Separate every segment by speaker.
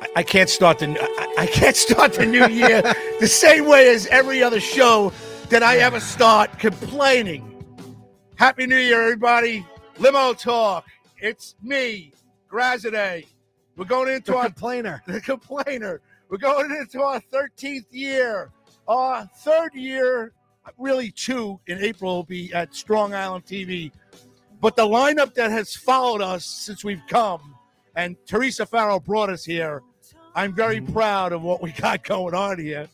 Speaker 1: I- I can't start the. I- I can't start the new year the same way as every other show that I ever start complaining. Happy New Year, everybody! Limo talk. It's me, Graziday. We're going into our
Speaker 2: complainer.
Speaker 1: the complainer. We're going into our 13th year, our third year, really two in April will be at Strong Island TV. But the lineup that has followed us since we've come, and Teresa Farrell brought us here, I'm very
Speaker 2: Mm-hmm.
Speaker 1: proud of what we got going on here.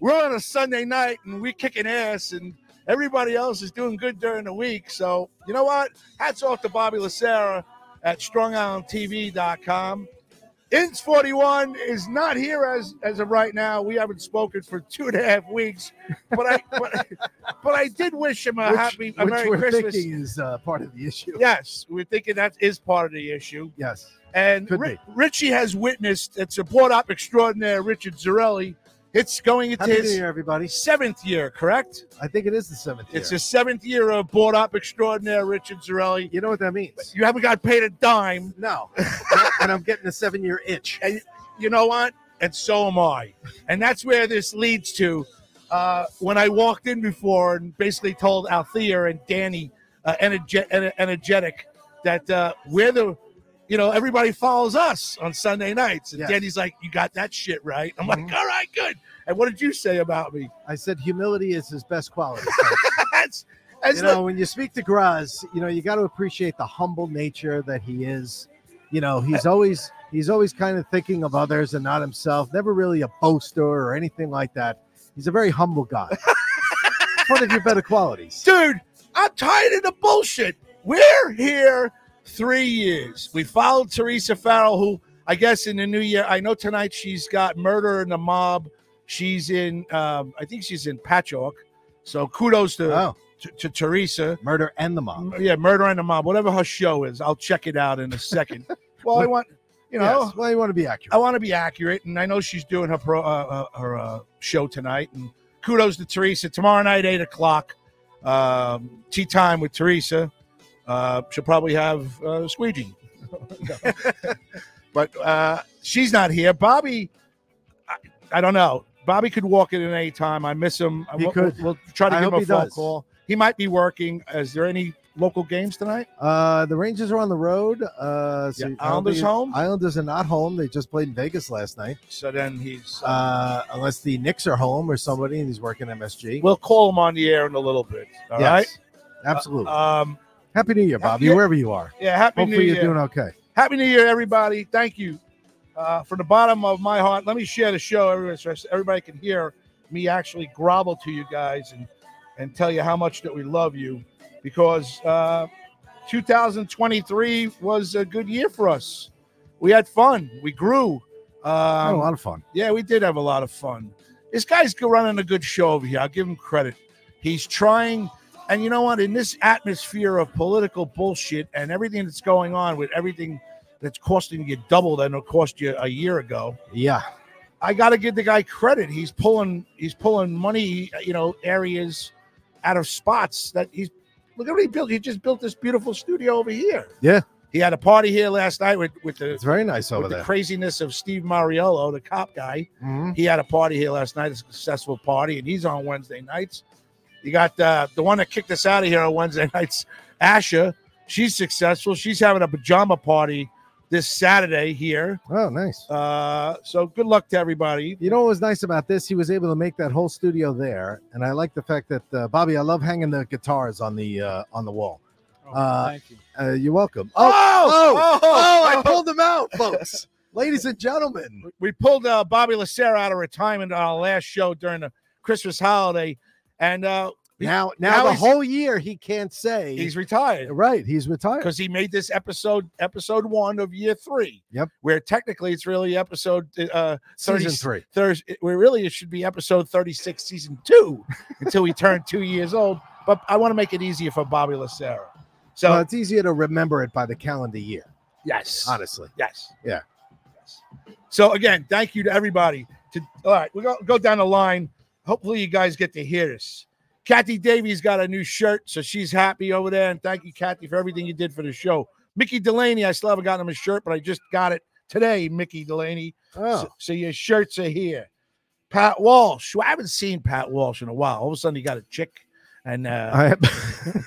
Speaker 1: We're on a Sunday night and we're kicking ass, and everybody else is doing good during the week. So, you know what? Hats off to Bobby Lacera at strongislandtv.com. Ins 41 is not here as as of right now. We haven't spoken for two and a half weeks, but I but, but I did wish him a
Speaker 2: which,
Speaker 1: happy a
Speaker 2: which
Speaker 1: Merry
Speaker 2: we're
Speaker 1: Christmas.
Speaker 2: thinking is uh, part of the issue.
Speaker 1: Yes, we're thinking that is part of the issue.
Speaker 2: Yes.
Speaker 1: And
Speaker 2: Could
Speaker 1: Ri- Richie has witnessed at support op extraordinaire Richard Zarelli. It's going into
Speaker 2: Happy New
Speaker 1: his
Speaker 2: Year, everybody.
Speaker 1: seventh year, correct?
Speaker 2: I think it is the seventh
Speaker 1: It's
Speaker 2: year.
Speaker 1: his seventh year of board op extraordinaire Richard Zarelli.
Speaker 2: you know what that means?
Speaker 1: You haven't got paid a dime.
Speaker 2: no. and I'm getting a seven-year itch.
Speaker 1: you know what? And so am I. And that's where this leads to. Uh, when I walked in before and basically told Althea and Danny, uh, energe- ener- energetic, that uh, we're the, you know, everybody follows us on Sunday nights. And
Speaker 2: Yes. Mm-hmm.
Speaker 1: Danny's like, "You got that shit right." I'm like, "All right, good." And what did you say about me?
Speaker 2: I said humility is his best quality.
Speaker 1: That's, that's
Speaker 2: you know, when you speak to Graz, you know, you got to appreciate the humble nature that he is. You know, he's always he's always kind of thinking of others and not himself. Never really a boaster or anything like that. He's a very humble guy. It's one of your better qualities.
Speaker 1: dude, I'm tired of the bullshit. We're here three years. We followed Teresa Farrell, who I guess in the new year, I know tonight she's got Murder in the Mob. She's in, um, I think she's in Patchogue. So kudos to,
Speaker 2: Oh,
Speaker 1: to, to Teresa.
Speaker 2: murder and the mob.
Speaker 1: Yeah, Murder in the Mob, whatever her show is. I'll check it out in a second. well, I want, you know,
Speaker 2: Yes. Well, you want to be accurate.
Speaker 1: I want to be accurate, and I know she's doing her pro, uh, uh, her uh, show tonight. And kudos to Teresa. Tomorrow night, eight o'clock, um, tea time with Teresa. Uh, she'll probably have uh, squeegee, No. but uh, she's not here. Bobby, I, I don't know. Bobby could walk in at any time. I miss him. I-
Speaker 2: He
Speaker 1: we'll,
Speaker 2: could.
Speaker 1: We'll, we'll try to
Speaker 2: I
Speaker 1: give him
Speaker 2: hope
Speaker 1: a
Speaker 2: he
Speaker 1: phone
Speaker 2: does.
Speaker 1: call. He might be working. Is there any local games tonight?
Speaker 2: Uh, the Rangers are on the road. Uh, so
Speaker 1: Yeah,
Speaker 2: I don't
Speaker 1: Islanders
Speaker 2: think-
Speaker 1: home?
Speaker 2: Islanders are not home. They just played in Vegas last night.
Speaker 1: So then he's.
Speaker 2: Uh, unless the Knicks are home or somebody, and he's working MSG.
Speaker 1: we'll call him on the air in a little bit. All
Speaker 2: Yes.
Speaker 1: right.
Speaker 2: absolutely.
Speaker 1: Um,
Speaker 2: Happy New Year, Bobby,
Speaker 1: yeah.
Speaker 2: wherever you are.
Speaker 1: Yeah, happy
Speaker 2: Hopefully,
Speaker 1: new
Speaker 2: you're
Speaker 1: year.
Speaker 2: doing okay.
Speaker 1: happy new year, everybody. Thank you uh, from the bottom of my heart. Let me share the show, everybody, so everybody can hear me actually grovel to you guys and and tell you how much that we love you because uh, 2023 was a good year for us. We had fun. We grew.
Speaker 2: Had a
Speaker 1: Um,
Speaker 2: lot of fun.
Speaker 1: yeah, we did have a lot of fun. This guy's go- running a good show over here. I'll give him credit. He's trying. And you know what? In this atmosphere of political bullshit and everything that's going on with everything that's costing you double than it cost you a year ago,
Speaker 2: Yeah,
Speaker 1: I got to give the guy credit. He's pulling he's pulling money, you know, areas out of spots that he's look at what he built. He just built this beautiful studio over here.
Speaker 2: Yeah.
Speaker 1: He had a party here last night with with the
Speaker 2: it's very nice over
Speaker 1: with the
Speaker 2: there.
Speaker 1: craziness of Steve Mariello, the cop guy.
Speaker 2: Mhm.
Speaker 1: He had a party here last night, a successful party, and he's on Wednesday nights. You got uh, the one that kicked us out of here on Wednesday nights, Asha. She's successful. She's having a pajama party this Saturday here.
Speaker 2: Oh, nice.
Speaker 1: Uh, so good luck to everybody.
Speaker 2: You know what was nice about this? He was able to make that whole studio there, and I like the fact that uh, Bobby. I love hanging the guitars on the uh, on the wall. Uh,
Speaker 1: Oh, thank you.
Speaker 2: Uh, you're welcome.
Speaker 1: Oh,
Speaker 2: Oh,
Speaker 1: oh,
Speaker 2: oh, I
Speaker 1: oh.
Speaker 2: pulled them out, folks, ladies and gentlemen.
Speaker 1: we pulled uh, Bobby Lacerda out of retirement on our last show during the Christmas holiday, and uh, he-
Speaker 2: Now, now,
Speaker 1: now
Speaker 2: the
Speaker 1: he's-
Speaker 2: whole year he can't say
Speaker 1: he's retired
Speaker 2: right. He's retired.
Speaker 1: because he made this episode episode one of year three.
Speaker 2: Yep.
Speaker 1: Where technically it's really episode uh,
Speaker 2: Season
Speaker 1: 30
Speaker 2: three.
Speaker 1: Thurs Where really it should be episode thirty six, season two, until he turned two years old. But I want to make it easier for Bobby Lacerda. So
Speaker 2: well, it's easier to remember it by the calendar year,
Speaker 1: yes,
Speaker 2: honestly.
Speaker 1: Yes.
Speaker 2: Yeah.
Speaker 1: Yes. So again, thank you to everybody. To all right, we'll go, go down the line. Hopefully, you guys get to hear this. Kathy Davies got a new shirt, so she's happy over there. And thank you, Kathy, for everything you did for the show. Mickey Delaney, I still haven't gotten him a shirt, but I just got it today, Mickey Delaney.
Speaker 2: Oh,
Speaker 1: So, so your shirts are here. Pat Walsh. Well, I haven't seen Pat Walsh in a while. All of a sudden, he got a chick, and uh,
Speaker 2: I,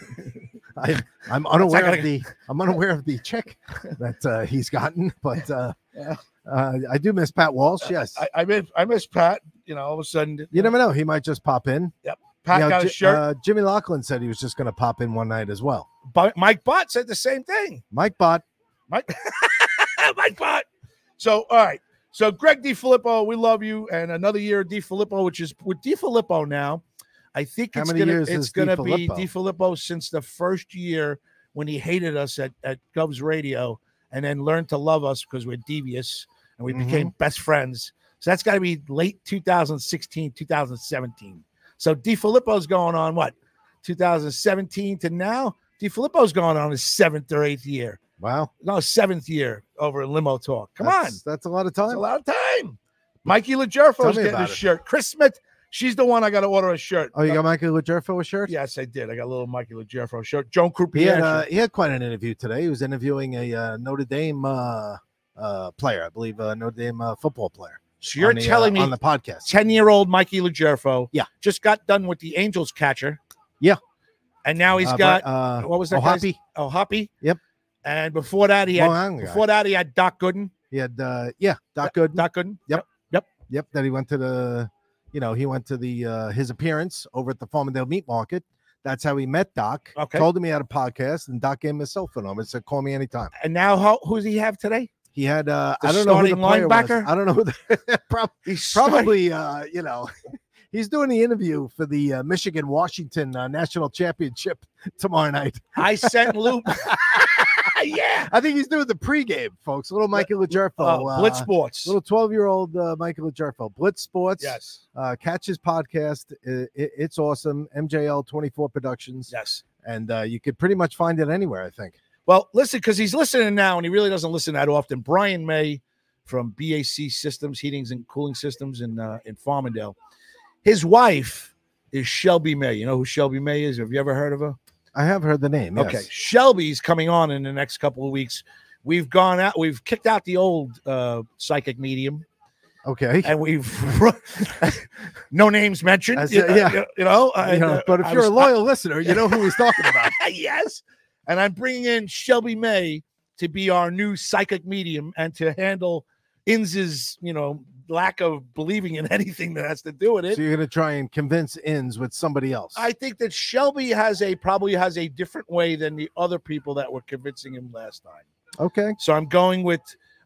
Speaker 2: I, I'm unaware
Speaker 1: not
Speaker 2: of
Speaker 1: gonna-
Speaker 2: the I'm unaware of the check that uh, he's gotten, but uh,
Speaker 1: Yeah.
Speaker 2: uh, I do miss Pat Walsh. Yes,
Speaker 1: I, I miss I miss Pat. You know, all of a sudden,
Speaker 2: you never know; he might just pop in.
Speaker 1: Pat
Speaker 2: You know,
Speaker 1: got a
Speaker 2: Ji-
Speaker 1: shirt.
Speaker 2: Uh, Jimmy Lachlan said he was just going to pop in one night as well.
Speaker 1: Bu- Mike Bott said the same thing.
Speaker 2: Mike Bott,
Speaker 1: Mike, Mike Bot. So, all right. So, Greg DiFilippo, we love you, and another year of DiFilippo, which is with DiFilippo now. I think
Speaker 2: How
Speaker 1: it's
Speaker 2: many
Speaker 1: gonna
Speaker 2: years
Speaker 1: it's
Speaker 2: is
Speaker 1: gonna be
Speaker 2: DiFilippo?
Speaker 1: DiFilippo since the first year when he hated us at at Gov's Radio, and then learned to love us because we're devious and we
Speaker 2: Mm-hmm.
Speaker 1: became best friends. So that's got to be late 2016, 2017. So DiFilippo's going on what 2017 to now. DiFilippo's going on his seventh or eighth year
Speaker 2: wow,
Speaker 1: no seventh year over in limo talk. Come on,
Speaker 2: that's, that's a lot of
Speaker 1: it's
Speaker 2: time.
Speaker 1: a lot of time. Mikey LaJerfo's
Speaker 2: me
Speaker 1: getting a
Speaker 2: about it.
Speaker 1: shirt. Chris Smith, she's the one I got to order a shirt.
Speaker 2: Oh, you
Speaker 1: Uh,
Speaker 2: got Michael Lujerfo a shirt?
Speaker 1: yes, I did. I got a little Mikey LaJerfo shirt. Joan Croupier.
Speaker 2: He had, uh,
Speaker 1: shirt.
Speaker 2: he had quite an interview today. He was interviewing a uh, Notre Dame uh, uh, player, I believe, a Notre Dame uh, football player.
Speaker 1: so you're
Speaker 2: on the, uh,
Speaker 1: telling
Speaker 2: on
Speaker 1: me
Speaker 2: the podcast.
Speaker 1: ten year old Mikey LaJerfo,
Speaker 2: Yeah.
Speaker 1: just got done with the Angels catcher.
Speaker 2: Yeah.
Speaker 1: and now he's
Speaker 2: Uh,
Speaker 1: got
Speaker 2: Bri- uh,
Speaker 1: what was that? guy's-
Speaker 2: Ohapi.
Speaker 1: Oh, Hoppy.
Speaker 2: Yep.
Speaker 1: And before that, he had
Speaker 2: Moanga guy.
Speaker 1: before that he had Doc Gooden.
Speaker 2: He had uh, yeah, Doc Gooden.
Speaker 1: Doc Gooden.
Speaker 2: Yep, that he went to the, you know, he went to the uh, his appearance over at the Farmingdale Meat Market. That's how he met Doc.
Speaker 1: Okay.
Speaker 2: Told him he had a podcast, and Doc gave him his cell phone number. Said, "Call me anytime."
Speaker 1: And now, how, who does he have today?
Speaker 2: He had uh,
Speaker 1: The
Speaker 2: I don't know who the
Speaker 1: starting
Speaker 2: player was.
Speaker 1: linebacker?
Speaker 2: I don't know who the prob-
Speaker 1: He's
Speaker 2: probably uh, you know. He's doing the interview for the uh, Michigan Washington uh, National Championship tomorrow night.
Speaker 1: I sent Lou. yeah.
Speaker 2: I think he's doing the pregame, folks. Little Michael Lejerfo,
Speaker 1: Oh, Blitz
Speaker 2: uh,
Speaker 1: Sports.
Speaker 2: little twelve-year-old uh, Michael Lejerfo, Blitz Sports.
Speaker 1: yes.
Speaker 2: uh, catch his podcast. I- i- it's awesome. MJL 24 Productions.
Speaker 1: Yes.
Speaker 2: And uh, you could pretty much find it anywhere, I think.
Speaker 1: Well, listen, because he's listening now and he really doesn't listen that often. Brian May from BAC Systems, Heatings and Cooling Systems in, uh, in Farmingdale. His wife is Shelby May. You know who Shelby May is? Have you ever heard of her?
Speaker 2: I have heard the name.
Speaker 1: Okay.
Speaker 2: yes.
Speaker 1: Shelby's coming on in the next couple of weeks. We've gone out, we've kicked out the old uh, psychic medium.
Speaker 2: Okay.
Speaker 1: and we've no names mentioned.
Speaker 2: As-
Speaker 1: you
Speaker 2: uh,
Speaker 1: know,
Speaker 2: yeah.
Speaker 1: you know, and,
Speaker 2: You know,
Speaker 1: uh,
Speaker 2: but if
Speaker 1: I
Speaker 2: you're a
Speaker 1: was-
Speaker 2: loyal listener, you know who he's talking about.
Speaker 1: yes. And I'm bringing in Shelby May to be our new psychic medium and to handle Inz's, you know, lack of believing in anything that has to do with it.
Speaker 2: So you're going to try and convince ends with somebody else.
Speaker 1: I think that Shelby has a probably has a different way than the other people that were convincing him last time.
Speaker 2: okay.
Speaker 1: So I'm going with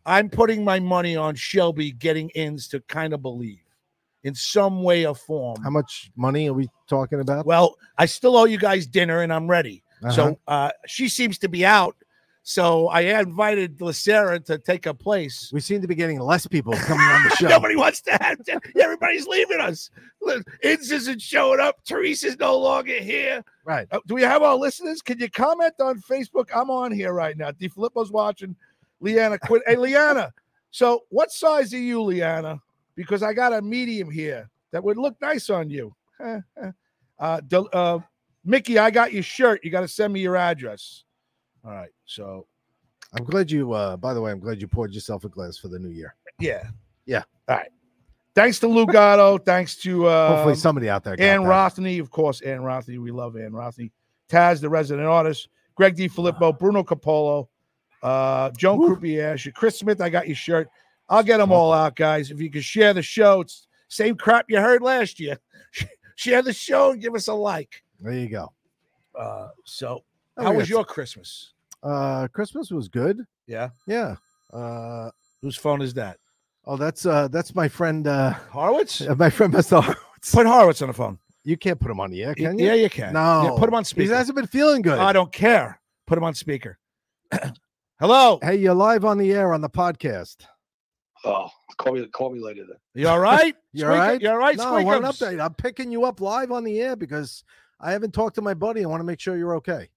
Speaker 1: I'm putting my money on Shelby getting Inz to kind of believe in some way or form.
Speaker 2: How much money are we talking about?
Speaker 1: Well, I still owe you guys dinner and I'm ready.
Speaker 2: Uh-huh.
Speaker 1: So uh, she seems to be out. So I invited Lacera to take her place.
Speaker 2: we seem to be getting less people coming on the show.
Speaker 1: Nobody wants to have dinner. Everybody's leaving us. Look, Inz isn't showing up. Teresa's no longer here.
Speaker 2: Right.
Speaker 1: Uh, do we have our listeners? Can you comment on Facebook? I'm on here right now. DeFilippo's watching. Leanna quit. Hey, Leanna. So what size are you, Leanna? Because I got a medium here that would look nice on you. Eh, eh. uh, Del- uh, Mickey, I got your shirt. You got to send me your address. All right. So
Speaker 2: I'm glad you, uh, by the way, I'm glad you poured yourself a glass for the new year.
Speaker 1: yeah,
Speaker 2: Yeah.
Speaker 1: All right. Thanks to Lou Gatto. thanks to uh,
Speaker 2: Hopefully, somebody out there. got
Speaker 1: Ann
Speaker 2: that.
Speaker 1: Rothney, of course. Ann Rothney, we love Ann Rothney. Taz, the resident artist. Greg D. Filippo, Bruno Capolo, uh, Joan Croupiash, Chris Smith. I got your shirt. I'll get them all out, guys. If you can share the show, it's same crap you heard last year. share the show and give us a like.
Speaker 2: There you go.
Speaker 1: Uh, so,
Speaker 2: Oh,
Speaker 1: how
Speaker 2: we
Speaker 1: was
Speaker 2: got-
Speaker 1: your Christmas?
Speaker 2: Uh, Christmas was good.
Speaker 1: Yeah.
Speaker 2: Yeah. Uh,
Speaker 1: Whose phone is that?
Speaker 2: oh, that's uh, that's my friend. Uh,
Speaker 1: Horowitz.
Speaker 2: uh, my friend Mr.
Speaker 1: Put Horowitz on the phone.
Speaker 2: You can't put him on the air, can you?
Speaker 1: Yeah, you can.
Speaker 2: No.
Speaker 1: Yeah, put him on
Speaker 2: He
Speaker 1: speaker.
Speaker 2: hasn't been feeling good.
Speaker 1: I don't care. Put him on speaker. Hello.
Speaker 2: hey, you're live on the air on the podcast.
Speaker 3: Oh, call me call me later then.
Speaker 1: You all right?
Speaker 2: You all right?
Speaker 1: You all right?
Speaker 2: No, I want an
Speaker 1: Squeakums?
Speaker 2: update. I'm picking you up live on the air because I haven't talked to my buddy. I want to make sure you're okay.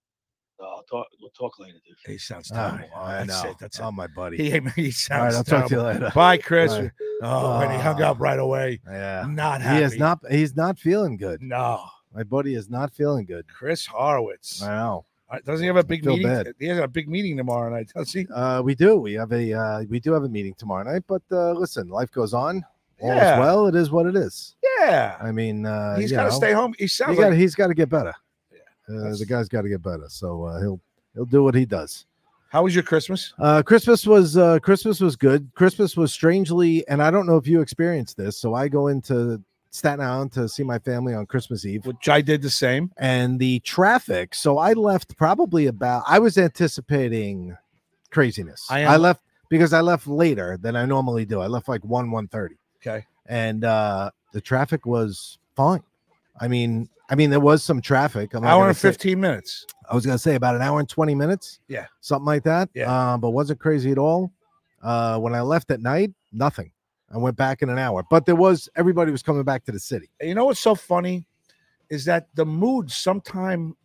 Speaker 3: No, I'll talk we'll talk later, dude.
Speaker 1: He sounds
Speaker 2: All
Speaker 1: terrible.
Speaker 2: right,
Speaker 1: Oh, that's it. That's
Speaker 2: oh,
Speaker 1: it.
Speaker 2: my buddy.
Speaker 1: He, he
Speaker 2: All right,
Speaker 1: sounds
Speaker 2: I'll
Speaker 1: terrible.
Speaker 2: talk to you later.
Speaker 1: Bye, Chris.
Speaker 2: Bye.
Speaker 1: Oh, and he hung
Speaker 2: Ah.
Speaker 1: up right away.
Speaker 2: Yeah.
Speaker 1: Not happy.
Speaker 2: He is not. He's not feeling good.
Speaker 1: No,
Speaker 2: My buddy is not feeling good.
Speaker 1: Chris Horowitz.
Speaker 2: I know.
Speaker 1: Uh, Doesn't he have a big
Speaker 2: feel
Speaker 1: meeting?
Speaker 2: bad.
Speaker 1: He has a big meeting tomorrow night. Does he?
Speaker 2: Uh, we do. We have a. Uh, we do have a meeting tomorrow night. But uh, listen, life goes on. All
Speaker 1: Yeah.
Speaker 2: is well. It is what it is.
Speaker 1: Yeah.
Speaker 2: I mean, uh,
Speaker 1: He's
Speaker 2: you
Speaker 1: got to
Speaker 2: know,
Speaker 1: stay home. He
Speaker 2: He
Speaker 1: sounds
Speaker 2: got,
Speaker 1: like
Speaker 2: he's got to get better.
Speaker 1: Yeah,
Speaker 2: Uh, the
Speaker 1: that's-
Speaker 2: guy's got to get better. So uh, he'll he'll do what he does.
Speaker 1: How was your Christmas?
Speaker 2: Uh, Christmas was uh, Christmas was good. Christmas was strangely, and I don't know if you experienced this. So I go into Staten Island to see my family on Christmas Eve,
Speaker 1: Which I did the same.
Speaker 2: and the traffic. So I left probably about. I was anticipating craziness.
Speaker 1: I am-
Speaker 2: I left because I left later than I normally do. I left like one one thirty,
Speaker 1: Okay.
Speaker 2: and uh, the traffic was fine. I mean, I mean there was some traffic. I'm not
Speaker 1: Hour
Speaker 2: gonna
Speaker 1: and
Speaker 2: say-
Speaker 1: 15 minutes.
Speaker 2: I was gonna say about an hour and twenty minutes.
Speaker 1: Yeah.
Speaker 2: something like that.
Speaker 1: Yeah.
Speaker 2: um, but wasn't crazy at all. Uh, when I left at night, nothing. I went back in an hour, but there was everybody was coming back to the city.
Speaker 1: And you know what's so funny is that the mood sometime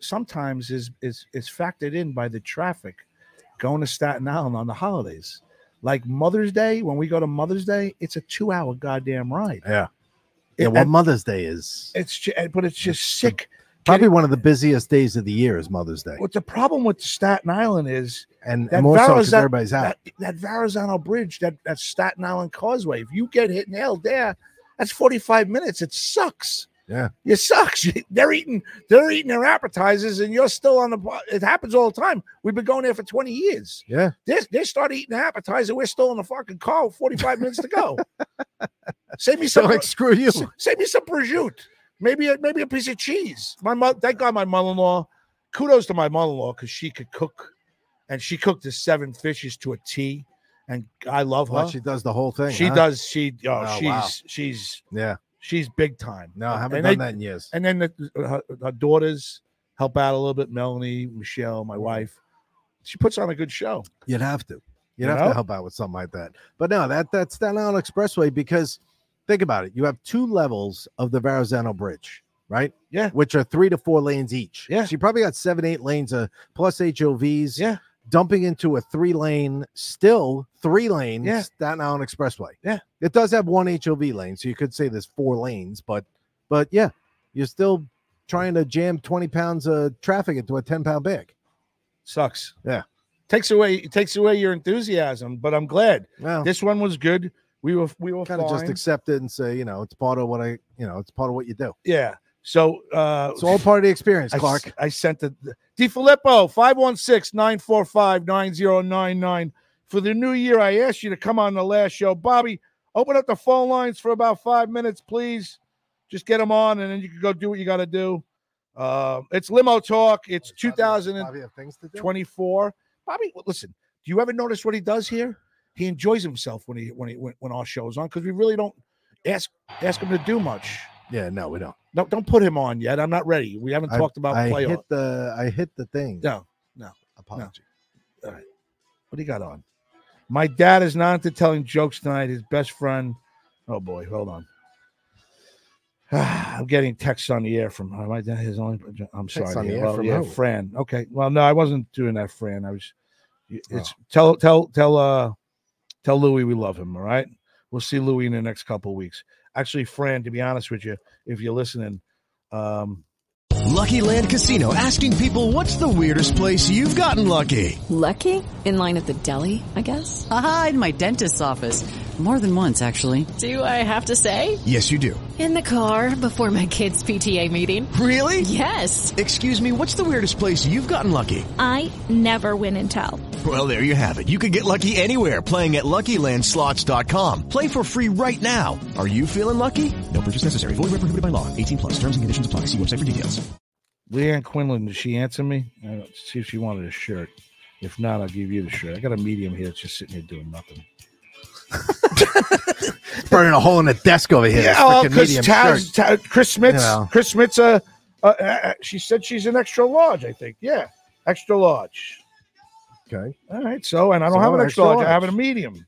Speaker 1: sometimes is is is factored in by the traffic going to Staten Island on the holidays. Like Mother's Day, when we go to Mother's Day, it's a two-hour goddamn ride.
Speaker 2: Yeah.
Speaker 1: It-
Speaker 2: Yeah, well,
Speaker 1: and
Speaker 2: Mother's Day is
Speaker 1: it's ju- and- but it's just sick.
Speaker 2: probably one of the busiest days of the year is Mother's Day,
Speaker 1: What the problem with Staten Island is
Speaker 2: and,
Speaker 1: that
Speaker 2: and more so
Speaker 1: Varo-
Speaker 2: 'cause
Speaker 1: that-
Speaker 2: everybody's out.
Speaker 1: that, that Verrazano Bridge, that that Staten Island Causeway. If you get hit and held there, that's forty five minutes. It sucks.
Speaker 2: Yeah.
Speaker 1: it sucks. They're eating, they're eating their appetizers, and you're still on the. bo- It happens all the time. We've been going there for twenty years.
Speaker 2: yeah,
Speaker 1: They they start eating the appetizer. We're still in the fucking car. with Forty five minutes to go. save me
Speaker 2: so
Speaker 1: some.
Speaker 2: like screw you.
Speaker 1: s- Save me some prosciutto. Maybe a, maybe a piece of cheese. My mother. Thank God, my mother in law. Kudos to my mother in law because she could cook, and she cooked the seven fishes to a T. And I love her.
Speaker 2: Well, she does the whole thing.
Speaker 1: She
Speaker 2: huh?
Speaker 1: does. She oh,
Speaker 2: wow.
Speaker 1: she's she's
Speaker 2: Yeah,
Speaker 1: she's big time.
Speaker 2: no, I haven't
Speaker 1: and
Speaker 2: done
Speaker 1: they-
Speaker 2: that in years.
Speaker 1: And then the, her, her daughters help out a little bit. Melanie, Michelle,
Speaker 2: Mm-hmm.
Speaker 1: my wife. She puts on a good show.
Speaker 2: You'd have to. You'd
Speaker 1: You
Speaker 2: have
Speaker 1: know?
Speaker 2: to help out with something like that. But no, that that's Staten Island Expressway because think about it. You have two levels of the Verrazano Bridge, right?
Speaker 1: Yeah.
Speaker 2: Which are three to four lanes each.
Speaker 1: Yeah.
Speaker 2: So you probably got seven, eight lanes of plus HOVs.
Speaker 1: Yeah.
Speaker 2: Dumping into a three lane, still three lane
Speaker 1: Yeah.
Speaker 2: Staten Island Expressway.
Speaker 1: Yeah.
Speaker 2: It does have one HOV lane. So you could say there's four lanes, but but yeah, you're still trying to jam 20 pounds of traffic into a 10 pound bag.
Speaker 1: Sucks.
Speaker 2: Yeah.
Speaker 1: Takes away it takes away your enthusiasm, but I'm glad
Speaker 2: Well,
Speaker 1: this one was good. We were we were
Speaker 2: kind of Oh. just
Speaker 1: fine.
Speaker 2: accept it and say, you know, it's part of what I, you know, it's part of what you do.
Speaker 1: Yeah. So uh
Speaker 2: It's all part of the experience,
Speaker 1: I, s-
Speaker 2: Clark.
Speaker 1: I sent the Di Filippo 516-945-9099 for the new year. I asked you to come on the last show. Bobby, open up the phone lines for about 5 minutes, please. Just get them on and then you can go do what you got to do. Uh, it's limo talk. It's 2024.
Speaker 2: things to do.
Speaker 1: Bobby, w- listen. Do you ever notice what he does here? He enjoys himself when he when he when, when our show's on cuz we really don't ask ask him to do much.
Speaker 2: Yeah, no, we don't.
Speaker 1: No, don't put him on yet. I'm not ready. We haven't talked about
Speaker 2: I
Speaker 1: playoff.
Speaker 2: hit the, I hit the thing.
Speaker 1: No, no,
Speaker 2: apology.
Speaker 1: What do you got on? My dad is not into telling jokes tonight. His best friend. Oh boy, hold on. I'm getting texts on the air from her. My dad is only. I'm sorry.
Speaker 2: on the
Speaker 1: yeah,
Speaker 2: air
Speaker 1: well,
Speaker 2: from
Speaker 1: yeah,
Speaker 2: who?
Speaker 1: Fran. Okay. Well, no, I wasn't doing that, Fran. I was.
Speaker 2: Oh.
Speaker 1: It's tell tell tell uh tell Louis we love him. All right. We'll see Louis in the next couple of weeks. Actually, Fran, to be honest with you, if you're listening, um,
Speaker 4: Lucky Land Casino asking people what's the weirdest place you've gotten lucky?
Speaker 5: Lucky? In line at the deli, I guess?
Speaker 6: Aha, in my dentist's office.
Speaker 7: More than once, actually.
Speaker 8: Do I have to say?
Speaker 9: Yes, you do.
Speaker 8: In the car before my kids' PTA meeting.
Speaker 9: Really?
Speaker 8: Yes.
Speaker 9: Excuse me, what's the weirdest place you've gotten lucky?
Speaker 10: I never win and tell.
Speaker 9: Well, there you have it. You can get lucky anywhere playing at LuckyLandSlots.com. Play for free right now. Are you feeling lucky? No purchase necessary. Void where prohibited by law. 18 plus. Terms and conditions apply. See website for details.
Speaker 3: Leanne Quinlan, did she answer me? I don't see if she wanted a shirt. If not, I'll give you the shirt. I got a medium here that's just sitting here doing nothing.
Speaker 2: burning a hole in the desk over here.
Speaker 3: Yeah,
Speaker 2: This
Speaker 3: oh,
Speaker 2: frickin'
Speaker 3: because
Speaker 2: medium shirt.
Speaker 3: Taz, Ta- Chris Smits,
Speaker 2: Yeah.
Speaker 3: Chris Smits, uh, uh, uh, she said she's an extra large. I think, yeah, extra large.
Speaker 2: Okay.
Speaker 3: All right, so and I don't
Speaker 2: So,
Speaker 3: have an extra
Speaker 2: extra
Speaker 3: large.
Speaker 2: large.
Speaker 3: I have a medium.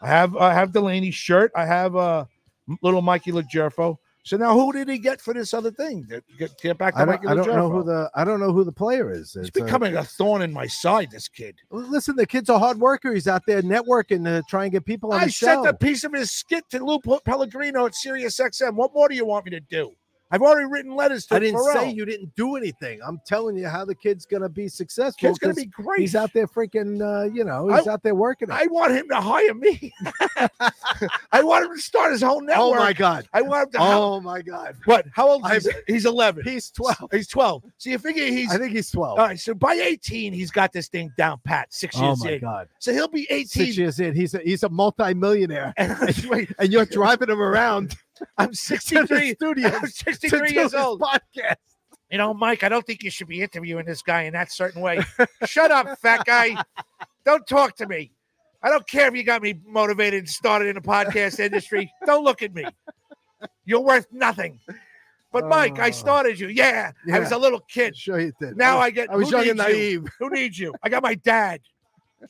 Speaker 3: I have I have Delaney's shirt. I have uh, m- little Mikey Legerfo. So now, who did he get for this other thing? That- Get, get back to
Speaker 2: I
Speaker 3: Mikey
Speaker 2: don't, I don't know who
Speaker 3: Legerfo.
Speaker 2: the I don't know who the player is.
Speaker 3: He's
Speaker 2: It's a-
Speaker 3: becoming a thorn in my side. This kid.
Speaker 2: listen, the kid's a hard worker. He's out there networking to try and get people on
Speaker 3: I
Speaker 2: the
Speaker 3: sent
Speaker 2: show.
Speaker 3: a piece of his skit to Lou Pe- Pellegrino at Sirius XM. What more do you want me to do? I've already written letters to
Speaker 2: I didn't
Speaker 3: Pharrell.
Speaker 2: say you didn't do anything. I'm telling you how the kid's gonna be successful.
Speaker 3: Kid's gonna
Speaker 2: 'cause
Speaker 3: be great.
Speaker 2: He's out there freaking, uh, you know, he's
Speaker 3: I-
Speaker 2: out there working. it.
Speaker 3: I want him to hire me. I want him to start his whole
Speaker 2: oh
Speaker 3: network.
Speaker 2: my god!
Speaker 3: I want him to.
Speaker 2: Oh my god!
Speaker 3: what? How old is he?
Speaker 2: I'm-
Speaker 3: He's 11.
Speaker 2: He's twelve.
Speaker 3: He's 12. So you figure he's. Oh,
Speaker 2: I think he's twelve.
Speaker 3: all right. So by 18, he's got this thing down pat, six
Speaker 2: oh
Speaker 3: years
Speaker 2: my
Speaker 3: in.
Speaker 2: god!
Speaker 3: So he'll be 18.
Speaker 2: Six years in, he's a, he's a multimillionaire,
Speaker 3: And I'm, wait,
Speaker 2: and you're driving him around
Speaker 3: I'm
Speaker 2: to the
Speaker 3: 63.
Speaker 2: studio
Speaker 3: I'm
Speaker 2: to
Speaker 3: 63
Speaker 2: do
Speaker 3: years
Speaker 2: his
Speaker 3: old.
Speaker 2: podcast.
Speaker 3: You know, Mike, I don't think you should be interviewing this guy in that certain way. Shut up, fat guy. Don't talk to me. I don't care if you got me motivated and started in the podcast industry. Don't look at me. You're worth nothing. But Mike, I
Speaker 2: Uh,
Speaker 3: started you. Yeah, I was
Speaker 2: yeah.
Speaker 3: a little kid.
Speaker 2: Sure, you did.
Speaker 3: Now I get.
Speaker 2: I was
Speaker 3: who
Speaker 2: young and
Speaker 3: needs you?
Speaker 2: naive.
Speaker 3: Who needs you? I got my dad.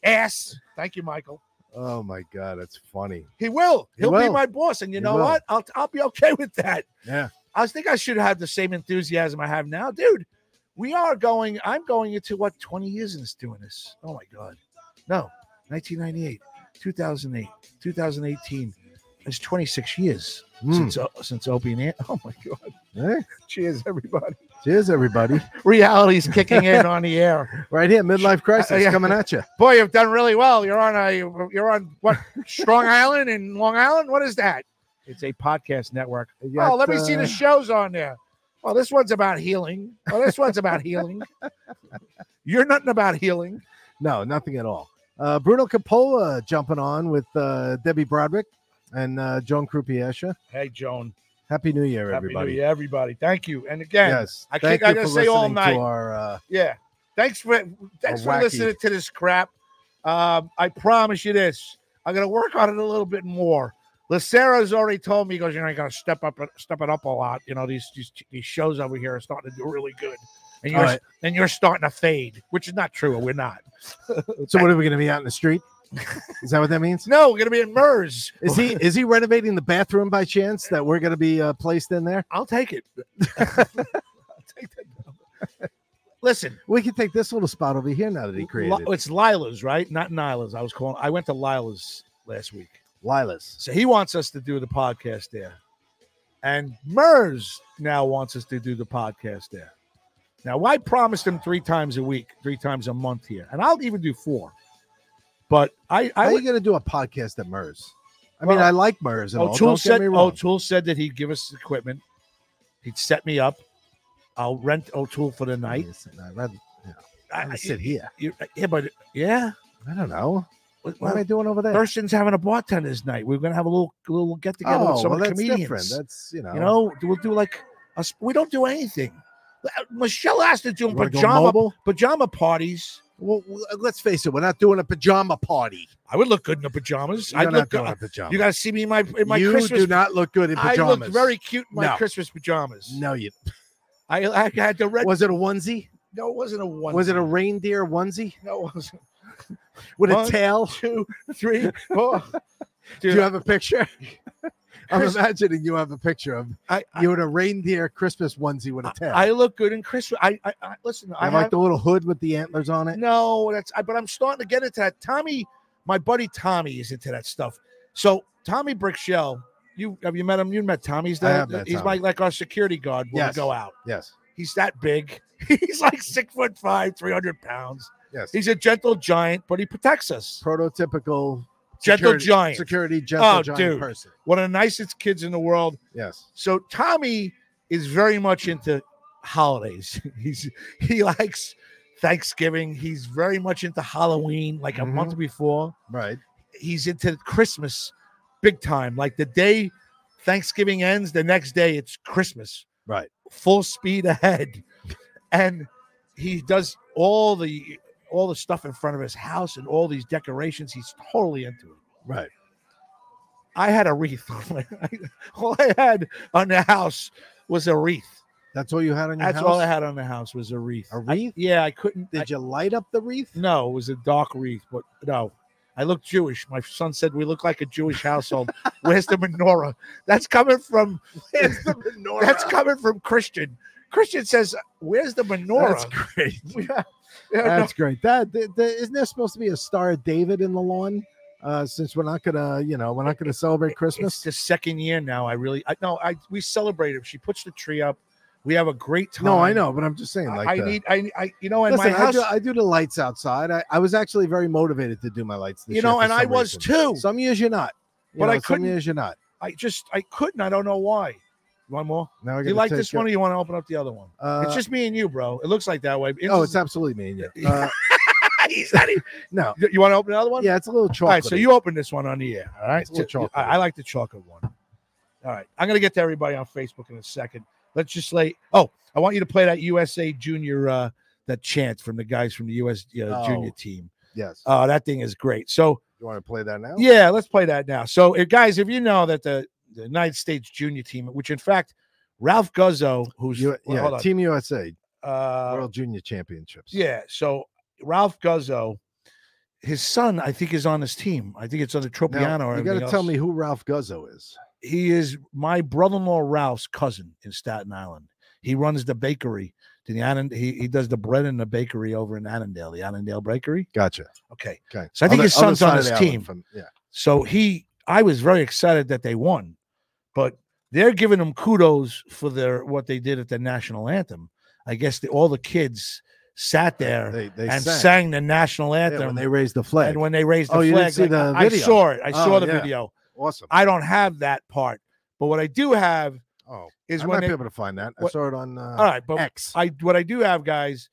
Speaker 3: Ass. Thank you, Michael.
Speaker 2: Oh my god, that's funny.
Speaker 3: He will.
Speaker 2: He
Speaker 3: He'll be
Speaker 2: will.
Speaker 3: my boss, and you
Speaker 2: He
Speaker 3: know
Speaker 2: will.
Speaker 3: what? I'll I'll be okay with that.
Speaker 2: Yeah.
Speaker 3: I think I should have the same enthusiasm I have now, dude. We are going. I'm going into what 20 years in this doing this. Oh my god, no, 1998, 2008, 2018. It's 26 years
Speaker 2: Mm.
Speaker 3: since uh, since Opie and Ann. Oh my god.
Speaker 2: Eh?
Speaker 3: Cheers, everybody.
Speaker 2: Cheers, everybody.
Speaker 3: Reality's kicking in on the air.
Speaker 2: Right here, midlife crisis
Speaker 3: yeah.
Speaker 2: coming at you.
Speaker 3: boy, you've done really well. You're on a you're on what Strong Island and Long Island. What is that? It's a podcast network. oh, let me see
Speaker 2: uh,
Speaker 3: the shows on there. Well, this one's about healing. Well, this one's about healing. You're nothing about healing.
Speaker 2: No, nothing at all. Uh, Bruno Capola jumping on with uh, Debbie Broderick and uh, Joan Krupiesha.
Speaker 3: Hey, Joan.
Speaker 2: Happy New Year, everybody.
Speaker 3: Happy New Year, everybody. Thank you. And again,
Speaker 2: Yes,
Speaker 3: I
Speaker 2: thank
Speaker 3: keep- I
Speaker 2: you
Speaker 3: gotta
Speaker 2: for
Speaker 3: say all
Speaker 2: listening
Speaker 3: night.
Speaker 2: To our, uh,
Speaker 3: Yeah. Thanks for thanks
Speaker 2: A
Speaker 3: for
Speaker 2: wacky-
Speaker 3: listening to this crap. Um, I promise you this. I'm gonna work on it a little bit more. Lacero's already told me he goes, you know, you gotta step up step it up a lot. You know, these these, these shows over here are starting to do really good. And you're
Speaker 2: All right.
Speaker 3: and you're starting to fade, which is not true, and we're not.
Speaker 2: so, what are we going to be out in the street? Is that what that means?
Speaker 3: No, we're gonna be in MERS.
Speaker 2: Is he is he renovating the bathroom by chance that we're going to be uh, placed in there?
Speaker 3: I'll take it. I'll take that. Listen,
Speaker 2: We can take this little spot over here now that he created.
Speaker 3: Li- it's Lila's, right? Not Nila's. I was calling I went to Lila's last week.
Speaker 2: Lilas.
Speaker 3: So he wants us to do the podcast there. And Murs now wants us to do the podcast there. Now, I promised him three times a week, three times a month here, and I'll even do four. But I,
Speaker 2: How
Speaker 3: I
Speaker 2: are you
Speaker 3: would,
Speaker 2: going to do a podcast at MERS? I mean,
Speaker 3: Well,
Speaker 2: I like MERS and all.
Speaker 3: O'Toole
Speaker 2: Don't get
Speaker 3: said
Speaker 2: me wrong.
Speaker 3: O'Toole said that he'd give us equipment, he'd set me up. I'll rent O'Toole for the night.
Speaker 2: I'd rather
Speaker 3: I,
Speaker 2: I'd sit here.
Speaker 3: you- yeah, but yeah,
Speaker 2: I don't know.
Speaker 3: What-
Speaker 2: What am I
Speaker 3: what-
Speaker 2: doing over there?
Speaker 3: Thurston's having a bartender's night. We're gonna have a little little get together with
Speaker 2: oh,
Speaker 3: some
Speaker 2: well, that's
Speaker 3: comedians.
Speaker 2: different. That's you know,
Speaker 3: You know, we'll do like us. We don't do anything. Uh, Michelle has to do
Speaker 2: you wanna go
Speaker 3: pajama
Speaker 2: mobile?
Speaker 3: pajama parties.
Speaker 2: Well, well, let's face it, we're not doing a pajama party.
Speaker 3: I would look good in the pajamas. I
Speaker 2: You're not
Speaker 3: look.
Speaker 2: doing
Speaker 3: good.
Speaker 2: a pajama.
Speaker 3: you got to see me in my in my
Speaker 2: You
Speaker 3: Christmas.
Speaker 2: do not look good in
Speaker 3: I
Speaker 2: pajamas.
Speaker 3: looked very cute in my
Speaker 2: No.
Speaker 3: Christmas pajamas.
Speaker 2: No, you.
Speaker 3: I, I had the red.
Speaker 2: Was it a onesie?
Speaker 3: no, it wasn't a one.
Speaker 2: Was it a reindeer onesie
Speaker 3: No, it wasn't.
Speaker 2: with a
Speaker 3: One,
Speaker 2: tail?
Speaker 3: Two, three, four.
Speaker 2: Do
Speaker 3: Oh, Dude,
Speaker 2: you have a picture? I'm
Speaker 3: Chris-
Speaker 2: imagining you have a picture of
Speaker 3: I, I,
Speaker 2: you in a reindeer Christmas onesie with a tail.
Speaker 3: I look good in Christmas. I, I, I listen. I
Speaker 2: I
Speaker 3: have,
Speaker 2: like the little hood with the antlers on it.
Speaker 3: No, that's I, but I'm starting to get into that. Tommy, my buddy Tommy is into that stuff. So Tommy Brickshell, you have you met him? You met Tommy's
Speaker 2: I
Speaker 3: that
Speaker 2: have met
Speaker 3: he's
Speaker 2: Tommy.
Speaker 3: like like our security guard when
Speaker 2: Yes.
Speaker 3: we go out.
Speaker 2: Yes,
Speaker 3: He's that big. He's like six foot five, three hundred pounds.
Speaker 2: yes.
Speaker 3: He's a gentle giant, but he protects us.
Speaker 2: prototypical
Speaker 1: gentle
Speaker 2: Security-
Speaker 1: giant.
Speaker 2: security, gentle
Speaker 1: Oh,
Speaker 2: giant
Speaker 1: dude.
Speaker 2: person.
Speaker 1: One of the nicest kids in the world.
Speaker 2: Yes.
Speaker 1: So Tommy is very much into holidays. He's he likes Thanksgiving. He's very much into Halloween, like
Speaker 3: Mm-hmm.
Speaker 1: a
Speaker 2: Mm-hmm.
Speaker 1: month before.
Speaker 2: Right.
Speaker 1: He's into Christmas big time. Like the day Thanksgiving ends, the next day it's Christmas.
Speaker 2: Right.
Speaker 1: Full speed ahead. And he does all the all the stuff in front of his house and all these decorations. He's totally into it.
Speaker 2: Right.
Speaker 1: I had a wreath. all I had on the house was a wreath.
Speaker 2: That's all you had on your
Speaker 1: That's
Speaker 2: house.
Speaker 1: all I had on the house was a wreath.
Speaker 2: A
Speaker 1: I-
Speaker 2: wreath?
Speaker 1: yeah, I couldn't. I-
Speaker 2: Did you light up the wreath?
Speaker 1: no, it was a dark wreath, but no. I look Jewish. My son said we look like a Jewish household. Where's the menorah? That's coming from that's coming from Christian. Christian says, "Where's the menorah?"
Speaker 2: That's great.
Speaker 1: Yeah, yeah, no.
Speaker 2: That's great. That, that, that isn't there supposed to be a Star of David in the lawn? Uh, since we're not gonna, you know, we're not gonna celebrate
Speaker 1: It's
Speaker 2: Christmas.
Speaker 1: the second year now. I really, I no, I we celebrate it. She puts the tree up. We have a great time.
Speaker 2: No, I know, but I'm just saying.
Speaker 1: I-
Speaker 2: Like
Speaker 1: I,
Speaker 2: the-
Speaker 1: need, I, I, you know, and
Speaker 2: Listen,
Speaker 1: my house,
Speaker 2: I, do, I do the lights outside. I, I was actually very motivated to do my lights. This
Speaker 1: you know,
Speaker 2: year for
Speaker 1: and I
Speaker 2: some
Speaker 1: was
Speaker 2: reason.
Speaker 1: too.
Speaker 2: Some years you're not, You
Speaker 1: But I
Speaker 2: know, Some
Speaker 1: couldn't-
Speaker 2: years you're not.
Speaker 1: I just, I couldn't. I don't know why. One more.
Speaker 2: Now I
Speaker 1: Do you
Speaker 2: gotta
Speaker 1: like
Speaker 2: take
Speaker 1: this
Speaker 2: a-
Speaker 1: one, or you want to open up the other one?
Speaker 2: Uh,
Speaker 1: it's just me and you, bro. It looks like that way.
Speaker 2: oh, it's absolutely me and you. Uh,
Speaker 1: He's not even-
Speaker 2: no,
Speaker 1: you want to open another one?
Speaker 2: yeah, it's a little
Speaker 1: All
Speaker 2: chocolate.
Speaker 1: right, so you open this one on the air. All right,
Speaker 2: It's a little
Speaker 1: So-
Speaker 2: chocolatey.
Speaker 1: I, I like the chocolate one. All right, I'm gonna get to everybody on Facebook in a second. Let's just lay. Oh, I want you to play that USA Junior uh that chant from the guys from the US uh, Junior
Speaker 2: Oh.
Speaker 1: team.
Speaker 2: yes,
Speaker 1: Uh, that thing is great. So
Speaker 2: you want to play that now?
Speaker 1: yeah, let's play that now. So if, guys, if you know that the, the United States Junior team, which in fact Ralph Guzzo, who's
Speaker 2: You-
Speaker 1: well,
Speaker 2: yeah,
Speaker 1: hold on.
Speaker 2: Team USA
Speaker 1: uh,
Speaker 2: World Junior Championships.
Speaker 1: yeah. So Ralph Guzzo, his son, I think, is on his team. I think it's under Tropiano.
Speaker 2: Now,
Speaker 1: or
Speaker 2: you got
Speaker 1: everything
Speaker 2: to tell
Speaker 1: else.
Speaker 2: me who Ralph Guzzo is.
Speaker 1: He is my brother-in-law Ralph's cousin in Staten Island. He runs the bakery. The Anand- he, he does the bread in the bakery over in Annandale, the Annandale Bakery.
Speaker 2: Gotcha.
Speaker 1: Okay.
Speaker 2: Okay.
Speaker 1: So I think
Speaker 2: Other-
Speaker 1: his
Speaker 2: other
Speaker 1: son's
Speaker 2: side
Speaker 1: on
Speaker 2: of
Speaker 1: his
Speaker 2: the island
Speaker 1: team.
Speaker 2: From, yeah.
Speaker 1: So he, I was very excited that they won, but they're giving them kudos for their what they did at the national anthem. I guess the, all the kids sat there
Speaker 2: They, they
Speaker 1: and sang.
Speaker 2: sang.
Speaker 1: the national
Speaker 2: Yeah,
Speaker 1: anthem.
Speaker 2: when they raised the flag.
Speaker 1: and when they raised the
Speaker 2: Oh, you
Speaker 1: flag,
Speaker 2: didn't see
Speaker 1: like,
Speaker 2: the
Speaker 1: I I
Speaker 2: video?
Speaker 1: saw it. I
Speaker 2: Oh,
Speaker 1: saw the
Speaker 2: yeah.
Speaker 1: video.
Speaker 2: awesome.
Speaker 1: I don't have that part, but what I do have
Speaker 2: oh,
Speaker 1: is
Speaker 2: I
Speaker 1: when
Speaker 2: might
Speaker 1: they,
Speaker 2: be able to find that. I
Speaker 1: what-
Speaker 2: saw it on uh,
Speaker 1: all right, but
Speaker 2: X.
Speaker 1: I what I do have, guys,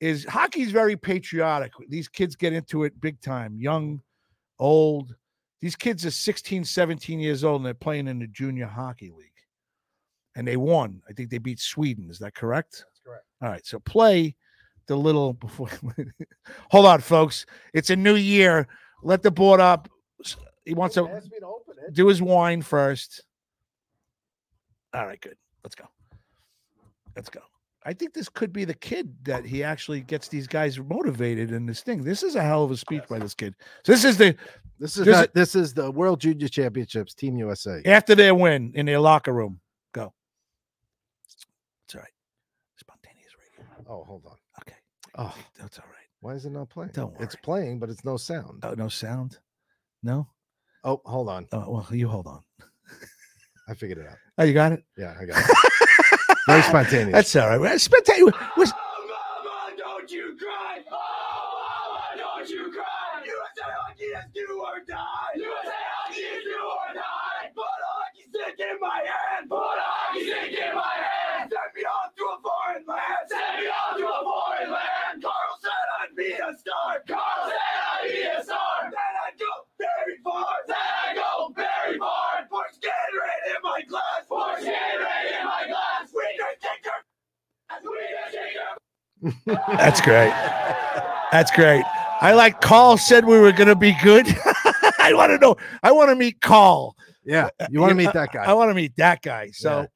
Speaker 1: is hockey's very patriotic. These kids get into it big time, young, old. These kids are 16, 17 years old, and they're playing in the junior hockey league. And they won. I think they beat Sweden. Is that correct? That's correct. All right. So play the little before. Hold on, folks. It's a new year. Let the board up. S- He wants to
Speaker 2: me to open it.
Speaker 1: do his wine first. All right, good. Let's go. Let's go. I think this could be the kid that he actually gets these guys motivated in this thing. This is a hell of a speech by this kid. So this is the
Speaker 2: This is
Speaker 1: There's
Speaker 2: not, this is the World Junior Championships, Team USA.
Speaker 1: after their win in their locker room. Go. It's all right. Spontaneous radio.
Speaker 2: Oh, hold on.
Speaker 1: Okay.
Speaker 2: Oh,
Speaker 1: That's all right.
Speaker 2: why is it not playing?
Speaker 1: Don't
Speaker 2: It's
Speaker 1: worry.
Speaker 2: playing, but it's no sound.
Speaker 1: Oh, no sound? No?
Speaker 2: Oh, hold on.
Speaker 1: Oh, well, you hold on.
Speaker 2: I figured it out.
Speaker 1: Oh, you got it?
Speaker 2: Yeah, I got it. Very spontaneous.
Speaker 1: That's all right. Well, Spontaneous. was-
Speaker 3: Mama, Oh, don't you cry! Mama, don't you cry! USA hockey is do or die! USA hockey is do or die! Put a hockey stick in my hand! Put a hockey stick in my hand! Send me off to a foreign land! Send me off to a foreign land! Carl said I'd be a star! Carl said I'd be a star! Then I'd go very far! Then I'd go very far! Pour Gatorade in my glass! Pour Gatorade in my glass! We can take your... We can take your...
Speaker 1: That's great. That's great. I like Carl said we were going to be good. I want to know. I want to meet Carl.
Speaker 2: yeah, you want to
Speaker 1: You-
Speaker 2: meet that guy.
Speaker 1: I want to meet that guy. So
Speaker 2: Yeah.
Speaker 1: Oh,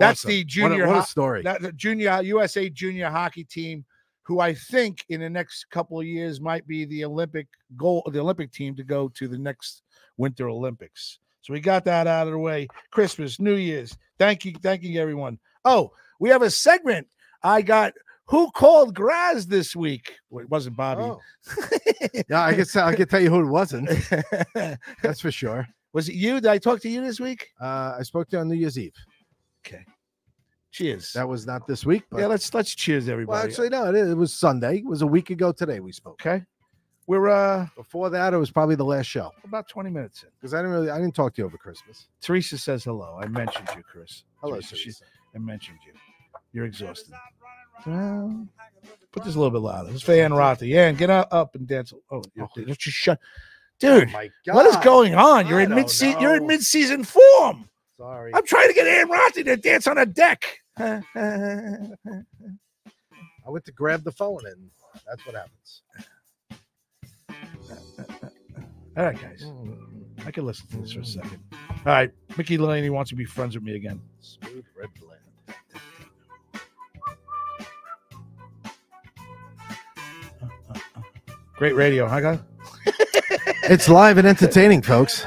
Speaker 1: that's
Speaker 2: Awesome.
Speaker 1: the
Speaker 2: What a-
Speaker 1: junior
Speaker 2: What a,
Speaker 1: ho-
Speaker 2: story.
Speaker 1: that the junior USA junior hockey team, who I think in the next couple of years might be the Olympic goal, the Olympic team to go to the next Winter Olympics. So we got that out of the way. Christmas, New Year's. Thank you, thank you, everyone. Oh, we have a segment. I got who called Graz this week. Well, it wasn't Bobby.
Speaker 2: Oh. yeah, I guess I can tell you who it wasn't. That's for sure.
Speaker 1: Was it you? Did I talk to you this week?
Speaker 2: Uh, I spoke to you on New Year's Eve.
Speaker 1: Cheers.
Speaker 2: That was not this week, but
Speaker 1: yeah, let's let's cheers everybody.
Speaker 2: well, actually, no, it, it was Sunday. It was a week ago today we spoke.
Speaker 1: okay.
Speaker 3: We're uh
Speaker 2: Before that, it was probably the last show
Speaker 3: about 20 minutes in.
Speaker 2: because I didn't really I didn't talk to you over Christmas.
Speaker 3: Teresa says hello. I mentioned you, Chris.
Speaker 2: Hello,
Speaker 3: Teresa. she-
Speaker 2: Teresa.
Speaker 3: I mentioned you. You're exhausted. Well, put this a little bit louder. This is for Ann Rothy. Ann, get up, up and dance. Oh, you- don't you shut, dude.
Speaker 2: Oh, my
Speaker 3: what is going on? You're
Speaker 2: I
Speaker 3: in
Speaker 2: don't
Speaker 3: mid season. You're in
Speaker 2: know.
Speaker 3: mid season form.
Speaker 2: Sorry.
Speaker 3: I'm trying to get Ann Rothy to dance on a deck.
Speaker 2: I went to grab the phone and that's what happens.
Speaker 3: All right, guys. I can listen to this for a second. All right. Mickey Delaney wants to be friends with me again.
Speaker 2: Smooth red blend.
Speaker 3: Great radio, huh, guys?
Speaker 2: It's live and entertaining, folks.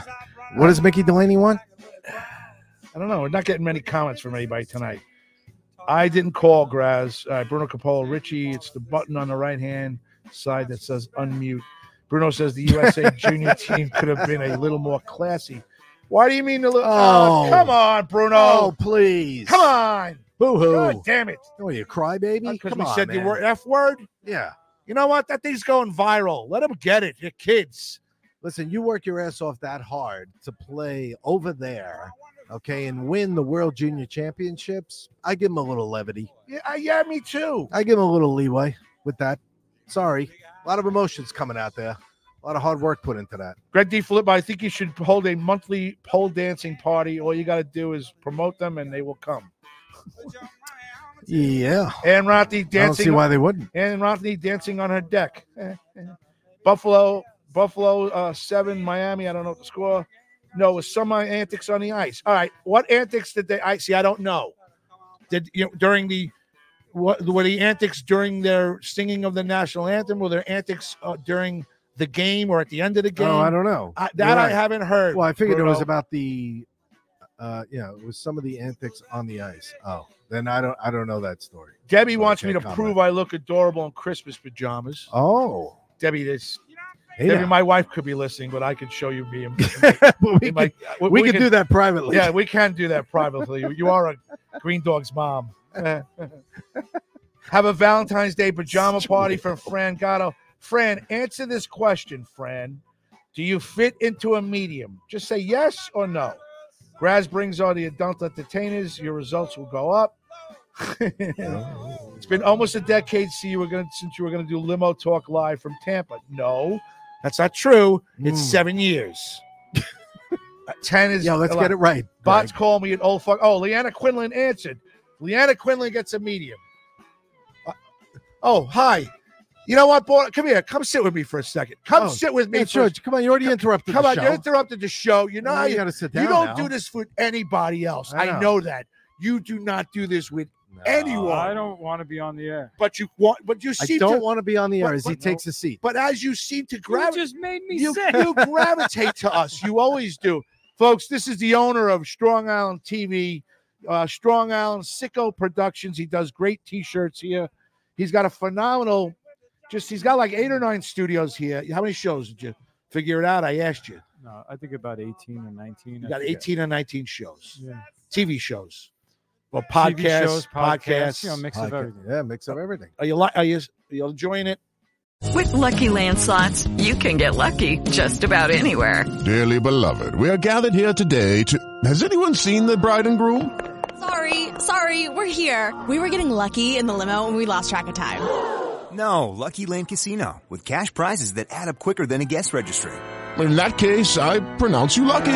Speaker 2: What does Mickey Delaney want?
Speaker 3: I don't know. We're not getting many comments from anybody tonight. I didn't call Graz. Uh, Bruno Capola, Richie. It's the button on the right hand side that says unmute. Bruno says the USA junior team could have been a little more classy. Why do you mean a little? Oh,
Speaker 2: Oh.
Speaker 3: come on, Bruno.
Speaker 2: please.
Speaker 3: Come on.
Speaker 2: Boo
Speaker 3: God
Speaker 2: hoo.
Speaker 3: damn it.
Speaker 2: What are you, crybaby?
Speaker 3: Because
Speaker 2: Come
Speaker 3: we
Speaker 2: on,
Speaker 3: said
Speaker 2: man.
Speaker 3: the word F word.
Speaker 2: Yeah.
Speaker 3: You know what? That thing's going viral. Let them get it. Your kids.
Speaker 2: Listen, you work your ass off that hard to play over there, okay, and win the World Junior Championships. I give him a little levity.
Speaker 3: Yeah, I- yeah, me too.
Speaker 2: I give him a little leeway with that. Sorry. A lot of emotions coming out there. A lot of hard work put into that.
Speaker 3: Greg D. Filippo, I think you should hold a monthly pole dancing party. All you got to do is promote them and they will come.
Speaker 2: Yeah.
Speaker 3: Ann Rothy
Speaker 2: I don't see
Speaker 3: dancing.
Speaker 2: why they wouldn't.
Speaker 3: Ann Rothy dancing on her deck. Eh, eh. Buffalo, Buffalo uh, seven, Miami. I don't know what the score. No, it was some uh, antics on the ice. All right, what antics did they? I see. I don't know. Did you know, during the what were the antics during their singing of the national anthem? Were there antics uh, during the game or at the end of the game?
Speaker 2: Oh, I don't know.
Speaker 3: I-
Speaker 2: You're
Speaker 3: that
Speaker 2: right.
Speaker 3: I haven't heard.
Speaker 2: Well, I figured it was
Speaker 3: Bruno.
Speaker 2: about the, uh, you know, it was some of the antics on the ice. Oh, then I don't, I don't know that story.
Speaker 3: Debbie
Speaker 2: I
Speaker 3: wants me to
Speaker 2: can't comment.
Speaker 3: prove I look adorable in Christmas pajamas.
Speaker 2: Oh,
Speaker 3: Debbie, this
Speaker 2: hey
Speaker 3: Debbie,
Speaker 2: now.
Speaker 3: my wife could be listening, but I could show you me. in-
Speaker 2: But we could,
Speaker 3: in my-
Speaker 2: we could do that privately.
Speaker 3: Yeah, we can do that privately. you are a Green Dog's mom. Have a Valentine's Day pajama party for Fran Gatto. Fran, answer this question, Fran. Do you fit into a medium? Just say yes or no. Graz brings all the adult entertainers. Your results will go up. it's been almost a decade since you were going to since you were going to do limo talk live from Tampa. No, that's not true. It's
Speaker 2: Mm.
Speaker 3: seven years. Uh, Ten is
Speaker 2: yeah. Let's
Speaker 3: allowed.
Speaker 2: get it right.
Speaker 3: Bots
Speaker 2: Greg.
Speaker 3: call me an old fuck. Oh, Leanna Quinlan answered. Leanna Quinlan gets a medium. Uh, oh, hi. You know what, boy? Come here. Come sit with me for a second. Come
Speaker 2: Oh,
Speaker 3: sit with me.
Speaker 2: Yeah,
Speaker 3: for-
Speaker 2: sure. Come on, you already interrupted.
Speaker 3: Come
Speaker 2: the
Speaker 3: on.
Speaker 2: show.
Speaker 3: You interrupted the show. You know,
Speaker 2: Now
Speaker 3: I-
Speaker 2: you got to sit down.
Speaker 3: you don't
Speaker 2: now.
Speaker 3: do this with anybody else.
Speaker 2: I
Speaker 3: I know.
Speaker 2: know.
Speaker 3: that. You do not do this with
Speaker 2: No.
Speaker 3: anyone.
Speaker 7: I don't want to be on the air.
Speaker 3: But you want. But you
Speaker 2: I
Speaker 3: seem
Speaker 2: don't
Speaker 3: to.
Speaker 2: want to be on the air
Speaker 3: But-
Speaker 2: as he
Speaker 3: but-
Speaker 2: takes a seat.
Speaker 3: but as you seem to
Speaker 7: You
Speaker 3: gravitate.
Speaker 7: just made me
Speaker 3: you,
Speaker 7: sick.
Speaker 3: you gravitate to us. You always do. Folks, this is the owner of Strong Island TV, uh, Strong Island Sicko Productions. He does great t shirts here. He's got a phenomenal, just, he's got like eight or nine studios here. How many shows did you figure it out? I asked you.
Speaker 7: No, I think about 18 or 19.
Speaker 3: You
Speaker 7: I
Speaker 3: got
Speaker 7: forget.
Speaker 3: 18 or 19 shows,
Speaker 7: Yeah.
Speaker 3: TV shows, or podcasts.
Speaker 7: TV shows, podcasts, you know, mix
Speaker 2: Like,
Speaker 7: of everything.
Speaker 2: yeah, mix of everything.
Speaker 3: Are you, li- are you, are you enjoying it?
Speaker 5: With Lucky Land slots, you can get lucky just about anywhere.
Speaker 9: Dearly beloved, we are gathered here today to. Has anyone seen the bride and groom?
Speaker 8: Sorry, sorry, we're here. We were getting lucky in the limo and we lost track of time.
Speaker 11: No, Lucky Land Casino with cash prizes that add up quicker than a guest registry.
Speaker 9: In that case, I pronounce you lucky.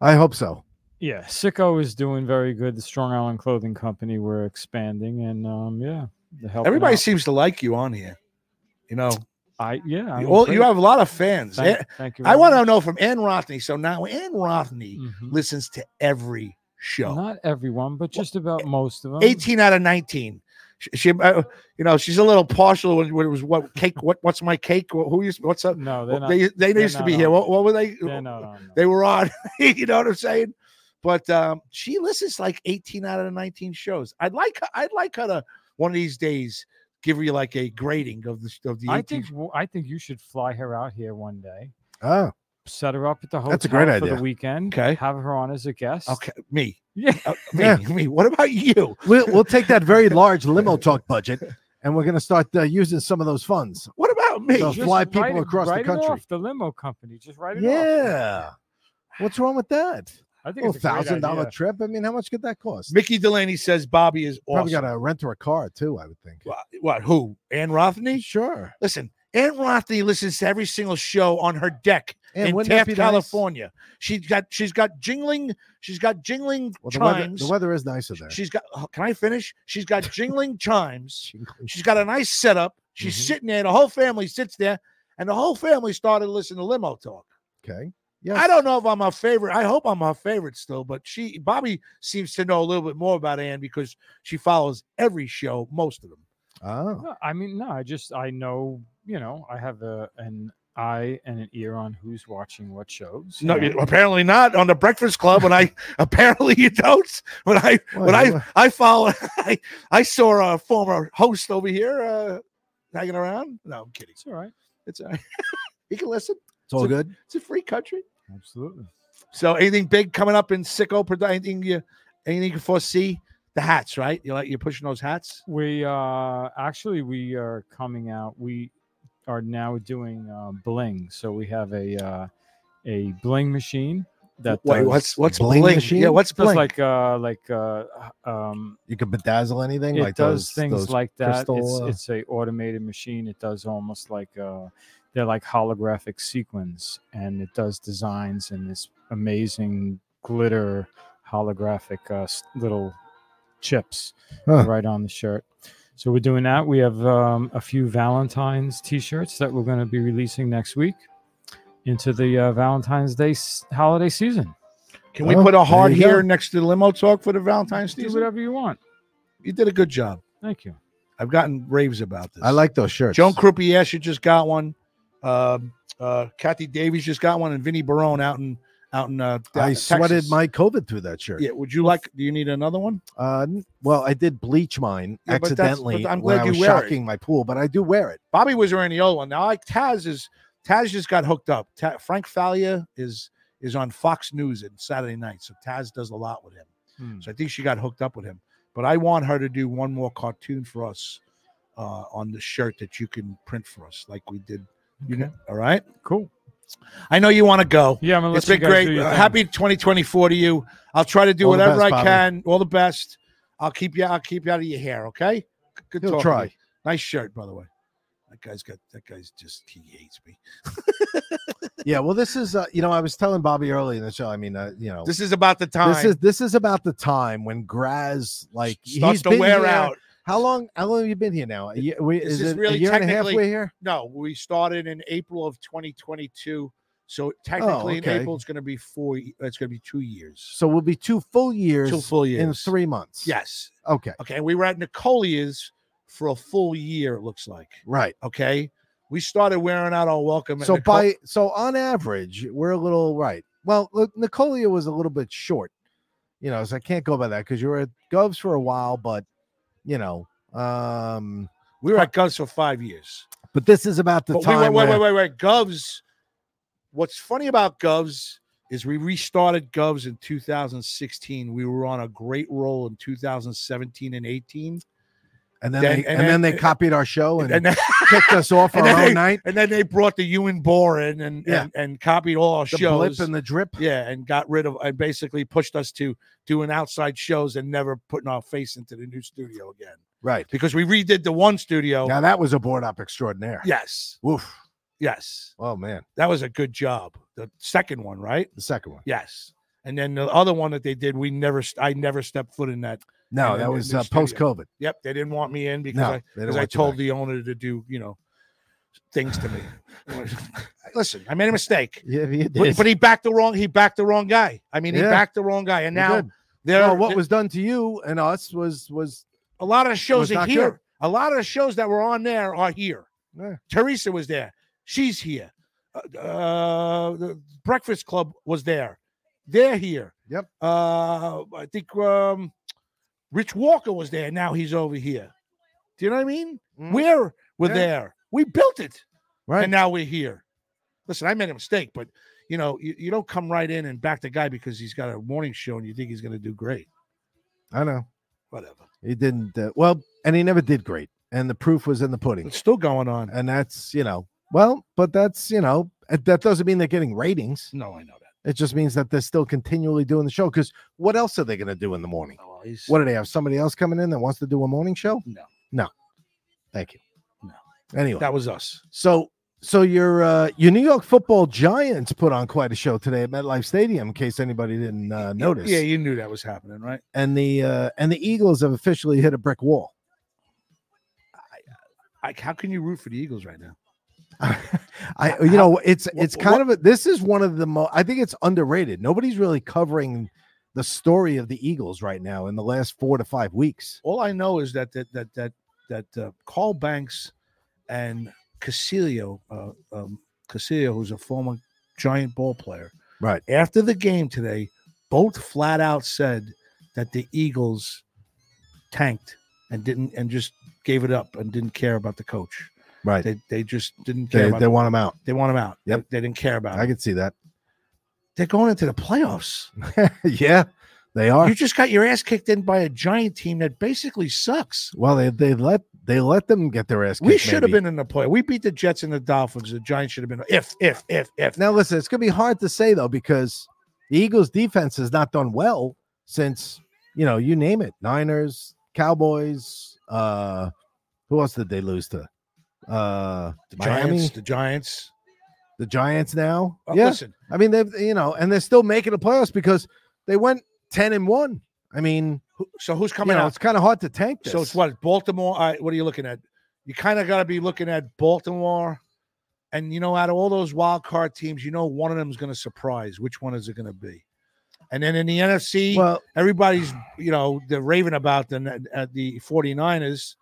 Speaker 2: I hope so.
Speaker 7: Yeah. Sicko is doing very good. The Strong Island Clothing Company, we're expanding. And um, yeah. The help.
Speaker 3: Everybody seems to like you on here. You know,
Speaker 7: I, yeah. I
Speaker 3: you,
Speaker 7: mean,
Speaker 3: all,
Speaker 7: great.
Speaker 3: you have a lot of fans.
Speaker 7: Thank,
Speaker 3: Eh,
Speaker 7: thank you.
Speaker 3: I
Speaker 7: very
Speaker 3: want to
Speaker 7: much.
Speaker 3: know from Ann Rothney. So now Ann Rothney
Speaker 7: Mhm.
Speaker 3: listens to every show.
Speaker 7: Not everyone, but just about most of them.
Speaker 3: 18 out of 19. She, she uh, you know, she's a little partial when, when it was what cake, what, what's my cake? Wh- Who used, what's up?
Speaker 7: No, they're
Speaker 3: Well,
Speaker 7: not.
Speaker 3: They, they
Speaker 7: they're
Speaker 3: used to
Speaker 7: not
Speaker 3: be here.
Speaker 7: on.
Speaker 3: What, what were they?
Speaker 7: They're not on.
Speaker 3: They were on. you know what I'm saying? But um, she listens to like 18 out of the 19 shows. I'd like her, I'd like her to one of these days give you like a grading of the of the 18
Speaker 7: I think w- I think you should fly her out here one day.
Speaker 2: Oh,
Speaker 7: Set her up at the hotel
Speaker 2: That's a great
Speaker 7: for
Speaker 2: idea.
Speaker 7: the weekend.
Speaker 3: Okay.
Speaker 7: Have her on as a guest.
Speaker 3: Okay, me.
Speaker 7: Yeah.
Speaker 3: Uh, me,
Speaker 2: Yeah.
Speaker 3: me. What about you?
Speaker 2: we'll, we'll take that very large limo talk budget and we're going to start uh, using some of those funds.
Speaker 3: What about me?
Speaker 2: So- fly people
Speaker 7: write it-
Speaker 2: across the
Speaker 7: write it
Speaker 2: country.
Speaker 7: off, the limo company. Just write it off.
Speaker 2: Yeah. What's wrong with that?
Speaker 7: I think
Speaker 2: A
Speaker 7: it's a great
Speaker 2: thousand dollar
Speaker 7: idea.
Speaker 2: trip. I mean, how much could that cost?
Speaker 3: Mickey Delaney says Bobby is awesome.
Speaker 2: Probably got to rent her a car too. I would think.
Speaker 3: Wha- what? Who? Ann Rothney?
Speaker 2: Sure.
Speaker 3: Listen, Ann Rothney listens to every single show on her deck
Speaker 2: And
Speaker 3: in
Speaker 2: wouldn't that
Speaker 3: Taft,
Speaker 2: be nice?
Speaker 3: California. She's got she's got jingling, she's got jingling
Speaker 2: Well, the weather,
Speaker 3: chimes.
Speaker 2: the weather is nicer there.
Speaker 3: She's got. oh, Can I finish? She's got jingling chimes.
Speaker 2: Jingling
Speaker 3: She's got a nice setup. She's
Speaker 2: Mhm.
Speaker 3: sitting there. The whole family sits there, and the whole family started listening to limo talk.
Speaker 2: Okay. Yes.
Speaker 3: I don't know if I'm her favorite. I hope I'm her favorite still, but she Bobby seems to know a little bit more about Ann because she follows every show, most of them.
Speaker 2: Oh,
Speaker 7: No, I mean, no, I just I know, you know, I have a an eye and an ear on who's watching what shows.
Speaker 3: No,
Speaker 7: and-
Speaker 3: you- apparently not on the Breakfast Club. When I apparently you don't. When I
Speaker 2: Well,
Speaker 3: when I
Speaker 2: you-
Speaker 3: I follow, I, I saw a former host over here uh, hanging around. No, I'm kidding.
Speaker 7: it's all right.
Speaker 3: It's all right. you can listen.
Speaker 2: it's all
Speaker 3: So-
Speaker 2: good.
Speaker 3: It's a free country.
Speaker 7: Absolutely.
Speaker 3: So anything big coming up in sicko? produ- Anything you anything you foresee the hats, right? You're like you're pushing those hats.
Speaker 7: We uh actually we are coming out. We are now doing uh, bling. So we have a uh, a bling machine that
Speaker 3: Wait,
Speaker 7: does-
Speaker 3: what's- what's Bling bling? machine? Yeah, what's
Speaker 7: Does
Speaker 3: bling?
Speaker 7: Like uh like uh um
Speaker 2: You could bedazzle anything
Speaker 7: it
Speaker 2: like
Speaker 7: does
Speaker 2: those,
Speaker 7: things
Speaker 2: those
Speaker 7: like that.
Speaker 2: crystal,
Speaker 7: it's
Speaker 2: uh,
Speaker 7: it's a automated machine. It does almost like uh they're like holographic sequins, and it does designs and this amazing glitter holographic uh, s- little chips
Speaker 2: Huh.
Speaker 7: right on the shirt. So we're doing that. We have um, a few Valentine's T-shirts that we're going to be releasing next week into the uh, Valentine's Day s- holiday season.
Speaker 3: Can we put a heart here next to the limo talk for the Valentine's
Speaker 7: Do
Speaker 3: season?
Speaker 7: whatever you want.
Speaker 3: You did a good job.
Speaker 7: Thank you.
Speaker 3: I've gotten raves about this.
Speaker 2: I like those shirts.
Speaker 3: Joan Croupier, she just got one. Um uh, Kathy Davies just got one, and Vinnie Barone out in out in. Uh,
Speaker 2: I
Speaker 3: Texas.
Speaker 2: sweated my COVID through that shirt.
Speaker 3: Yeah. Would you like? Do you need another one?
Speaker 2: Uh, n- well, I did bleach mine
Speaker 3: Yeah, but that's- but
Speaker 2: accidentally
Speaker 3: I'm
Speaker 2: when
Speaker 3: glad
Speaker 2: I
Speaker 3: you
Speaker 2: was
Speaker 3: wear it.
Speaker 2: shocking my pool, but I do wear it.
Speaker 3: Bobby was wearing the old one. Now, like Taz is Taz just got hooked up. Ta- Frank Falia is is on Fox News at Saturday night, so Taz does a lot with him. So I think she got hooked up with him. But I want her to do one more cartoon for us uh, on the shirt that you can print for us, like we did. You know, all right,
Speaker 7: cool.
Speaker 3: I know you want to go.
Speaker 7: Yeah, I'm gonna let
Speaker 3: it's
Speaker 7: you
Speaker 3: been
Speaker 7: guys do
Speaker 3: great.
Speaker 7: your
Speaker 3: Uh,
Speaker 7: thing.
Speaker 3: Happy 2024 to you. I'll try to do
Speaker 2: All the
Speaker 3: whatever
Speaker 2: best,
Speaker 3: I
Speaker 2: Bobby.
Speaker 3: can. All the best. I'll keep you. I'll keep you out of your hair. Okay. G- Good
Speaker 2: He'll
Speaker 3: talking to
Speaker 2: try.
Speaker 3: you. Nice shirt, by the way. That guy's got. That guy's just. He hates me.
Speaker 2: Yeah, well, this is uh, you know I was telling Bobby early in the show. I mean, uh, you know,
Speaker 3: This is about the time.
Speaker 2: This is this is about the time when Graz like
Speaker 3: Starts
Speaker 2: he's
Speaker 3: to
Speaker 2: been
Speaker 3: wear
Speaker 2: here-
Speaker 3: out.
Speaker 2: How long? How long have you been here now? A year, we, is
Speaker 3: this
Speaker 2: it a year and a half we're here?
Speaker 3: No, we started in April of 2022. So technically,
Speaker 2: okay.
Speaker 3: in April, it's going to be four. y- It's going to be two years.
Speaker 2: So we'll be two full years.
Speaker 3: full
Speaker 2: in
Speaker 3: years.
Speaker 2: three months.
Speaker 3: Yes.
Speaker 2: Okay.
Speaker 3: Okay. And we were at Nicolia's for a full year. It looks like.
Speaker 2: Right.
Speaker 3: Okay. We started wearing out our welcome. at
Speaker 2: So
Speaker 3: Nico-
Speaker 2: by so on average, we're a little right. Well, look, Nicolia was a little bit short, you know, so I can't go by that because you were at Govs for a while, but you know, um,
Speaker 3: we were at Govs for five years.
Speaker 2: But this is about the
Speaker 3: But
Speaker 2: time.
Speaker 3: wait, wait,
Speaker 2: where-
Speaker 3: wait, wait, wait. Govs. What's funny about Govs is we restarted Govs in 2016. We were on a great roll in 2017 and 18.
Speaker 2: And then, they, and, then, they copied our show and,
Speaker 3: and then-
Speaker 2: kicked us off
Speaker 3: and
Speaker 2: our
Speaker 3: then
Speaker 2: own
Speaker 3: they,
Speaker 2: night.
Speaker 3: And then they brought the Ewan Bohr in and,
Speaker 2: Yeah.
Speaker 3: and, and copied all our
Speaker 2: The
Speaker 3: shows.
Speaker 2: blip and the drip.
Speaker 3: Yeah, and got rid of and basically pushed us to doing outside shows and never putting our face into the new studio again.
Speaker 2: Right.
Speaker 3: Because we redid the one studio.
Speaker 2: Now that was a board up extraordinaire.
Speaker 3: Yes.
Speaker 2: Woof.
Speaker 3: Yes.
Speaker 2: Oh man.
Speaker 3: That was a good job. The second one, right?
Speaker 2: The second one.
Speaker 3: Yes. And then the other one that they did, we never st- I never stepped foot in that.
Speaker 2: No,
Speaker 3: in
Speaker 2: that
Speaker 3: the
Speaker 2: was,
Speaker 3: new
Speaker 2: uh,
Speaker 3: studio.
Speaker 2: post-COVID.
Speaker 3: Yep. They didn't want me in because
Speaker 2: No,
Speaker 3: I
Speaker 2: they didn't
Speaker 3: because I
Speaker 2: want you
Speaker 3: told
Speaker 2: back.
Speaker 3: the owner to do, you know, things to me. Listen, I made a mistake.
Speaker 2: Yeah, you
Speaker 3: But,
Speaker 2: did.
Speaker 3: but he backed the wrong. He backed the wrong guy. I mean, he
Speaker 2: Yeah.
Speaker 3: backed the wrong guy, and
Speaker 2: He
Speaker 3: now
Speaker 2: did.
Speaker 3: there.
Speaker 2: Well, what was done to you and us was was
Speaker 3: a lot of shows
Speaker 2: was
Speaker 3: are
Speaker 2: not
Speaker 3: here?
Speaker 2: good.
Speaker 3: A lot of the shows that were on there are here.
Speaker 2: Yeah.
Speaker 3: Teresa was there. She's here. Uh, uh, the Breakfast Club was there. They're here.
Speaker 2: Yep.
Speaker 3: Uh, I think um, Rich Walker was there. Now he's over here. Do you know what I mean? We're we're
Speaker 2: Mm-hmm. Yeah.
Speaker 3: there. We built it.
Speaker 2: Right.
Speaker 3: And now we're here. Listen, I made a mistake, but you know, you, you don't come right in and back the guy because he's got a morning show and you think he's going to do great.
Speaker 2: I know.
Speaker 3: Whatever.
Speaker 2: He didn't uh, well, and he never did great. And the proof was in the pudding.
Speaker 3: It's still going on.
Speaker 2: And that's, you know, well, but that's, you know, uh, that doesn't mean they're getting ratings.
Speaker 3: No, I know that.
Speaker 2: It just means that they're still continually doing the show because what else are they going to do in the morning?
Speaker 3: Well, he's-
Speaker 2: What do they have? Somebody else coming in that wants to do a morning show?
Speaker 3: No.
Speaker 2: No. Thank you. No. Anyway,
Speaker 3: That was us.
Speaker 2: so so your uh, your New York Football Giants put on quite a show today at MetLife Stadium. In case anybody didn't uh, notice,
Speaker 3: Yeah, you knew that was happening, right?
Speaker 2: and the uh, and the Eagles have officially hit a brick wall.
Speaker 3: Like, how can you root for the Eagles right now?
Speaker 2: I you know it's it's
Speaker 3: wha-
Speaker 2: kind of a, this is one of the most I think it's underrated. Nobody's really covering the story of the Eagles right now in the last four to five weeks.
Speaker 3: All I know is that that that that that uh, Carl Banks and Casilio, uh, um, Casilio, who's a former Giant ball player,
Speaker 2: Right.
Speaker 3: after the game today, both flat out said that the Eagles tanked and didn't and just gave it up and didn't care about the coach.
Speaker 2: Right.
Speaker 3: They they just didn't care
Speaker 2: They,
Speaker 3: about
Speaker 2: they want them out.
Speaker 3: they want him out.
Speaker 2: Yep.
Speaker 3: They, they didn't care about
Speaker 2: I
Speaker 3: him.
Speaker 2: can see that.
Speaker 3: They're going into the playoffs.
Speaker 2: yeah. They are.
Speaker 3: You just got your ass kicked in by a giant team that basically sucks.
Speaker 2: Well, they, they let they let them get their ass. Kicked,
Speaker 3: We should have
Speaker 2: maybe.
Speaker 3: been in the play. We beat the Jets and the Dolphins. The Giants should have been if if if if.
Speaker 2: Now listen, it's gonna be hard to say though because the Eagles' defense has not done well since you know you name it Niners, Cowboys. uh Who else did they lose to? Uh
Speaker 3: The
Speaker 2: Miami,
Speaker 3: Giants, the Giants.
Speaker 2: the Giants. Now,
Speaker 3: Uh,
Speaker 2: yeah.
Speaker 3: Listen,
Speaker 2: I mean they've you know, and they're still making the playoffs because they went ten and one. I mean,
Speaker 3: who- so who's
Speaker 2: you
Speaker 3: coming
Speaker 2: know,
Speaker 3: out?
Speaker 2: it's kind of hard to tank this.
Speaker 3: So it's what Baltimore. I what are you looking at? You kind of got to be looking at Baltimore, and you know, out of all those wild card teams, you know, one of them is going to surprise. Which one is it going to be? And then in the NFC,
Speaker 2: well,
Speaker 3: everybody's you know they're raving about the N- uh, the 49ers.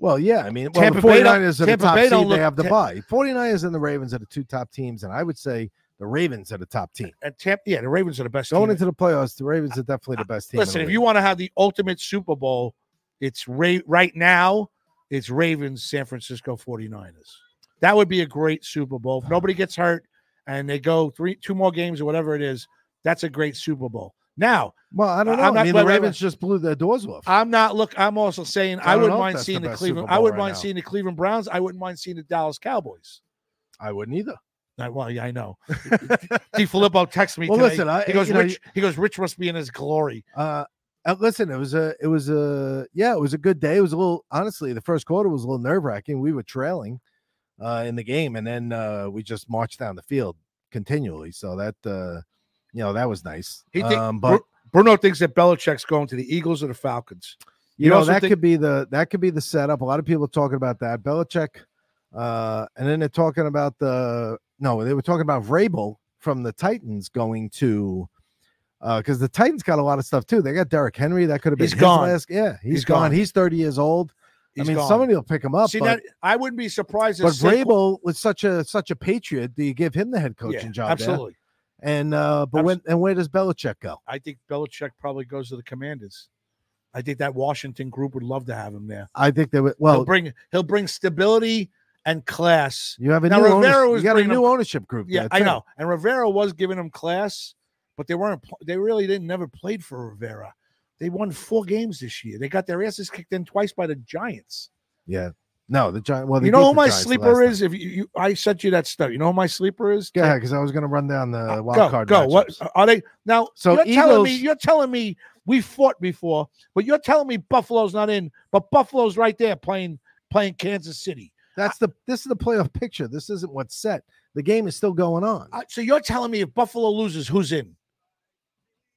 Speaker 2: Well, yeah, I mean, well,
Speaker 3: Tampa
Speaker 2: the
Speaker 3: Bay don't-
Speaker 2: 49ers are the
Speaker 3: Tampa
Speaker 2: top
Speaker 3: Bay
Speaker 2: seed.
Speaker 3: don't
Speaker 2: they
Speaker 3: look-
Speaker 2: have the
Speaker 3: Ta-
Speaker 2: bye. 49ers and the Ravens are the two top teams, and I would say the Ravens are the top team.
Speaker 3: And Tampa, yeah, the Ravens are the best.
Speaker 2: Going
Speaker 3: team.
Speaker 2: into the playoffs, the Ravens are definitely the best team. in
Speaker 3: Listen,
Speaker 2: the
Speaker 3: if
Speaker 2: league.
Speaker 3: you want to have the ultimate Super Bowl, it's Ra- right now, it's Ravens, San Francisco 49ers. That would be a great Super Bowl. If nobody gets hurt and they go three, two more games or whatever it is, that's a great Super Bowl. Now,
Speaker 2: well, I don't
Speaker 3: I'm
Speaker 2: know.
Speaker 3: not-
Speaker 2: I mean,
Speaker 3: wait,
Speaker 2: the
Speaker 3: wait, wait.
Speaker 2: Ravens just blew their doors off.
Speaker 3: I'm not look. I'm also saying
Speaker 2: I
Speaker 3: I,
Speaker 2: don't know
Speaker 3: wouldn't
Speaker 2: if
Speaker 3: mind
Speaker 2: that's
Speaker 3: seeing
Speaker 2: the
Speaker 3: the,
Speaker 2: best
Speaker 3: Cleveland.
Speaker 2: Super
Speaker 3: I
Speaker 2: Bowl
Speaker 3: wouldn't
Speaker 2: right
Speaker 3: mind
Speaker 2: now.
Speaker 3: seeing the Cleveland Browns. I wouldn't mind seeing the Dallas Cowboys.
Speaker 2: I wouldn't either.
Speaker 3: I, well, yeah, I know. D. Filippo texted me.
Speaker 2: Well,
Speaker 3: today.
Speaker 2: listen, I-
Speaker 3: he goes,
Speaker 2: you know,
Speaker 3: Rich. he goes, Rich must be in his glory.
Speaker 2: Uh, uh, listen, it was a, it was a, yeah, it was a good day. It was a little, honestly, the first quarter was a little nerve wracking. We were trailing uh, in the game, and then uh, we just marched down the field continually. So that, uh, you know, that was nice.
Speaker 3: He thi-
Speaker 2: um,
Speaker 3: Bru- Bruno thinks that Belichick's going to the Eagles or the Falcons.
Speaker 2: you,
Speaker 3: You
Speaker 2: know
Speaker 3: also
Speaker 2: that
Speaker 3: think-
Speaker 2: could be the that could be the setup. A lot of people are talking about that. Belichick, uh, and then they're talking about the no, they were talking about Vrabel from the Titans going to because the Titans got a lot of stuff too. They got Derrick Henry. That could have been
Speaker 3: He's
Speaker 2: his
Speaker 3: gone.
Speaker 2: last- yeah, he's
Speaker 3: He's
Speaker 2: gone.
Speaker 3: gone.
Speaker 2: He's thirty years old.
Speaker 3: He's
Speaker 2: I mean,
Speaker 3: gone.
Speaker 2: somebody will pick him up.
Speaker 3: See
Speaker 2: but
Speaker 3: that I wouldn't be surprised. if
Speaker 2: but
Speaker 3: Saquon-
Speaker 2: Vrabel was such a such a patriot. Do you give him the head
Speaker 3: Yeah,
Speaker 2: coaching job? there?
Speaker 3: absolutely.
Speaker 2: And uh, but
Speaker 3: Abs-
Speaker 2: when and where does Belichick go?
Speaker 3: I think Belichick probably goes to the Commanders. I think that Washington group would love to have him there.
Speaker 2: I think they would.
Speaker 3: he'll
Speaker 2: Well,
Speaker 3: bring he'll bring stability and class.
Speaker 2: you have a
Speaker 3: now
Speaker 2: new
Speaker 3: Rivera
Speaker 2: ownership.
Speaker 3: was
Speaker 2: You got a
Speaker 3: bringing
Speaker 2: new
Speaker 3: him-
Speaker 2: ownership group.
Speaker 3: Yeah,
Speaker 2: there,
Speaker 3: I
Speaker 2: too.
Speaker 3: know. And Rivera was giving him class, but they weren't. pl- They really didn't never played for Rivera. They won four games this year. They got their asses kicked in twice by the Giants.
Speaker 2: Yeah. No, the giant. Well, they
Speaker 3: you know
Speaker 2: beat
Speaker 3: who
Speaker 2: the
Speaker 3: my
Speaker 2: Giants the last
Speaker 3: sleeper
Speaker 2: time.
Speaker 3: is? If you, you, I sent you that stuff. You know who my sleeper is?
Speaker 2: Go ahead, because I was going to run down the
Speaker 3: Uh,
Speaker 2: wild
Speaker 3: go,
Speaker 2: card.
Speaker 3: Go. What
Speaker 2: matchups.
Speaker 3: are they now?
Speaker 2: So
Speaker 3: So you're telling me
Speaker 2: Eagles-
Speaker 3: you're telling me we fought before, but you're telling me Buffalo's not in, but Buffalo's right there playing playing Kansas City.
Speaker 2: That's the this is the playoff picture. This isn't what's set. The game is still going on.
Speaker 3: Uh, so you're telling me if Buffalo loses, who's in?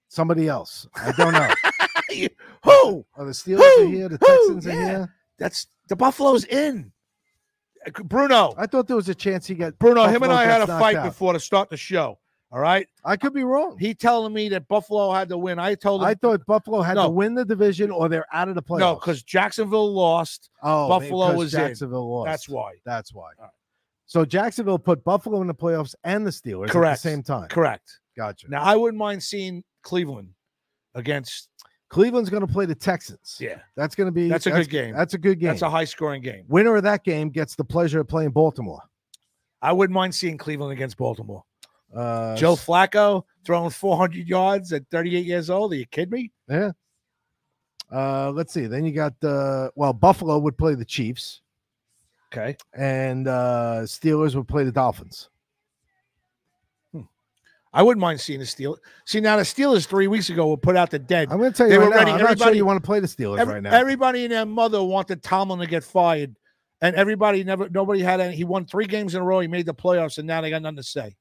Speaker 2: Somebody else. I don't know.
Speaker 3: Who?
Speaker 2: Are the Steelers are
Speaker 3: Who?
Speaker 2: here? The
Speaker 3: Who?
Speaker 2: Texans are
Speaker 3: Yeah.
Speaker 2: here.
Speaker 3: That's the Buffalo's in. Uh, Bruno,
Speaker 2: I thought there was a chance he got
Speaker 3: Bruno, him and
Speaker 2: Buffalo
Speaker 3: I had a
Speaker 2: gets knocked
Speaker 3: fight
Speaker 2: out.
Speaker 3: before to start the show. All right,
Speaker 2: I could be wrong.
Speaker 3: he telling me that Buffalo had to win. I told him
Speaker 2: I thought Buffalo had to
Speaker 3: No.
Speaker 2: win the division or they're out of the playoffs.
Speaker 3: no, because Jacksonville lost.
Speaker 2: oh,
Speaker 3: Buffalo
Speaker 2: because
Speaker 3: was in.
Speaker 2: Jacksonville lost.
Speaker 3: That's why.
Speaker 2: That's why.
Speaker 3: All right.
Speaker 2: So Jacksonville put Buffalo in the playoffs and the Steelers
Speaker 3: Correct.
Speaker 2: at the same time.
Speaker 3: Correct.
Speaker 2: Gotcha.
Speaker 3: Now I wouldn't mind seeing Cleveland against.
Speaker 2: Cleveland's going to play the Texans.
Speaker 3: Yeah,
Speaker 2: That's going to be
Speaker 3: That's a good game.
Speaker 2: That's a good game.
Speaker 3: that's a high scoring game.
Speaker 2: Winner of that game gets the pleasure of playing Baltimore.
Speaker 3: I wouldn't mind seeing Cleveland against Baltimore.
Speaker 2: Uh,
Speaker 3: Joe Flacco throwing 400 yards at 38 years old. Are you kidding me?
Speaker 2: yeah. Uh, let's see. Then you got uh, well, Buffalo would play the Chiefs,
Speaker 3: Okay.
Speaker 2: and uh, Steelers would play the Dolphins.
Speaker 3: I wouldn't mind seeing the Steelers. See, now the Steelers three weeks ago were put out the dead.
Speaker 2: I'm going to tell you
Speaker 3: They
Speaker 2: right
Speaker 3: were
Speaker 2: now.
Speaker 3: ready.
Speaker 2: I'm not sure
Speaker 3: Everybody-
Speaker 2: you want to play the Steelers
Speaker 3: Every-
Speaker 2: right now.
Speaker 3: Everybody and their mother wanted Tomlin to get fired. And everybody never, nobody had any. He won three games in a row. He made the playoffs, and now they got nothing to say.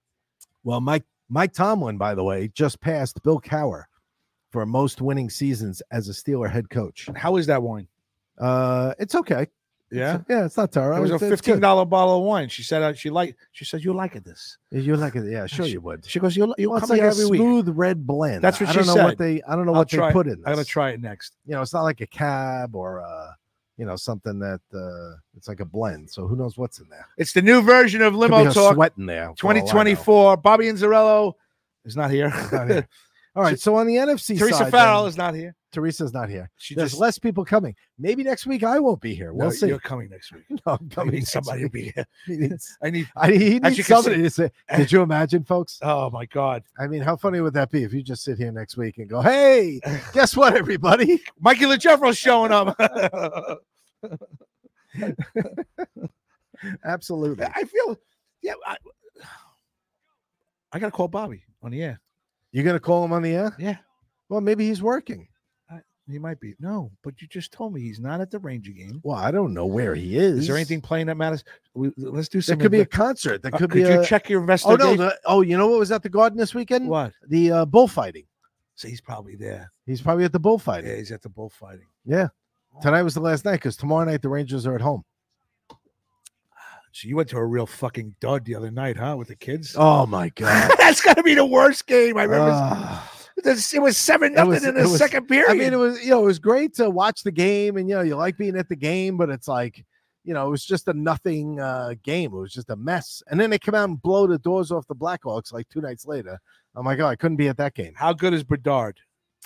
Speaker 2: well, Mike Mike Tomlin, by the way, just passed Bill Cowher for most winning seasons as a Steeler head coach.
Speaker 3: How is that wine?
Speaker 2: Uh, it's okay.
Speaker 3: Yeah.
Speaker 2: It's- yeah, it's not terrible.
Speaker 3: It was a
Speaker 2: It's- it's good.
Speaker 3: $15 bottle of wine. She said, uh, she liked, she said, you like it this.
Speaker 2: You're like, yeah, sure you would.
Speaker 3: She goes, you'll, you'll
Speaker 2: Well, it's
Speaker 3: come
Speaker 2: like
Speaker 3: here
Speaker 2: a
Speaker 3: every week.
Speaker 2: smooth red blend.
Speaker 3: That's what
Speaker 2: I
Speaker 3: she
Speaker 2: don't know what
Speaker 3: said.
Speaker 2: they. I don't know
Speaker 3: I'll
Speaker 2: what
Speaker 3: try
Speaker 2: they
Speaker 3: it.
Speaker 2: put in. This.
Speaker 3: I'm gonna try it next.
Speaker 2: You know, it's not like a cab or uh, you know, something that uh, it's like a blend. So who knows what's in there?
Speaker 3: It's the new version of
Speaker 2: Could
Speaker 3: Limo
Speaker 2: be a
Speaker 3: Talk
Speaker 2: sweat in there. for all I know.
Speaker 3: 2024. Bobby Inzarello is not here.
Speaker 2: Not here. All right. So on the NFC
Speaker 3: Teresa
Speaker 2: side,
Speaker 3: Farrell
Speaker 2: then-
Speaker 3: is not here.
Speaker 2: Teresa's not here.
Speaker 3: She
Speaker 2: There's
Speaker 3: just-
Speaker 2: less people coming. Maybe next week I won't be here. We'll
Speaker 3: No,
Speaker 2: see.
Speaker 3: You're coming next week.
Speaker 2: No, I'm
Speaker 3: I
Speaker 2: coming
Speaker 3: need
Speaker 2: next
Speaker 3: somebody to
Speaker 2: week.
Speaker 3: be here.
Speaker 2: He needs-
Speaker 3: I need.
Speaker 2: I, he
Speaker 3: As you
Speaker 2: needs
Speaker 3: can
Speaker 2: somebody
Speaker 3: see-
Speaker 2: to say. Did you imagine, folks?
Speaker 3: Oh my God!
Speaker 2: I mean, how funny would that be if you just sit here next week and go, "Hey, guess what, everybody?
Speaker 3: Mikey LaJeffro's showing up.
Speaker 2: Absolutely.
Speaker 3: I feel. Yeah, I, I got to call Bobby on the air.
Speaker 2: You're gonna call him on the air?
Speaker 3: Yeah.
Speaker 2: Well, maybe he's working.
Speaker 3: He might be. No, but you just told me he's not at the Ranger game.
Speaker 2: Well, I don't know where he is.
Speaker 3: Is there anything playing that matters? We, uh, let's do
Speaker 2: There
Speaker 3: some.
Speaker 2: could be a
Speaker 3: inve-
Speaker 2: concert. There
Speaker 3: Uh,
Speaker 2: could be.
Speaker 3: you
Speaker 2: a,
Speaker 3: check your
Speaker 2: Oh
Speaker 3: investigation?
Speaker 2: no! The, oh, you know what was at the garden this weekend?
Speaker 3: what?
Speaker 2: The uh, bullfighting.
Speaker 3: So he's probably there.
Speaker 2: He's probably at the
Speaker 3: Yeah,
Speaker 2: bullfighting.
Speaker 3: he's at the bullfighting.
Speaker 2: Yeah. Tonight was the last night because tomorrow night the Rangers are at home.
Speaker 3: So you went to a real fucking dud the other night, huh? With the kids.
Speaker 2: Oh my god!
Speaker 3: That's got to be the worst game I remember.
Speaker 2: Ah.
Speaker 3: This- it was seven
Speaker 2: It
Speaker 3: nothing
Speaker 2: was-
Speaker 3: in
Speaker 2: it
Speaker 3: the
Speaker 2: was-
Speaker 3: second period.
Speaker 2: I mean, it was you know it was great to watch the game, and you know you like being at the game, but it's like you know it was just a nothing uh, game. It was just a mess, and then they come out and blow the doors off the Blackhawks like two nights later. Oh my god, I couldn't be at that game.
Speaker 3: How good is Bedard?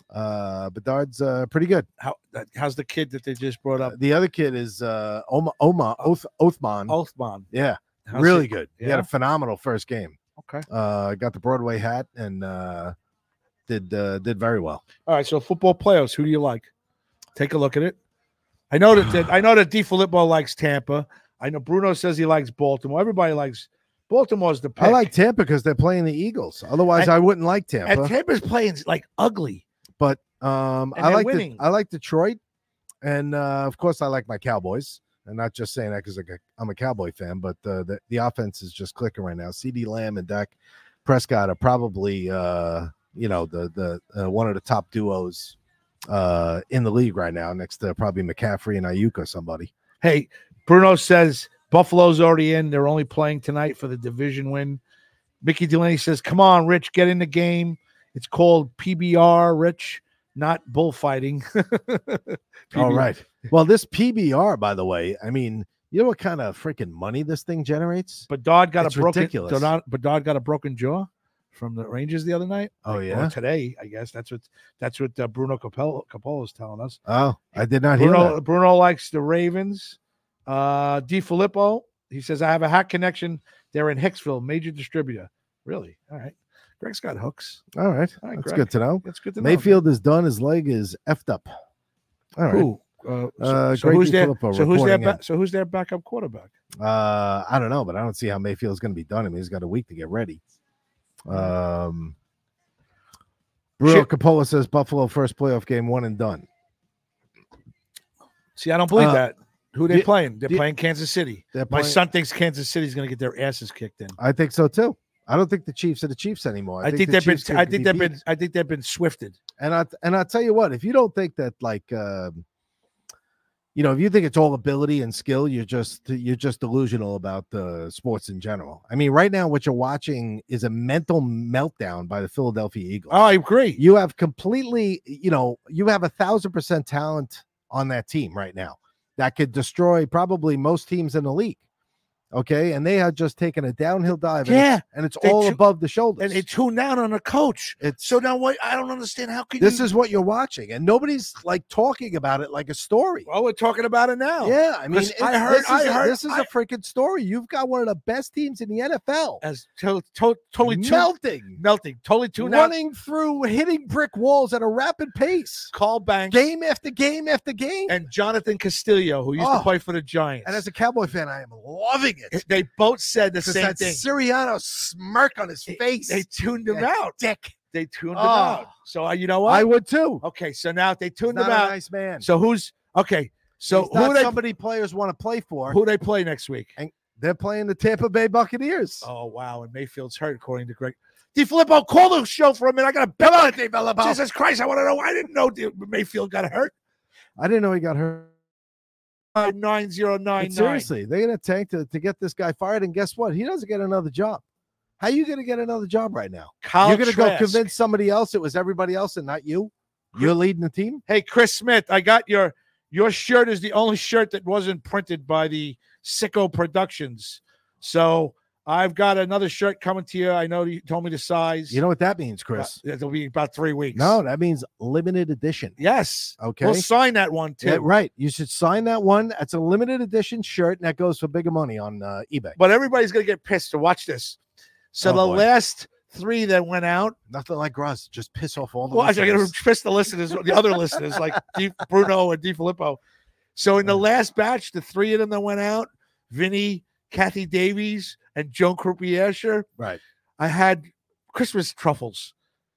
Speaker 2: Uh, Bedard's uh, pretty good.
Speaker 3: How uh, how's the kid that they just brought up?
Speaker 2: The other kid is uh, Oma Oma Oth Othman.
Speaker 3: Othman.
Speaker 2: yeah,
Speaker 3: Oh. How's
Speaker 2: Uh, really
Speaker 3: he-
Speaker 2: good. He had
Speaker 3: Yeah?
Speaker 2: a phenomenal first game.
Speaker 3: Okay.
Speaker 2: Uh, got the Broadway hat and uh, did uh, did very well.
Speaker 3: All right. So football playoffs. Who do you like? Take a look at it. I know that, that I know that D. Filippo likes Tampa. I know Bruno says he likes Baltimore. Everybody likes Baltimore's the pick.
Speaker 2: I like Tampa because they're playing the Eagles. Otherwise,
Speaker 3: And-
Speaker 2: I wouldn't like Tampa.
Speaker 3: and Tampa's playing like ugly.
Speaker 2: but um,
Speaker 3: And
Speaker 2: I
Speaker 3: they're
Speaker 2: like the,
Speaker 3: winning.
Speaker 2: I like Detroit, and uh, of course I like my Cowboys. And not just saying that because I'm a Cowboy fan, but uh, the the offense is just clicking right now. C.D. Lamb and Dak Prescott are probably uh, you know the the uh, one of the top duos uh, in the league right now, next to probably McCaffrey and Ayuk or somebody.
Speaker 3: Hey, Bruno says Buffalo's already in. They're only playing tonight for the division win. Mickey Delaney says, Come on, Rich, get in the game. It's called PBR, Rich, not bullfighting.
Speaker 2: All
Speaker 3: PBR.
Speaker 2: right. Well, this PBR, by the way, I mean, you know what kind of freaking money this thing generates?
Speaker 3: But Dodd got
Speaker 2: It's
Speaker 3: a broken
Speaker 2: ridiculous.
Speaker 3: Dodd, but Dodd got a broken jaw from the Rangers the other night.
Speaker 2: Oh
Speaker 3: Or
Speaker 2: yeah.
Speaker 3: today, I guess. That's what that's what uh, Bruno Capello Capello is telling us.
Speaker 2: Oh, I did not hear
Speaker 3: Bruno,
Speaker 2: that.
Speaker 3: Bruno likes the Ravens. Uh, D. Filippo, he says, I have a hack connection. They're in Hicksville, major distributor. Really? All right. Greg's got hooks.
Speaker 2: All right.
Speaker 3: All right,
Speaker 2: That's
Speaker 3: Greg.
Speaker 2: good to know.
Speaker 3: That's good to know.
Speaker 2: Mayfield is done. His leg is effed up. All right.
Speaker 3: Who? Uh, so,
Speaker 2: Uh,
Speaker 3: so
Speaker 2: Greg
Speaker 3: who's their,
Speaker 2: DiFilippo
Speaker 3: so who's their
Speaker 2: reporting
Speaker 3: ba-
Speaker 2: in.
Speaker 3: so who's their backup quarterback?
Speaker 2: Uh, I don't know, but I don't see how Mayfield's going to be done. I mean, he's got a week to get ready. Um, Bruno
Speaker 3: Shit.
Speaker 2: Capola says Buffalo first playoff game, one and done.
Speaker 3: See, I don't believe
Speaker 2: Uh,
Speaker 3: that. Who are they
Speaker 2: do-
Speaker 3: playing? They're
Speaker 2: do-
Speaker 3: playing Kansas City.
Speaker 2: They're
Speaker 3: My
Speaker 2: playing-
Speaker 3: son thinks Kansas City's going to get their asses kicked in.
Speaker 2: I think so too. I don't think the Chiefs are the Chiefs anymore.
Speaker 3: I, think,
Speaker 2: the
Speaker 3: they've
Speaker 2: Chiefs
Speaker 3: been.
Speaker 2: could
Speaker 3: I think
Speaker 2: be
Speaker 3: they've
Speaker 2: beat.
Speaker 3: been. I think they've been swifted.
Speaker 2: And I and I tell you what, if you don't think that like um you know, if you think it's all ability and skill, you're just you're just delusional about the sports in general. I mean, right now what you're watching is a mental meltdown by the Philadelphia Eagles.
Speaker 3: Oh, I agree.
Speaker 2: You have completely, you know, you have a thousand percent talent on that team right now that could destroy probably most teams in the league. Okay, and they have just taken a downhill dive. and it's-
Speaker 3: Yeah,
Speaker 2: and it's,
Speaker 3: they
Speaker 2: all
Speaker 3: cho-
Speaker 2: above the shoulders.
Speaker 3: and they tune down on a coach.
Speaker 2: it's
Speaker 3: So now what? I don't understand. How can
Speaker 2: this
Speaker 3: you?
Speaker 2: is what you're watching and nobody's like talking about it like a story
Speaker 3: Well, we're talking about it now.
Speaker 2: yeah i mean
Speaker 3: Chris, I
Speaker 2: it-
Speaker 3: heard-
Speaker 2: this is,
Speaker 3: I
Speaker 2: a-
Speaker 3: heard-
Speaker 2: this is
Speaker 3: I-
Speaker 2: a freaking story you've got one of the best teams in the nfl
Speaker 3: as to, to, totally tuned,
Speaker 2: melting
Speaker 3: melting, totally tuned out.
Speaker 2: running through hitting brick walls at a rapid pace
Speaker 3: Call Banks
Speaker 2: game after game after game and,
Speaker 3: and Jonathan Castillo, who used
Speaker 2: Oh.
Speaker 3: to play for the Giants.
Speaker 2: as a cowboy fan i am loving it
Speaker 3: they both said the
Speaker 2: because
Speaker 3: same
Speaker 2: that
Speaker 3: thing.
Speaker 2: Siriano smirk on his
Speaker 3: They-
Speaker 2: face
Speaker 3: They tuned him
Speaker 2: That
Speaker 3: out.
Speaker 2: dick
Speaker 3: They tuned him
Speaker 2: Oh.
Speaker 3: out. So uh, you know what?
Speaker 2: i would too
Speaker 3: okay, so now they tuned
Speaker 2: not
Speaker 3: him
Speaker 2: a
Speaker 3: out.
Speaker 2: nice man
Speaker 3: So who's okay? So
Speaker 2: He's
Speaker 3: who
Speaker 2: not
Speaker 3: they
Speaker 2: somebody players want to play for
Speaker 3: who they play next week?
Speaker 2: they're playing the tampa bay buccaneers
Speaker 3: Oh wow, and Mayfield's hurt according to Greg. DiFilippo, call the show for a minute. I got to bet on DiFilippo. Jesus Christ, I want to know. I didn't know Di- Mayfield got hurt.
Speaker 2: i didn't know he got hurt
Speaker 3: Uh, Nine zero
Speaker 2: But
Speaker 3: nine nine.
Speaker 2: seriously, they're gonna tank to, to get this guy fired, and guess what? He doesn't get another job. How you gonna get another job right now?
Speaker 3: Kyle
Speaker 2: You're gonna
Speaker 3: Trask.
Speaker 2: go convince somebody else it was everybody else and not you. You're leading the team.
Speaker 3: Hey, Chris Smith, I got your your shirt is the only shirt that wasn't printed by the Sicko Productions. So uh, I've got another shirt coming to you. I know you told me the size.
Speaker 2: You know what that means, Chris?
Speaker 3: Uh, it'll be about three weeks.
Speaker 2: No, that means limited edition.
Speaker 3: Yes.
Speaker 2: Okay.
Speaker 3: We'll sign that one too.
Speaker 2: Yeah, right. You should sign that one. That's a limited edition shirt, and that goes for bigger money on uh, eBay.
Speaker 3: But everybody's gonna get pissed. So watch this. So
Speaker 2: Oh,
Speaker 3: the
Speaker 2: boy.
Speaker 3: last three that went out.
Speaker 2: Nothing like Russ. Just piss off all the.
Speaker 3: Well, I'm gonna
Speaker 2: listeners.
Speaker 3: piss the listeners, the other listeners, like D, Bruno and D Filippo. So in the last batch, the three of them that went out, Vinny, Kathy Davies, and Joan Croupier,
Speaker 2: Right.
Speaker 3: I had Christmas truffles.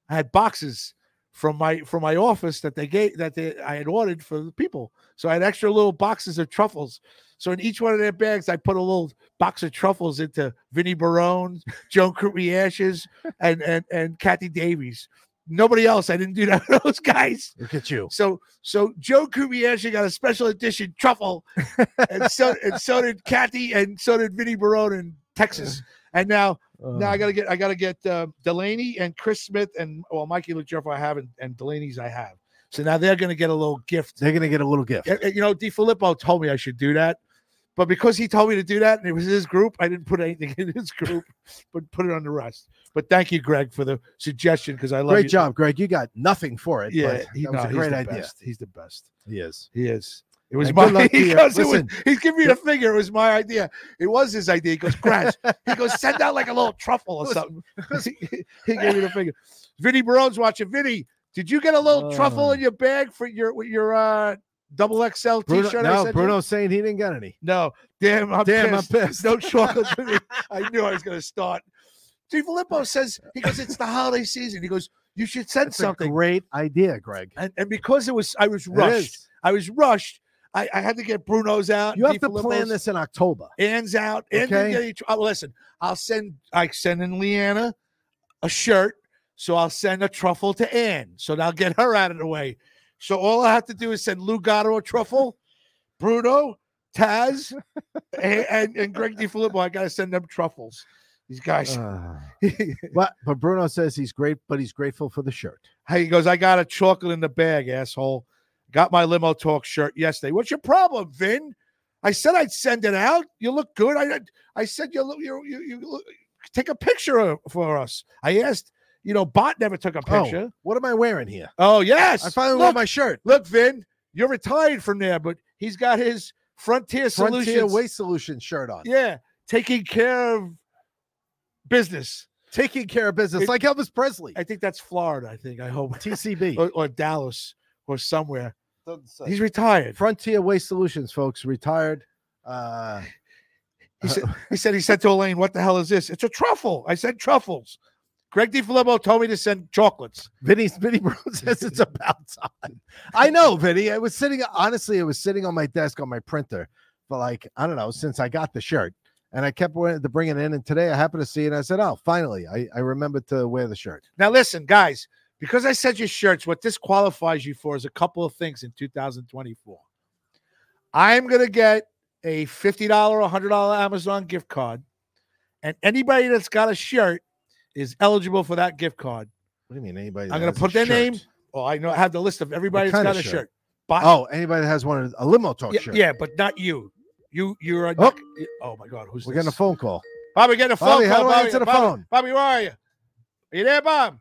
Speaker 3: I had boxes from my from my office that they gave that they, I had ordered for the people. So I had extra little boxes of truffles. So in each one of their bags, I put a little box of truffles into Vinnie Barone, Joan Croupier Ashes, and and and Kathy Davies. Nobody else. I didn't do that for those guys.
Speaker 2: Look at you.
Speaker 3: So so Joe Kubiashi got a special edition truffle, and so and so did Kathy, and so did Vinnie Barone in Texas. And now now I gotta get I gotta get uh, Delaney and Chris Smith and well Mikey LaJeff I have and, and Delaney's I have. So now they're gonna get a little gift.
Speaker 2: They're gonna get a little gift.
Speaker 3: Uh, uh, You know, DiFilippo told me I should do that. But because he told me to do that and it was his group, I didn't put anything in his group, but put it on the rest. But thank you, Greg, for the suggestion because I love
Speaker 2: Great
Speaker 3: you.
Speaker 2: job, Greg. You got nothing for it.
Speaker 3: Yeah,
Speaker 2: but
Speaker 3: he,
Speaker 2: that was
Speaker 3: no,
Speaker 2: a
Speaker 3: he's
Speaker 2: great
Speaker 3: the
Speaker 2: idea.
Speaker 3: best. He's the best.
Speaker 2: He is.
Speaker 3: He is. It was
Speaker 2: And
Speaker 3: my
Speaker 2: good luck to
Speaker 3: he
Speaker 2: you.
Speaker 3: goes, it was-
Speaker 2: Listen.
Speaker 3: he's giving me the figure. It was my idea. It was his idea. He goes, Crash. he goes, send out like a little truffle or something. he gave me the figure. Vinny Barone's watching. Vinny, did you get a little truffle
Speaker 2: Uh.
Speaker 3: in your bag for your with your uh double XL t
Speaker 2: Bruno,
Speaker 3: shirt?
Speaker 2: no, Bruno's saying he didn't get any.
Speaker 3: No, damn, I'm
Speaker 2: Damn, I'm
Speaker 3: pissed. No chocolate. for me. I knew I was going to start. Steve Filippo says he goes, it's the holiday season. He goes, you should send
Speaker 2: That's
Speaker 3: something
Speaker 2: a great idea, Greg.
Speaker 3: and, and because it was I was
Speaker 2: It
Speaker 3: rushed.
Speaker 2: is.
Speaker 3: I was rushed. I, I had to get Bruno's out.
Speaker 2: You have to
Speaker 3: DiFilippo's,
Speaker 2: plan this in October.
Speaker 3: Ann's out. And didn't
Speaker 2: Okay.
Speaker 3: get any tr- oh, listen, I'll send I send in Leanna a shirt, so I'll send a truffle to Ann, so I'll get her out of the way. So all I have to do is send Lou Gatto a truffle, Bruno, Taz, and, and, and Greg DiFilippo. I gotta send them truffles. These guys.
Speaker 2: but but Bruno says he's great, but he's grateful for the shirt.
Speaker 3: Hey, he goes, I got a chocolate in the bag, asshole. Got my limo talk shirt yesterday. What's your problem, Vin? I said I'd send it out. You look good. I I said you look you you, you look, take a picture of, for us. I asked. You know, Bot never took a picture.
Speaker 2: Oh, what am I wearing here?
Speaker 3: Oh, yes.
Speaker 2: I finally
Speaker 3: look,
Speaker 2: wore my shirt.
Speaker 3: look, Vin, you're retired from there, but he's got his Frontier,
Speaker 2: Frontier
Speaker 3: Solutions.
Speaker 2: Waste Solution shirt on.
Speaker 3: Yeah, taking care of business.
Speaker 2: Taking care of business
Speaker 3: It-
Speaker 2: like Elvis Presley.
Speaker 3: I Oh, think that's Florida. I think I hope
Speaker 2: TCB.
Speaker 3: or, or Dallas or somewhere. He's retired.
Speaker 2: Frontier Waste Solutions, folks, retired. Uh,
Speaker 3: He said, he said he said to Elaine, "What the hell is this? It's a truffle." I said truffles. Greg DiFilippo told me to send chocolates.
Speaker 2: Vinny's Vinny Bro says it's about time. I know, Vinny. I was sitting honestly, it was sitting on my desk on my printer for like I don't know since I got the shirt, and I kept wanting to bring it in. And today I happened to see it, and I said, "Oh, finally, I I remembered to wear the shirt."
Speaker 3: Now listen, guys, because I said your shirts, what this qualifies you for is a couple of things in 2024. I'm gonna get a $50, $100 Amazon gift card, and anybody that's got a shirt is eligible for that gift card.
Speaker 2: What do you mean, anybody? that
Speaker 3: I'm gonna
Speaker 2: has a
Speaker 3: put their name.
Speaker 2: shirt?
Speaker 3: Oh, I know. I have the list of everybody that's
Speaker 2: kind
Speaker 3: got
Speaker 2: of
Speaker 3: a shirt.
Speaker 2: shirt?
Speaker 3: But,
Speaker 2: Oh, anybody that has one of a limo talk
Speaker 3: yeah,
Speaker 2: shirt.
Speaker 3: yeah, but not you. You, you're. A,
Speaker 2: Oh.
Speaker 3: oh my God, who's
Speaker 2: we're
Speaker 3: this?
Speaker 2: getting a phone call.
Speaker 3: Bobby, get a phone
Speaker 2: Bobby, how
Speaker 3: call.
Speaker 2: do I
Speaker 3: Bobby,
Speaker 2: answer the
Speaker 3: Bobby,
Speaker 2: phone?
Speaker 3: Bobby, where are you? Are you there, Bob?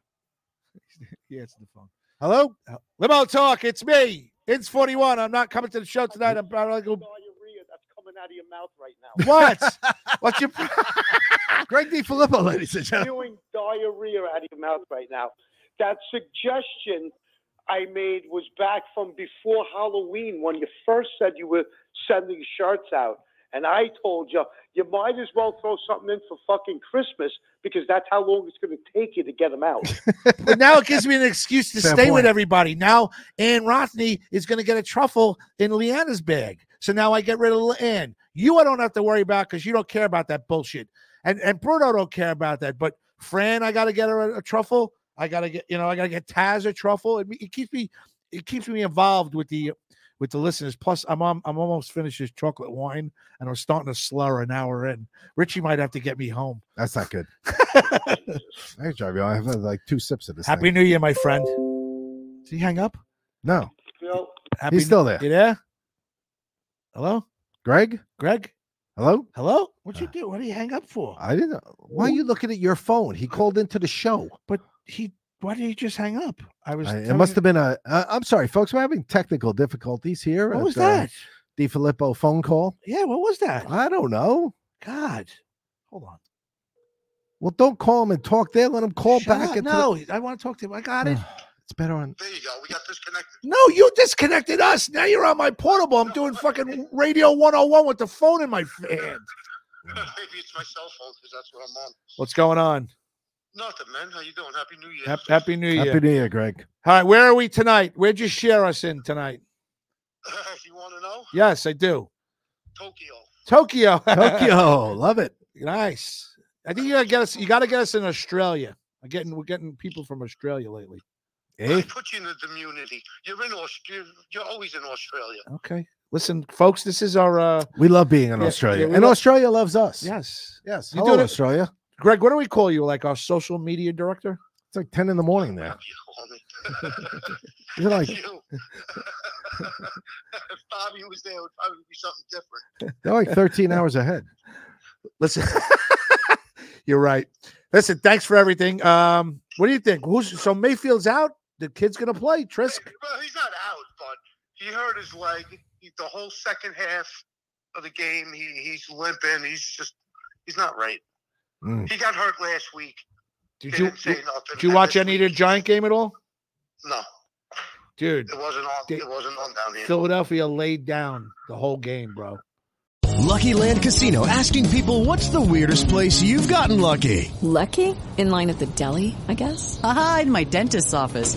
Speaker 3: he answered the phone.
Speaker 2: Hello.
Speaker 3: Limo Talk, it's me. It's 41. I'm not coming to the show tonight. I'm about to go.
Speaker 1: diarrhea that's coming out of your mouth right now.
Speaker 3: What? What's your pro-
Speaker 2: Greg D. Filippo, ladies and gentlemen.
Speaker 1: Spewing diarrhea out of your mouth right now. That suggestion I made was back from before Halloween when you first said you were sending shirts out. And I told you, you might as well throw something in for fucking Christmas because that's how long it's going to take you to get them out.
Speaker 3: But now it gives me an excuse to
Speaker 2: Fair
Speaker 3: stay with
Speaker 2: point.
Speaker 3: everybody. Now Ann Rothney is going to get a truffle in Leanna's bag. So now I get rid of Ann. You I don't have to worry about because you don't care about that bullshit. And and Bruno don't care about that. But Fran, I got to get her a, a truffle. I got to get you know I got to get Taz a truffle. It, it keeps me it keeps me involved with the with the listeners. Plus I'm on, I'm almost finished this chocolate wine and I'm starting to slur an hour in. Richie might have to get me home.
Speaker 2: That's not good. I can drive you. I have uh, like two sips of this.
Speaker 3: Happy
Speaker 2: thing.
Speaker 3: New Year, my friend. Did he hang up?
Speaker 2: No,
Speaker 1: You know,
Speaker 3: Happy
Speaker 2: He's still there.
Speaker 3: You there? Hello,
Speaker 2: Greg.
Speaker 3: Greg.
Speaker 2: Hello? Uh,
Speaker 12: Hello? What'd you do? What do you hang up for?
Speaker 2: I didn't. Why are you looking at your phone? He called into the show.
Speaker 12: But he, why did he just hang up? I was.
Speaker 2: I- it
Speaker 12: telling
Speaker 2: must
Speaker 12: you-
Speaker 2: have been a. Uh, I'm sorry, folks. We're having technical difficulties here.
Speaker 12: What
Speaker 2: at,
Speaker 12: was
Speaker 2: uh,
Speaker 12: that?
Speaker 2: Di Filippo phone call.
Speaker 12: Yeah, what was that?
Speaker 2: I don't know.
Speaker 12: God, hold on.
Speaker 2: Well, don't call him and talk there. Let him call
Speaker 12: Shut
Speaker 2: back.
Speaker 12: up.
Speaker 2: into the-
Speaker 12: no, I want to talk to him. I got it.
Speaker 2: it's better on.
Speaker 12: No, you disconnected us. Now you're on my portable. I'm doing fucking Radio 101 with the phone in my hand.
Speaker 13: Maybe it's my cell phone because that's what I'm on.
Speaker 3: What's going on?
Speaker 13: Nothing, man. How you doing? Happy New Year.
Speaker 3: Hap- Happy New Year.
Speaker 2: Happy New Year, Greg.
Speaker 3: All right, where are we tonight? Where'd you share us in tonight?
Speaker 13: you want to know?
Speaker 3: Yes, I do.
Speaker 13: Tokyo.
Speaker 3: Tokyo.
Speaker 2: Tokyo, love it.
Speaker 3: Nice. I think you gotta get us. You gotta get us in Australia. I'm getting we're getting people from Australia lately.
Speaker 2: Eh?
Speaker 13: I put you in the community. You're in Australia. You're always in Australia.
Speaker 3: Okay. Listen, folks, this is our. uh
Speaker 2: We love being in
Speaker 3: Yeah,
Speaker 2: Australia,
Speaker 3: yeah, we
Speaker 2: and
Speaker 3: love-
Speaker 2: Australia loves us.
Speaker 3: Yes.
Speaker 2: Yes.
Speaker 3: You
Speaker 2: Hello,
Speaker 3: do it-
Speaker 2: Australia.
Speaker 3: Greg, what do we call you? Like our social media director?
Speaker 2: It's like ten in the morning there. Is it like?
Speaker 13: if Bobby was there, it would probably be something different.
Speaker 2: They're like 13 hours ahead.
Speaker 3: Listen, you're right. Listen, thanks for everything. Um, what do you think? Who's so Mayfield's out? The kid's gonna play. Trisk.
Speaker 13: Well, he's not out, but he hurt his leg. He, the whole second half of the game, he, he's limping. He's just, he's not right. He got hurt last week.
Speaker 3: Did
Speaker 13: They
Speaker 3: you
Speaker 13: didn't say
Speaker 3: did
Speaker 13: nothing.
Speaker 3: you
Speaker 13: And
Speaker 3: watch
Speaker 13: this
Speaker 3: any of the Giant game at all?
Speaker 13: No,
Speaker 3: Dude,
Speaker 13: it wasn't on.
Speaker 3: They-
Speaker 13: it wasn't on down here.
Speaker 3: Philadelphia laid down the whole game, bro.
Speaker 9: Lucky Land Casino asking people what's the weirdest place you've gotten lucky?
Speaker 14: Lucky? In line at the deli, I guess? Aha, in my dentist's office.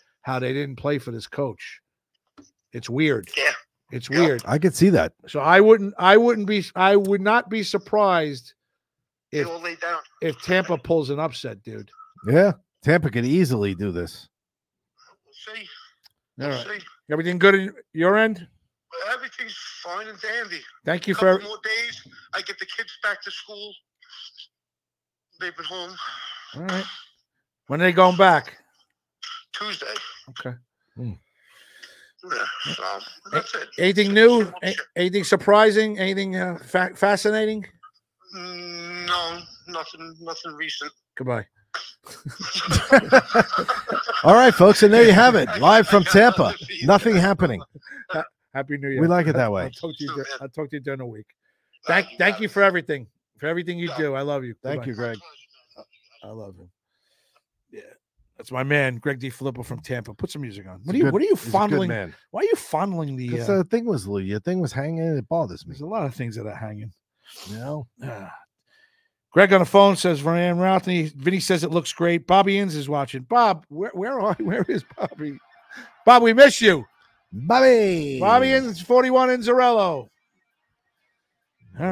Speaker 3: how they didn't play for this coach. It's weird.
Speaker 13: Yeah.
Speaker 3: It's weird.
Speaker 2: I could see that.
Speaker 3: So I wouldn't I wouldn't be I would not be surprised if if Tampa pulls an upset, dude.
Speaker 2: Yeah. Tampa could easily do this.
Speaker 3: All right. Everything good in your end?
Speaker 13: Well, everything's fine and dandy.
Speaker 3: Thank you for
Speaker 13: Couple
Speaker 3: every-
Speaker 13: more days. I get the kids back to school. They've been home
Speaker 3: All right. When are they going back?
Speaker 13: Tuesday.
Speaker 3: Okay.
Speaker 13: Yeah, so that's it.
Speaker 3: Anything new? A- anything surprising? Anything uh, fa- fascinating?
Speaker 13: Mm, No, nothing, nothing recent.
Speaker 3: Goodbye.
Speaker 2: All right, folks, and there you have it. Live from Tampa. Nothing happening.
Speaker 3: Ha- Happy New Year.
Speaker 2: We like it that way.
Speaker 3: I'll talk to you. dur- I'll talk to you during the week. Thank, thank you for everything. For everything you do, I love you.
Speaker 2: Thank
Speaker 3: Goodbye.
Speaker 2: you, Greg.
Speaker 3: I love him. Yeah, that's my man, Greg D. Filippo from Tampa. Put some music on. What
Speaker 2: a
Speaker 3: are you?
Speaker 2: good-
Speaker 3: what are you
Speaker 2: he's a good
Speaker 3: fondling?
Speaker 2: man.
Speaker 3: Why are you fondling the?
Speaker 2: Because
Speaker 3: uh,
Speaker 2: the thing was, Lou, your thing was hanging and it bothers me.
Speaker 3: There's a lot of things that are hanging. Ah.
Speaker 2: You know?
Speaker 3: Greg on the phone says Vernon Rothney. Vinny says it looks great. Bobby Inns is watching. Bob, where where are where is Bobby? Bob, we miss you.
Speaker 2: Bobby.
Speaker 3: Bobby Inns, 41 Inzarello.
Speaker 2: Uh,
Speaker 3: All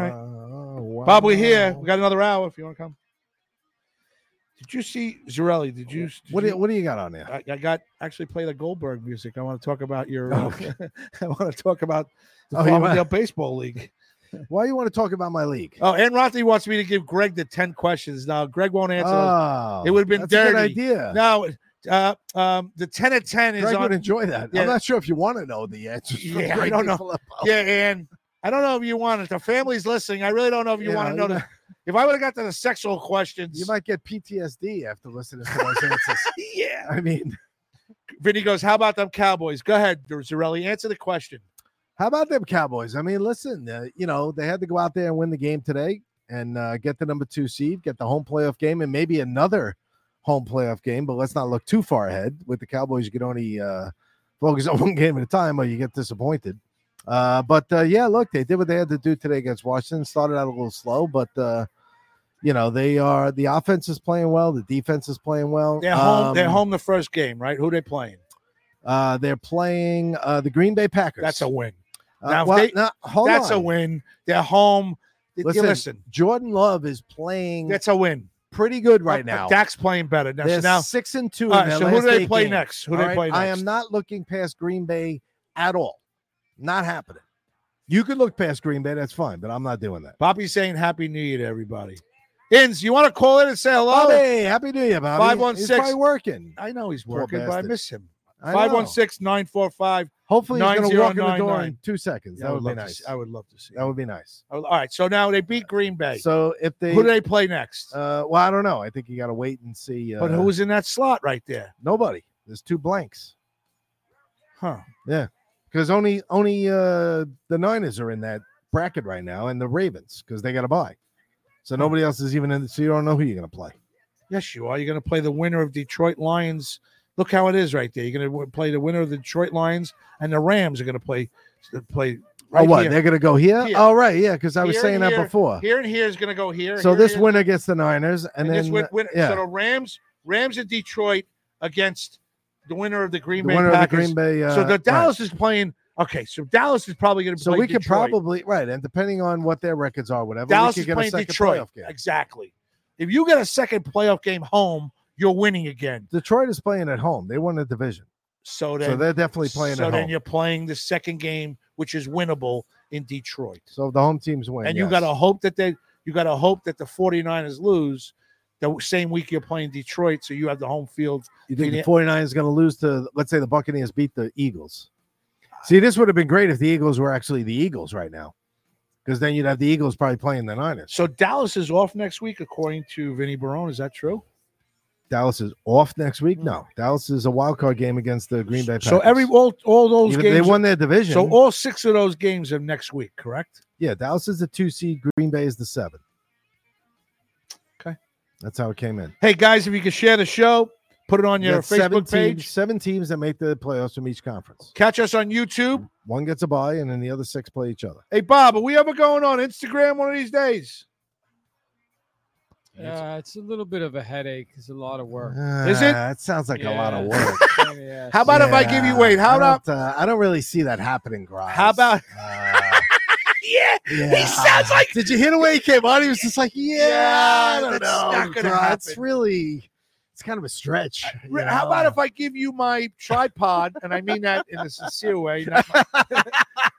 Speaker 3: right. Bob, we're here. We got another hour if you want to come. Did you see Zarelli? Did you?
Speaker 2: What do you- what do you got on there?
Speaker 3: I, I got actually play the Goldberg music. I want to talk about your.
Speaker 2: Oh,
Speaker 3: uh,
Speaker 2: okay.
Speaker 3: I want to talk about the
Speaker 2: Oh, you wanna-
Speaker 3: Farmingdale Baseball League.
Speaker 2: Why you want to talk about my league?
Speaker 3: Oh, and Rothy wants me to give Greg the ten questions. Now Greg won't answer.
Speaker 2: Oh,
Speaker 3: those. It would have been
Speaker 2: that's a
Speaker 3: dirty.
Speaker 2: good idea.
Speaker 3: No, uh, um, the ten of ten is.
Speaker 2: Ah. Greg
Speaker 3: on,
Speaker 2: would enjoy that.
Speaker 3: Yeah.
Speaker 2: I'm not sure if you want to know the answers. from
Speaker 3: Yeah, I
Speaker 2: Greg
Speaker 3: don't know.
Speaker 2: Nicola.
Speaker 3: Yeah, and I don't know if you want it. The family's listening. I really don't know if you
Speaker 2: Yeah,
Speaker 3: want to know.
Speaker 2: you
Speaker 3: the-
Speaker 2: know.
Speaker 3: If I would have got to the sexual questions,
Speaker 2: You might get PTSD after listening to those answers.
Speaker 3: yeah.
Speaker 2: I mean,
Speaker 3: Vinny goes, "How about them Cowboys?" Go ahead, Zarelli. Answer the question.
Speaker 2: How about them Cowboys? I mean, listen, uh, you know, they had to go out there and win the game today, and uh, get the number two seed, get the home playoff game, and maybe another home playoff game. But let's not look too far ahead. With the Cowboys, you can only uh, focus on one game at a time, or you get disappointed. Uh, but uh, yeah, look, they did what they had to do today against Washington. Started out a little slow, but uh, you know they are the offense is playing well, the defense is playing well.
Speaker 3: They're home. they're
Speaker 2: Um,
Speaker 3: home the first game, right? Who they playing?
Speaker 2: Uh, they're playing uh, the Green Bay Packers.
Speaker 3: That's a win.
Speaker 2: Uh,
Speaker 3: now, if
Speaker 2: well,
Speaker 3: they-
Speaker 2: no, hold
Speaker 3: that's
Speaker 2: on.
Speaker 3: a win. They're home. Th-
Speaker 2: Listen,
Speaker 3: listen.
Speaker 2: Jordan Love is playing.
Speaker 3: That's a win.
Speaker 2: Pretty good right
Speaker 3: Uh,
Speaker 2: now.
Speaker 3: Dak's playing better now.
Speaker 2: They're
Speaker 3: so now
Speaker 2: six and two. in
Speaker 3: All right,
Speaker 2: their
Speaker 3: so who
Speaker 2: last
Speaker 3: do they
Speaker 2: eight
Speaker 3: play
Speaker 2: games.
Speaker 3: next? Who do
Speaker 2: All
Speaker 3: they play
Speaker 2: I am
Speaker 3: next?
Speaker 2: not looking past Green Bay at all. Not happening. You could look past Green Bay. That's fine, but I'm not doing that.
Speaker 3: Poppy's saying Happy New Year to everybody. Inns, you want to call in and say hello?
Speaker 2: Bobby, Happy New Year, Bobby. He's
Speaker 3: 516.
Speaker 2: probably working.
Speaker 3: I know he's
Speaker 2: Poor
Speaker 3: working, but I
Speaker 2: bastard.
Speaker 3: miss him.
Speaker 2: I know.
Speaker 3: 516 945.
Speaker 2: Hopefully, he's going to walk in the door in two seconds. that would, be nice.
Speaker 3: I would love to see.
Speaker 2: That would be nice.
Speaker 3: All right. So now they beat Green Bay.
Speaker 2: So if they,
Speaker 3: who do they play next?
Speaker 2: Uh, well, I don't know. I think you got to wait and see. Uh,
Speaker 3: but who was in that slot right there?
Speaker 2: Nobody. There's two blanks.
Speaker 3: Huh.
Speaker 2: Yeah, because only only uh the Niners are in that bracket right now, and the Ravens because they got to buy. So nobody else is even in. So you don't know who you're going to play.
Speaker 3: Yes, you are. You're going to play the winner of Detroit Lions. Look how it is right there. You're going to w- play the winner of the Detroit Lions, and the Rams are going to play uh, play.
Speaker 2: oh,
Speaker 3: Right
Speaker 2: what?
Speaker 3: here.
Speaker 2: They're going to go here?
Speaker 3: Here.
Speaker 2: All right, yeah, because I was
Speaker 3: Here
Speaker 2: saying
Speaker 3: and
Speaker 2: that
Speaker 3: here-
Speaker 2: before.
Speaker 3: Here and here is going to go here.
Speaker 2: so
Speaker 3: here,
Speaker 2: this
Speaker 3: here.
Speaker 2: winner gets the Niners, and,
Speaker 3: and,
Speaker 2: then
Speaker 3: this win, win,
Speaker 2: yeah,
Speaker 3: so the Rams, Rams in Detroit against the winner of the Green
Speaker 2: The
Speaker 3: Bay
Speaker 2: winner of the
Speaker 3: Packers.
Speaker 2: Green Bay,
Speaker 3: so
Speaker 2: uh,
Speaker 3: the
Speaker 2: right.
Speaker 3: Dallas is playing. Okay, so Dallas is probably going to.
Speaker 2: so
Speaker 3: play
Speaker 2: we could
Speaker 3: Detroit.
Speaker 2: probably right, and depending on what their records are, whatever,
Speaker 3: Dallas
Speaker 2: we
Speaker 3: is
Speaker 2: could get a
Speaker 3: playing
Speaker 2: second
Speaker 3: Detroit.
Speaker 2: playoff game.
Speaker 3: Exactly. If you get a second playoff game home, you're winning again.
Speaker 2: Detroit is playing at home; they won the division. So
Speaker 3: So then
Speaker 2: they're definitely playing
Speaker 3: So
Speaker 2: at
Speaker 3: then
Speaker 2: home.
Speaker 3: you're playing the second game, which is winnable in Detroit.
Speaker 2: So the home team's win,
Speaker 3: and you got to hope that they you got to hope that the 49ers lose the same week you're playing Detroit, so you have the home field.
Speaker 2: You think the
Speaker 3: Being-
Speaker 2: 49 is going to lose to, let's say the Buccaneers beat the Eagles. See, this would have been great if the Eagles were actually the Eagles right now, because then you'd have the Eagles probably playing the Niners.
Speaker 3: So Dallas is off next week, according to Vinny Barone. Is that true?
Speaker 2: Dallas is off next week. No, Dallas is a wild card game against the Green Bay Packers.
Speaker 3: Mm. So every all all those
Speaker 2: Even if
Speaker 3: games
Speaker 2: they won their division.
Speaker 3: So all six of those games are next week, correct?
Speaker 2: yeah, Dallas is the two seed, Green Bay is the seven.
Speaker 3: Okay.
Speaker 2: That's how it came in.
Speaker 3: Hey guys, if you could share the show, put it on
Speaker 2: You
Speaker 3: your
Speaker 2: got seven
Speaker 3: Facebook
Speaker 2: teams-
Speaker 3: page.
Speaker 2: seven teams that make the playoffs from each conference.
Speaker 3: Catch us on YouTube.
Speaker 2: One gets a bye, and then the other six play each other.
Speaker 3: Hey Bob, are we ever going on Instagram one of these days?
Speaker 7: Yeah, Uh, it's a little bit of a headache. It's a lot of work.
Speaker 2: Is it? Ah, That sounds like a lot of work.
Speaker 7: yeah.
Speaker 3: How about if I give you
Speaker 2: Yeah,
Speaker 3: wait? How
Speaker 2: I
Speaker 3: about
Speaker 2: don't, uh, I don't really see that happening, Gross.
Speaker 3: how about Yeah,
Speaker 2: he sounds like. Did you hear the way he came on? He was just like, "Yeah, I don't
Speaker 3: that's
Speaker 2: know.
Speaker 3: not gonna
Speaker 2: Gross. It's
Speaker 3: happen."
Speaker 2: really, it's kind of a stretch." you
Speaker 3: Re- How
Speaker 2: know?
Speaker 3: about if I give you my tripod, and I mean that in a sincere way? not my-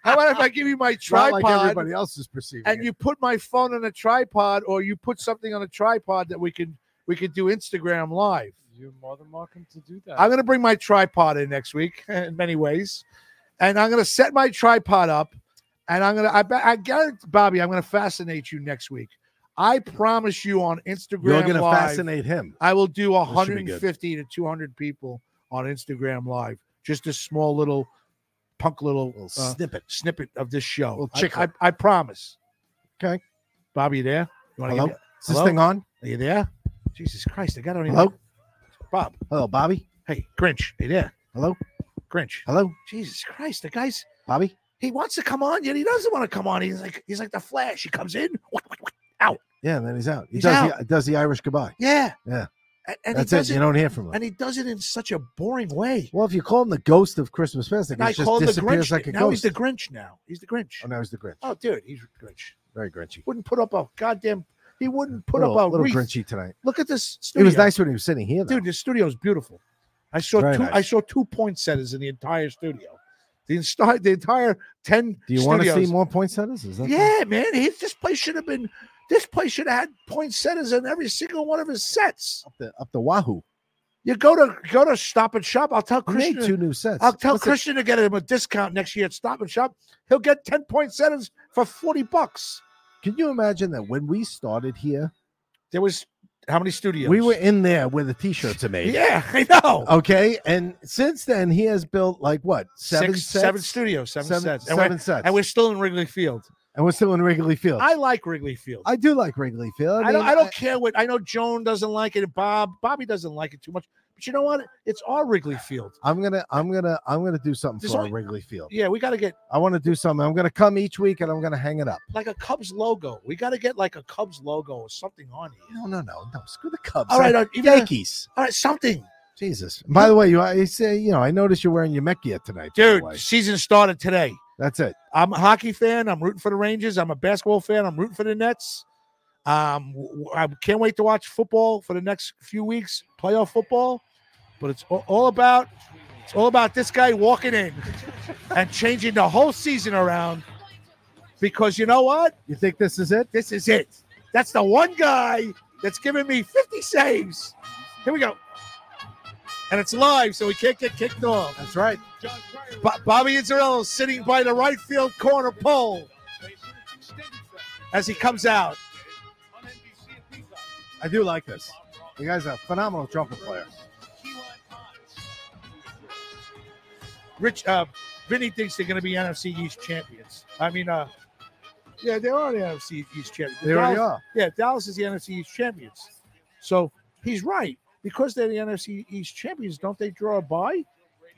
Speaker 3: how about if I give you my
Speaker 2: Not
Speaker 3: tripod,
Speaker 2: like everybody else is perceiving?
Speaker 3: and you put my phone on a tripod, or you put something on a tripod that we could we could do Instagram live?
Speaker 7: You're more than welcome to do that.
Speaker 3: I'm going to bring my tripod in next week in many ways, and I'm going to set my tripod up, and I'm going to I bet I got Bobby. I'm going to fascinate you next week. I promise you on Instagram.
Speaker 2: You're going to
Speaker 3: Live,
Speaker 2: fascinate him.
Speaker 3: I will do
Speaker 2: This should be good.
Speaker 3: 150 to 200 people on Instagram Live. Just a small little punk little, uh,
Speaker 2: snippet
Speaker 3: snippet of this show.
Speaker 2: Little
Speaker 3: I- I,
Speaker 2: chicklet.
Speaker 3: I, promise.
Speaker 2: Okay.
Speaker 3: Bobby, you there? You wanna give
Speaker 2: Hello?
Speaker 3: me-
Speaker 2: Is this thing on?
Speaker 3: Are you there? Jesus Christ, I got on
Speaker 2: Hello,
Speaker 3: Bob.
Speaker 2: hello, Bobby.
Speaker 3: Hey, Grinch. Hey there,
Speaker 2: Hello,
Speaker 3: Grinch.
Speaker 2: hello,
Speaker 3: Jesus Christ, the guy's
Speaker 2: Bobby.
Speaker 3: he wants to come on, yet he doesn't want to come on. He's like he's like the Flash. He comes in, out.
Speaker 2: Yeah, and then he's out. He
Speaker 3: He's
Speaker 2: does
Speaker 3: out.
Speaker 2: The, does the Irish goodbye.
Speaker 3: Yeah,
Speaker 2: Yeah,
Speaker 3: and, and
Speaker 2: that's
Speaker 3: he
Speaker 2: it.
Speaker 3: does
Speaker 2: You don't hear from him.
Speaker 3: and he does it in such a boring way.
Speaker 2: well, if you call him the ghost of Christmas past, it
Speaker 3: And I
Speaker 2: just
Speaker 3: call him the
Speaker 2: disappears
Speaker 3: Grinch.
Speaker 2: like a
Speaker 3: now
Speaker 2: ghost.
Speaker 3: he's the Grinch. Now he's the Grinch.
Speaker 2: oh, now he's the Grinch.
Speaker 3: Oh, dude, he's Grinch.
Speaker 2: Very Grinchy.
Speaker 3: Wouldn't put up a goddamn. He wouldn't put
Speaker 2: little,
Speaker 3: up a
Speaker 2: little
Speaker 3: wreath.
Speaker 2: Grinchy tonight.
Speaker 3: Look at this.
Speaker 2: It
Speaker 3: Studio.
Speaker 2: was nice when he was sitting here. Though.
Speaker 3: dude. The studio's beautiful. I saw
Speaker 2: Very
Speaker 3: two.
Speaker 2: nice.
Speaker 3: I saw two poinsettias in the entire studio. The entire the entire ten.
Speaker 2: Do you want to see
Speaker 3: studios.
Speaker 2: more poinsettias? Is that the-
Speaker 3: Yeah, man. He, this place should have been. This place should have had poinsettias in every single one of his sets.
Speaker 2: the, up the Wahoo?
Speaker 3: You go to go to Stop and Shop. I'll tell
Speaker 2: We made
Speaker 3: Christian.
Speaker 2: two new sets.
Speaker 3: I'll tell
Speaker 2: Listen,
Speaker 3: Christian to get him a discount next year at Stop and Shop. He'll get ten poinsettias for forty bucks.
Speaker 2: Can you imagine that when we started here,
Speaker 3: There was how many studios?
Speaker 2: we were in Uh, there where the t-shirts are made.
Speaker 3: Yeah, I know.
Speaker 2: Okay, and since then he has built like what seven
Speaker 3: Six,
Speaker 2: sets?
Speaker 3: seven studios, seven,
Speaker 2: Seven-
Speaker 3: sets,
Speaker 2: seven
Speaker 3: we're,
Speaker 2: sets.
Speaker 3: and we're still in Wrigley Field.
Speaker 2: And we're still in Wrigley Field.
Speaker 3: I like Wrigley Field.
Speaker 2: I do like Wrigley Field.
Speaker 3: I, don't.
Speaker 2: mean,
Speaker 3: I don't care what. I know Joan doesn't like it. and Bob, Bobby doesn't like it too much. But you know what? It's our Wrigley Field.
Speaker 2: I'm gonna, I'm gonna, I'm gonna do something
Speaker 3: There's
Speaker 2: for
Speaker 3: only-
Speaker 2: our Wrigley Field.
Speaker 3: Yeah, we got to get
Speaker 2: I want to do something. I'm gonna come each week and I'm gonna hang it up.
Speaker 3: like a Cubs logo. We got to get like a Cubs logo or something on here.
Speaker 2: No, no, no, no. Screw the Cubs.
Speaker 3: All right,
Speaker 2: I-
Speaker 3: uh, even-
Speaker 2: Yankees.
Speaker 3: All right, something.
Speaker 2: Jesus. By the way, you, I say, you know, I noticed you're wearing your Mecchia tonight, by the
Speaker 3: Dude,
Speaker 2: way.
Speaker 3: season started today.
Speaker 2: That's it.
Speaker 3: I'm a hockey fan. I'm rooting for the Rangers. I'm a basketball fan. I'm rooting for the Nets. Um, w- w- I can't wait to watch football for the next few weeks, playoff football. But it's a- all about it's all about this guy walking in and changing the whole season around. Because you know what?
Speaker 2: You think this is it?
Speaker 3: This is it. That's the one guy that's giving me 50 saves. Here we go. And it's live, so we can't get kicked off.
Speaker 2: That's right.
Speaker 3: Bo- Bobby Izzarello sitting by the right field corner pole as he comes out.
Speaker 2: I do like this. The guy's a phenomenal trumpet player.
Speaker 3: Rich, uh, Vinny thinks they're going to be NFC East champions. I mean, uh, yeah, they are the NFC East champions.
Speaker 2: They already
Speaker 3: Dallas-
Speaker 2: are.
Speaker 3: Yeah, Dallas is the NFC East champions. So he's right because they're the NFC East champions. Don't they draw a bye?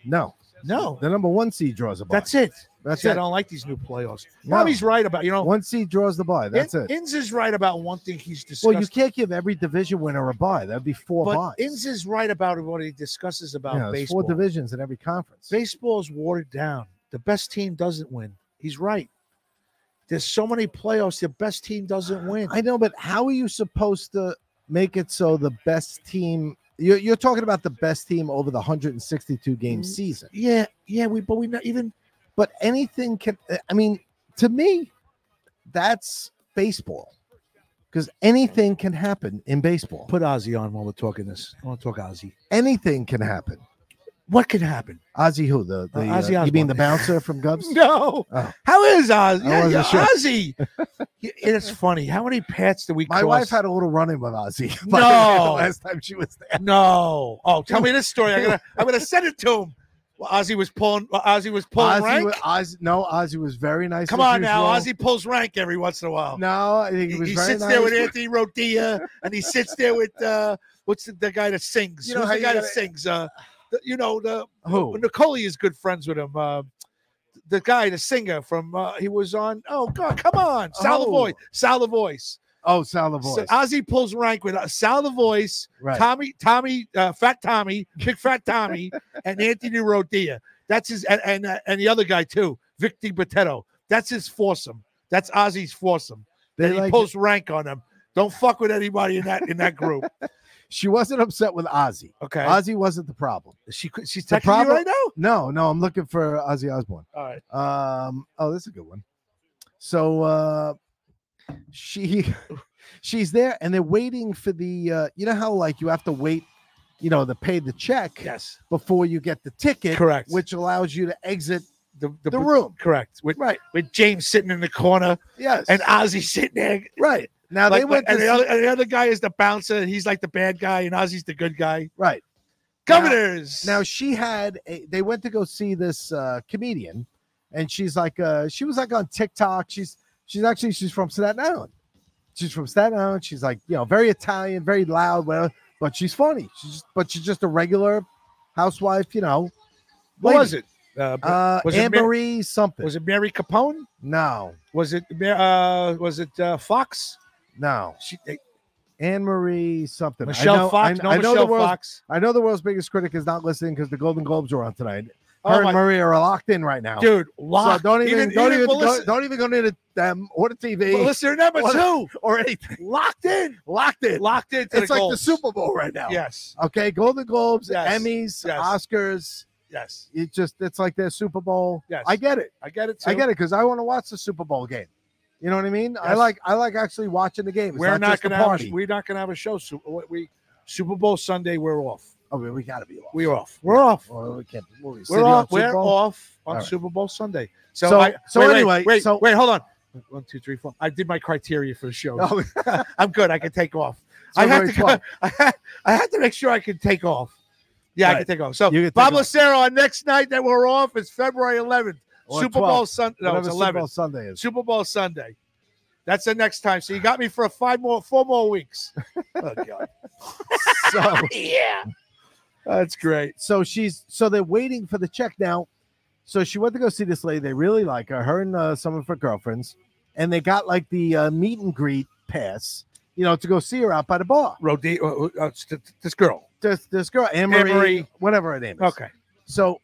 Speaker 2: No.
Speaker 3: No.
Speaker 2: The number one seed draws a bye.
Speaker 3: Oh. That's it.
Speaker 2: That's
Speaker 3: See, I
Speaker 2: it.
Speaker 3: don't like these new playoffs.
Speaker 2: No.
Speaker 3: Bobby's right about you know.
Speaker 2: One seed draws the bye. That's
Speaker 3: In-
Speaker 2: it.
Speaker 3: Inz is right about one thing he's discussed.
Speaker 2: well, you can't give every division winner a bye. That'd be four
Speaker 3: but
Speaker 2: buys.
Speaker 3: Inz is right about what he discusses about
Speaker 2: You know, there's
Speaker 3: baseball.
Speaker 2: four divisions in every conference.
Speaker 3: Baseball's watered down. The best team doesn't win. He's right. There's so many playoffs. The best team doesn't win.
Speaker 2: I know, but how are you supposed to make it so the best team? You're, you're talking about the best team over the 162 game
Speaker 3: Mm-hmm.
Speaker 2: season.
Speaker 3: Yeah, yeah. We but we not even.
Speaker 2: But anything can. uh, I mean, to me, that's baseball because anything can happen in baseball.
Speaker 3: Put Ozzy on while we're talking this. I want to talk Ozzy.
Speaker 2: Anything can happen.
Speaker 3: What can happen?
Speaker 2: Ozzy, who the, the
Speaker 3: Ozzy
Speaker 2: uh, you mean
Speaker 3: Osbourne.
Speaker 2: the bouncer from Govs?
Speaker 3: No.
Speaker 2: Oh.
Speaker 3: How is Ozzy?
Speaker 2: I wasn't sure.
Speaker 3: Ozzy. it's funny. How many pats do we?
Speaker 2: My
Speaker 3: cross?
Speaker 2: wife had a little run-in with Ozzy. by the way, the
Speaker 3: No.
Speaker 2: last time she was there.
Speaker 3: No. Oh, tell me this story. I'm gonna I'm gonna send it to him. Well, Ozzy was pulling. Well, Ozzy was
Speaker 2: Ozzy,
Speaker 3: pulling rank.
Speaker 2: wa- Ozzy, no, Ozzy was very nice.
Speaker 3: Come
Speaker 2: as
Speaker 3: on now,
Speaker 2: usual.
Speaker 3: Ozzy pulls rank every once in a while.
Speaker 2: No, I think
Speaker 3: he,
Speaker 2: he was
Speaker 3: he
Speaker 2: very
Speaker 3: sits there with
Speaker 2: nice.
Speaker 3: Anthony Rodia, and he sits there with uh, what's the, the guy that sings?
Speaker 2: You know
Speaker 3: Who's
Speaker 2: how
Speaker 3: the
Speaker 2: you
Speaker 3: guy that
Speaker 2: gotta-
Speaker 3: sings? Uh, the, you know the
Speaker 2: Who?
Speaker 3: Nicole is good friends with him. Uh, the guy, the singer from uh, he was on. Oh God, come on, Sal
Speaker 2: Oh.
Speaker 3: Lavoie, Sal Lavoie.
Speaker 2: Oh, Sal LaVoy.
Speaker 3: So Ozzy pulls rank with uh, Sal Lavoie,
Speaker 2: Right.
Speaker 3: Tommy, Tommy, uh, Fat Tommy, Big Fat Tommy, and Anthony Rodia. That's his, and and, uh, and the other guy too, Vic Botetto. That's his foursome. That's Ozzy's foursome.
Speaker 2: They
Speaker 3: Then he
Speaker 2: like-
Speaker 3: pulls rank on them. Don't fuck with anybody in that in that group.
Speaker 2: she wasn't upset with Ozzy.
Speaker 3: Okay.
Speaker 2: Ozzy wasn't Uh, the problem.
Speaker 3: She could- she's
Speaker 2: The
Speaker 3: texting you
Speaker 2: problem-
Speaker 3: right now.
Speaker 2: No, no, I'm looking for Ozzy Osbourne.
Speaker 3: All right.
Speaker 2: Um, oh, this is a good one. So uh she she's there and they're waiting for the uh you know how like you have to wait, you know, to pay the check
Speaker 3: Yes.
Speaker 2: before you get the ticket,
Speaker 3: Correct.
Speaker 2: which allows you to exit
Speaker 3: The,
Speaker 2: the room.
Speaker 3: Correct. With,
Speaker 2: Right.
Speaker 3: With James sitting in the corner
Speaker 2: Yes.
Speaker 3: and Ozzy sitting there.
Speaker 2: right. Now
Speaker 3: Like,
Speaker 2: they went to
Speaker 3: and, the
Speaker 2: see-
Speaker 3: other, and the other guy is the bouncer. and He's like the bad guy, and Ozzy's the good guy.
Speaker 2: right. Now-
Speaker 3: Governors.
Speaker 2: Now she had a, they went to go see this uh, comedian, and she's like uh, she was like on TikTok. She's she's actually she's from Staten Island. She's from Staten Island. She's like you know very Italian, very loud, whatever. But she's funny. She's just, but she's just a regular housewife, you know.
Speaker 3: what
Speaker 2: lady.
Speaker 3: was it? Uh,
Speaker 2: Uh,
Speaker 3: was
Speaker 2: Anne
Speaker 3: it Mar-
Speaker 2: Marie something?
Speaker 3: was it Mary Capone?
Speaker 2: no,
Speaker 3: Was it Ma- uh, was it uh, Fox?
Speaker 2: no.
Speaker 3: She, they-
Speaker 2: Anne Marie something. I
Speaker 3: Michelle
Speaker 2: know-
Speaker 3: Fox.
Speaker 2: I-
Speaker 3: no,
Speaker 2: I know the
Speaker 3: Michelle
Speaker 2: world's-
Speaker 3: Fox.
Speaker 2: I know the world's biggest critic is not listening because the Golden Globes are on tonight. Her
Speaker 3: Oh
Speaker 2: and
Speaker 3: my-
Speaker 2: Marie are locked in right now.
Speaker 3: Dude, lock.
Speaker 2: So don't even, don't even, go,
Speaker 3: Melissa,
Speaker 2: don't even go near the, um, them or the TV
Speaker 3: Melissa number
Speaker 2: or,
Speaker 3: two,
Speaker 2: or anything.
Speaker 3: locked in,
Speaker 2: Locked in.
Speaker 3: locked in. to
Speaker 2: it's like the
Speaker 3: goals.
Speaker 2: Super Bowl right now.
Speaker 3: Yes,
Speaker 2: Okay. Golden Globes,
Speaker 3: Yes.
Speaker 2: Emmys,
Speaker 3: Yes.
Speaker 2: Oscars.
Speaker 3: yes,
Speaker 2: It just it's like their Super Bowl.
Speaker 3: Yes.
Speaker 2: I get it.
Speaker 3: I get it. Too.
Speaker 2: I get it because I want to watch the Super Bowl game. You know what I mean? I
Speaker 3: Yes.
Speaker 2: like I like actually watching the game. It's
Speaker 3: we're not,
Speaker 2: just a
Speaker 3: gonna have
Speaker 2: party.
Speaker 3: a, we're not gonna have a show. Super, we- we Super Bowl Sunday. We're off.
Speaker 2: oh, we, we gotta be off.
Speaker 3: We're off. We're off.
Speaker 2: Well, we can't. what, we sit
Speaker 3: We're
Speaker 2: here on
Speaker 3: off.
Speaker 2: Super
Speaker 3: We're
Speaker 2: Bowl?
Speaker 3: off on
Speaker 2: All right.
Speaker 3: Super Bowl Sunday. So,
Speaker 2: So-
Speaker 3: I,
Speaker 2: so
Speaker 3: wait, wait,
Speaker 2: anyway,
Speaker 3: wait,
Speaker 2: so-
Speaker 3: wait, hold on. One, two, three, four. I did my criteria for the show.
Speaker 2: Oh,
Speaker 3: I'm good. I can take off.
Speaker 2: So
Speaker 3: I had
Speaker 2: very
Speaker 3: to. Go,
Speaker 2: fun.
Speaker 3: I had. I had to make sure I could take off. Yeah, I
Speaker 2: Right.
Speaker 3: can take off. So
Speaker 2: You can take
Speaker 3: Bob
Speaker 2: off.
Speaker 3: Lucero, our next night that we're off is February 11th.
Speaker 2: Or
Speaker 3: Super Bowl
Speaker 2: 12th,
Speaker 3: Sunday. No, it's
Speaker 2: whatever Super
Speaker 3: eleven.
Speaker 2: Bowl Sunday is.
Speaker 3: Super Bowl Sunday. That's the next time. So you got me for a five more, four more weeks. oh God.
Speaker 2: So-
Speaker 3: yeah. That's great.
Speaker 2: So she's so they're waiting for the check now. So she went to go see this lady. They really like her. Her and uh, some of her girlfriends, and they got like the uh, meet and greet pass. You know, to go see her out by the bar.
Speaker 3: Rodi, uh, uh, this girl,
Speaker 2: this this girl, Emery,
Speaker 3: Anne-Marie.
Speaker 2: whatever her name is.
Speaker 3: Okay.
Speaker 2: So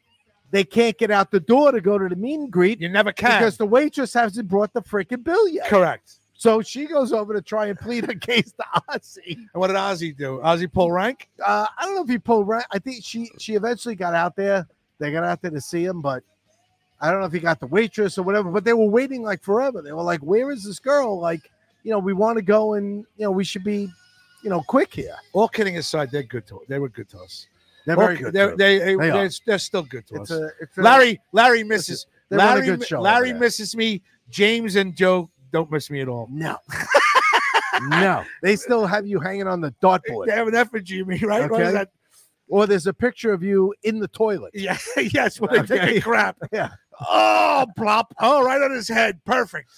Speaker 2: they can't get out the door to go to the meet and greet.
Speaker 3: You never can.
Speaker 2: because the waitress hasn't brought the freaking bill yet.
Speaker 3: Correct.
Speaker 2: So she goes over to try and plead her case to Ozzy.
Speaker 3: And what did Ozzy do? Ozzy pull rank?
Speaker 2: Uh, I don't know if he pulled rank. I think she she eventually got out there. They got out there to see him, but I don't know if he got the waitress or whatever. But they were waiting like forever. They were like, "Where is this girl? Like, you know, we want to go and you know we should be, you know, quick here."
Speaker 3: All kidding aside, they're good to They were good to us.
Speaker 2: They're
Speaker 3: All
Speaker 2: very
Speaker 3: ki-
Speaker 2: good
Speaker 3: They're,
Speaker 2: to us.
Speaker 3: they, they,
Speaker 2: They
Speaker 3: are
Speaker 2: are.
Speaker 3: they're still good to
Speaker 2: It's
Speaker 3: us.
Speaker 2: a- it's a-
Speaker 3: Larry, Larry misses.
Speaker 2: they run a
Speaker 3: Larry,
Speaker 2: good
Speaker 3: mi-
Speaker 2: show over
Speaker 3: Larry
Speaker 2: there.
Speaker 3: misses me. James and Joe don't miss me at all.
Speaker 2: No. no, they still have you hanging on the dartboard.
Speaker 3: They have an effigy of me, right? What is
Speaker 2: Okay.
Speaker 3: that?
Speaker 2: Or there's a picture of you in the toilet.
Speaker 3: Yeah, yes, when they take
Speaker 2: Okay.
Speaker 3: a crap.
Speaker 2: Yeah.
Speaker 3: Oh, plop. Oh, right on his head. Perfect.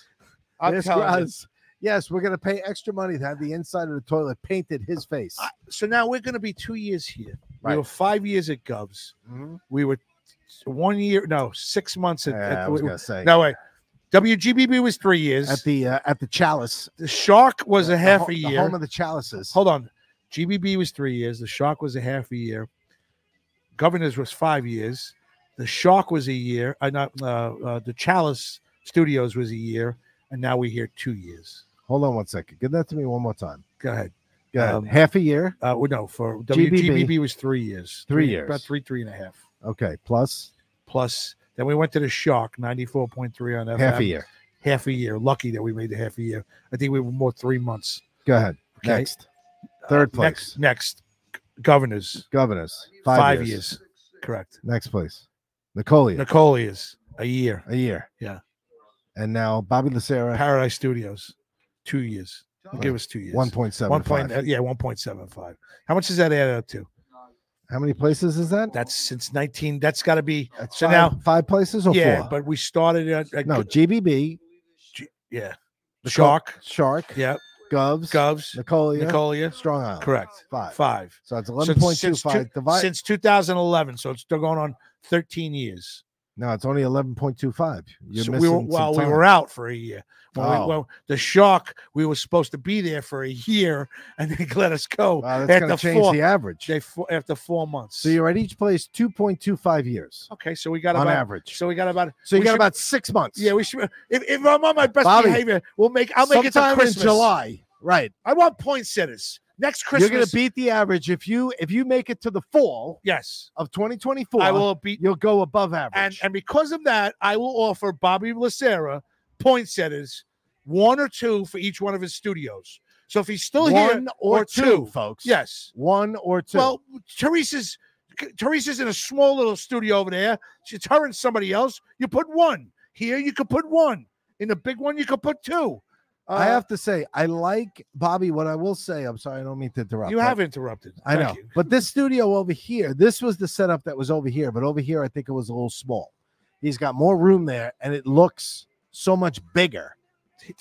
Speaker 3: I'm
Speaker 2: This
Speaker 3: telling you.
Speaker 2: was- Yes, we're going to pay extra money to have the inside of the toilet painted his face.
Speaker 3: So now we're going to be two years here. We
Speaker 2: Right.
Speaker 3: were five years at Govs.
Speaker 2: Mhm.
Speaker 3: We were one year, no, six months at. at-
Speaker 2: Yeah, I was gonna say.
Speaker 3: No wait, WGBB was three years.
Speaker 2: At the uh, at the chalice,
Speaker 3: the Shark was a
Speaker 2: the
Speaker 3: half
Speaker 2: ho-
Speaker 3: a
Speaker 2: the
Speaker 3: year.
Speaker 2: home of the chalices.
Speaker 3: Hold on, GBB was three years. The Shark was a half a year. Governors was five years. The Shark was a year. I not uh, uh, the Chalice Studios was a year, and now we're here two years.
Speaker 2: Hold on one second. Give that to me one more time.
Speaker 3: Go ahead.
Speaker 2: Go ahead.
Speaker 3: Um,
Speaker 2: Half a year.
Speaker 3: Uh, well, no, for
Speaker 2: GBB.
Speaker 3: WGBB was three years.
Speaker 2: Three years.
Speaker 3: About three, three and a half.
Speaker 2: Okay. Plus
Speaker 3: plus. Then we went to the Shark, ninety four point three on FM.
Speaker 2: half a year.
Speaker 3: Half a year. Lucky that we made the half a year. I think we were more three months.
Speaker 2: Go ahead.
Speaker 3: Okay.
Speaker 2: Next. Third place.
Speaker 3: Next, next, governors.
Speaker 2: Governors.
Speaker 3: Five,
Speaker 2: Five,
Speaker 3: years.
Speaker 2: years.
Speaker 3: Correct.
Speaker 2: Next place. Nicolia.
Speaker 3: Nicole is a year.
Speaker 2: a year.
Speaker 3: Yeah.
Speaker 2: And now Bobby Lucera.
Speaker 3: Paradise Studios, two years. They'll give us two years.
Speaker 2: One point seven.
Speaker 3: One point. uh, yeah, one point seven five. How much does that add up to?
Speaker 2: How many places is that?
Speaker 3: That's since nineteen. That's got to be. so
Speaker 2: five,
Speaker 3: now.
Speaker 2: five places or
Speaker 3: Yeah,
Speaker 2: Oh, four?
Speaker 3: but we started at, at
Speaker 2: no, GBB,
Speaker 3: yeah,
Speaker 2: Nico-
Speaker 3: Shark,
Speaker 2: Shark,
Speaker 3: yeah,
Speaker 2: Govs,
Speaker 3: Govs,
Speaker 2: Nicolia,
Speaker 3: Nicolia,
Speaker 2: Strong Island.
Speaker 3: correct,
Speaker 2: Five.
Speaker 3: five.
Speaker 2: So it's
Speaker 3: Since-
Speaker 2: eleven point two
Speaker 3: since two-
Speaker 2: five divided.
Speaker 3: since 2011. So it's still going on 13 years.
Speaker 2: no, it's only eleven point two five. You're
Speaker 3: So
Speaker 2: missing
Speaker 3: we were,
Speaker 2: some
Speaker 3: well, we
Speaker 2: time.
Speaker 3: were out for a year. When we,
Speaker 2: Oh.
Speaker 3: when the shock, we were supposed to be there for a year, and they let us go.
Speaker 2: Wow, that's going to
Speaker 3: after
Speaker 2: change
Speaker 3: four-
Speaker 2: the average.
Speaker 3: They four, after four months.
Speaker 2: So you're at each place two point two five years.
Speaker 3: okay. So we Oh, got
Speaker 2: on
Speaker 3: about
Speaker 2: average.
Speaker 3: So we got about.
Speaker 2: So you
Speaker 3: we
Speaker 2: got
Speaker 3: should-
Speaker 2: about six months.
Speaker 3: Yeah, we should. If, if I'm on my best
Speaker 2: Bobby,
Speaker 3: behavior, we'll make. I'll make it to
Speaker 2: sometime in
Speaker 3: Christmas.
Speaker 2: July, right?
Speaker 3: I want point sitters next Christmas.
Speaker 2: You're going to beat the average if you if you make it to the fall
Speaker 3: Yes,
Speaker 2: of 2024.
Speaker 3: I will beat
Speaker 2: You'll go above average.
Speaker 3: and and because of that, I will offer Bobby Lacera point setters, one or two for each one of his studios. So if he's still here,
Speaker 2: One or two, folks.
Speaker 3: Yes.
Speaker 2: One or two.
Speaker 3: Well, Teresa's Teresa's in a small little studio over there. It's her and somebody else. You put one here. You could put one in the big one. You could put two.
Speaker 2: I
Speaker 3: Uh,
Speaker 2: have to say, I like Bobby. What I will say, I'm sorry, I don't mean to interrupt.
Speaker 3: You
Speaker 2: but-
Speaker 3: have interrupted.
Speaker 2: I
Speaker 3: Thank
Speaker 2: know,
Speaker 3: you.
Speaker 2: but this studio over here, this was the setup that was over here, but over here, I think it was a little small. He's got more room there, and it looks so much bigger.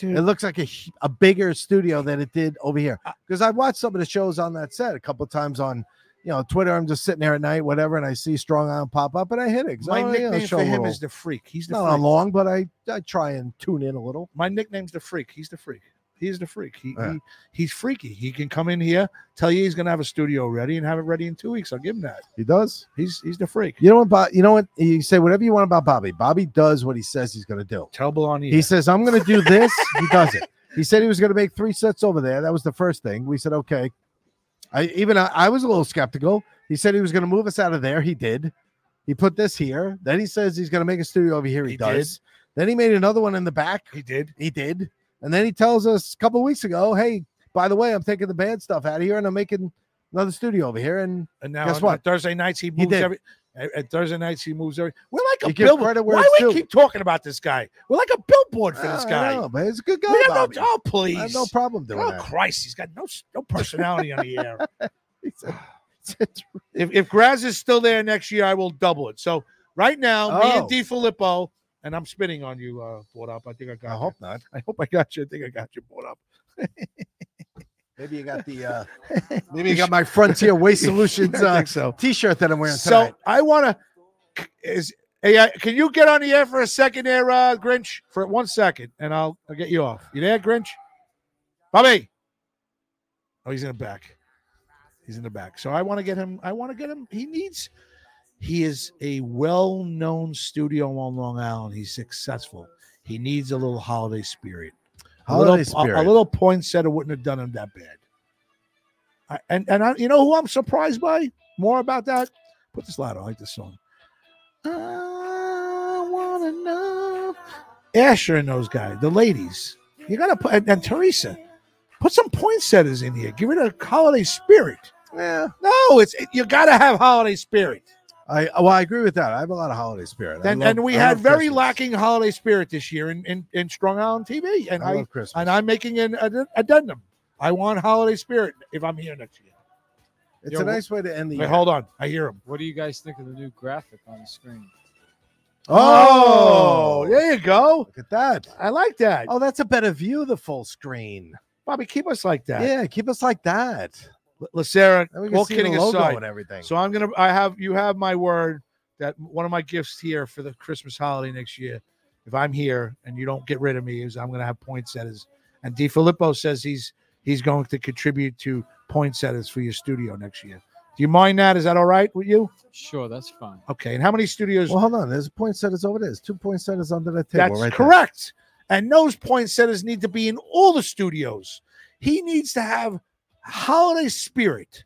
Speaker 3: Mm.
Speaker 2: It looks like a, hu- a bigger studio than it did over here.
Speaker 3: Uh,
Speaker 2: Because I watched some of the shows on that set a couple of times on, you know, Twitter. I'm just sitting there at night, whatever, and I see Strong Island pop up, and I hit it. 'cause
Speaker 3: My
Speaker 2: I, you know,
Speaker 3: nickname
Speaker 2: show
Speaker 3: for
Speaker 2: a
Speaker 3: him
Speaker 2: little-
Speaker 3: is the freak. He's
Speaker 2: It's
Speaker 3: the
Speaker 2: not
Speaker 3: freak.
Speaker 2: on long, but I, I try and tune in a little.
Speaker 3: My nickname's the freak. He's the freak. He's the freak. He,
Speaker 2: Yeah.
Speaker 3: he he's freaky. He can come in here, tell you he's gonna have a studio ready, and have it ready in two weeks. I'll give him that.
Speaker 2: He does.
Speaker 3: He's he's the freak.
Speaker 2: You know what? Bob, you know what? You say whatever you want about Bobby. Bobby does what he says he's going to do.
Speaker 3: Terrible on you.
Speaker 2: He says, I'm going to do this. he does it. He said he was going to make three sets over there. That was the first thing. We said, okay. I even I, I was a little skeptical. He said he was going to move us out of there. He did. He put this here. Then he says he's going to make a studio over here. He,
Speaker 3: He did.
Speaker 2: does. Then he made another one in the back.
Speaker 3: he did.
Speaker 2: He did. And then he tells us a couple weeks ago, hey, by the way, I'm taking the bad stuff out of here and I'm making another studio over here. And
Speaker 3: And now
Speaker 2: Guess
Speaker 3: on uh,
Speaker 2: what?
Speaker 3: Thursday nights he moves
Speaker 2: did.
Speaker 3: every. At at Thursday nights he moves every. We're like
Speaker 2: You
Speaker 3: a
Speaker 2: give
Speaker 3: billboard.
Speaker 2: credit where
Speaker 3: Why
Speaker 2: it's
Speaker 3: do we
Speaker 2: due.
Speaker 3: keep talking about this guy? We're like a billboard for this
Speaker 2: I
Speaker 3: guy.
Speaker 2: know, but he's a good guy.
Speaker 3: we have no,
Speaker 2: Bobby.
Speaker 3: oh
Speaker 2: I
Speaker 3: please,
Speaker 2: have no problem doing
Speaker 3: Oh
Speaker 2: that.
Speaker 3: Christ, he's got no s- no personality on the air.
Speaker 2: It's a- it's a-
Speaker 3: If if Graz is still there next year, I will double it. So right now, me and
Speaker 2: Oh.
Speaker 3: D Filippo And I'm spitting on you, uh, board up. I think I got. I
Speaker 12: hope not.
Speaker 3: I hope I got you. I think I got you, board up.
Speaker 2: Maybe you got the. Uh, maybe you got my Frontier Waste Solutions
Speaker 3: I
Speaker 2: uh,
Speaker 3: think so.
Speaker 2: T-shirt that I'm wearing
Speaker 3: so
Speaker 2: tonight.
Speaker 3: I want to. Is hey, uh, can you get on the air for a second, there, uh, Grinch? For one second, and I'll I'll get you off. You there, Grinch? Bobby. Oh, he's in the back. He's in the back. So I want to get him. I want to get him. He needs. He is a well-known studio on Long Island. He's successful. He needs a little holiday spirit. a
Speaker 2: Holiday
Speaker 3: little, a- A,
Speaker 2: spirit.
Speaker 3: little poinsettia wouldn't have done him that bad. I, and and I, you know who I'm surprised by? More about that? Put this loud. I like this song. I wanna know. Asher and those guys, the ladies. You gotta put and, and Teresa. Put some poinsettias in here. Give it a holiday spirit. Yeah. No, it's it, you gotta have holiday spirit.
Speaker 2: I well, I agree with that. I have a lot of holiday spirit. I
Speaker 3: And,
Speaker 2: love-
Speaker 3: and we
Speaker 2: I
Speaker 3: had
Speaker 2: love
Speaker 3: very
Speaker 2: Christmas.
Speaker 3: lacking holiday spirit this year in, in, in Strong Island TV. And
Speaker 2: I
Speaker 3: I,
Speaker 2: love Christmas.
Speaker 3: and I'm making an ad- addendum. I want holiday spirit if I'm here next year.
Speaker 2: It's
Speaker 3: Yo,
Speaker 2: a nice way to end the.
Speaker 3: Wait,
Speaker 2: year.
Speaker 3: hold on. I hear him.
Speaker 7: What do you guys think of the new graphic on the screen?
Speaker 3: Oh, there you go.
Speaker 2: Look at that.
Speaker 3: I like that.
Speaker 2: Oh, that's a better view. The full screen.
Speaker 3: Bobby, keep us like that.
Speaker 2: Yeah, keep us like that.
Speaker 3: Lacera,
Speaker 2: Then we can
Speaker 3: all
Speaker 2: see the
Speaker 3: kidding
Speaker 2: logo
Speaker 3: aside,
Speaker 2: and everything.
Speaker 3: So I'm gonna, I have you have my word that one of my gifts here for the Christmas holiday next year, if I'm here and you don't get rid of me, is I'm gonna have poinsettias. And D. Filippo says he's he's going to contribute to poinsettias for your studio next year. Do you mind that? Is that all right with you?
Speaker 7: Sure, that's fine.
Speaker 3: Okay. And how many studios?
Speaker 2: Well, hold on. There's poinsettias over there. There's two poinsettias under the table.
Speaker 3: That's
Speaker 2: right there.
Speaker 3: correct. And those poinsettias need to be in all the studios. He needs to have holiday spirit.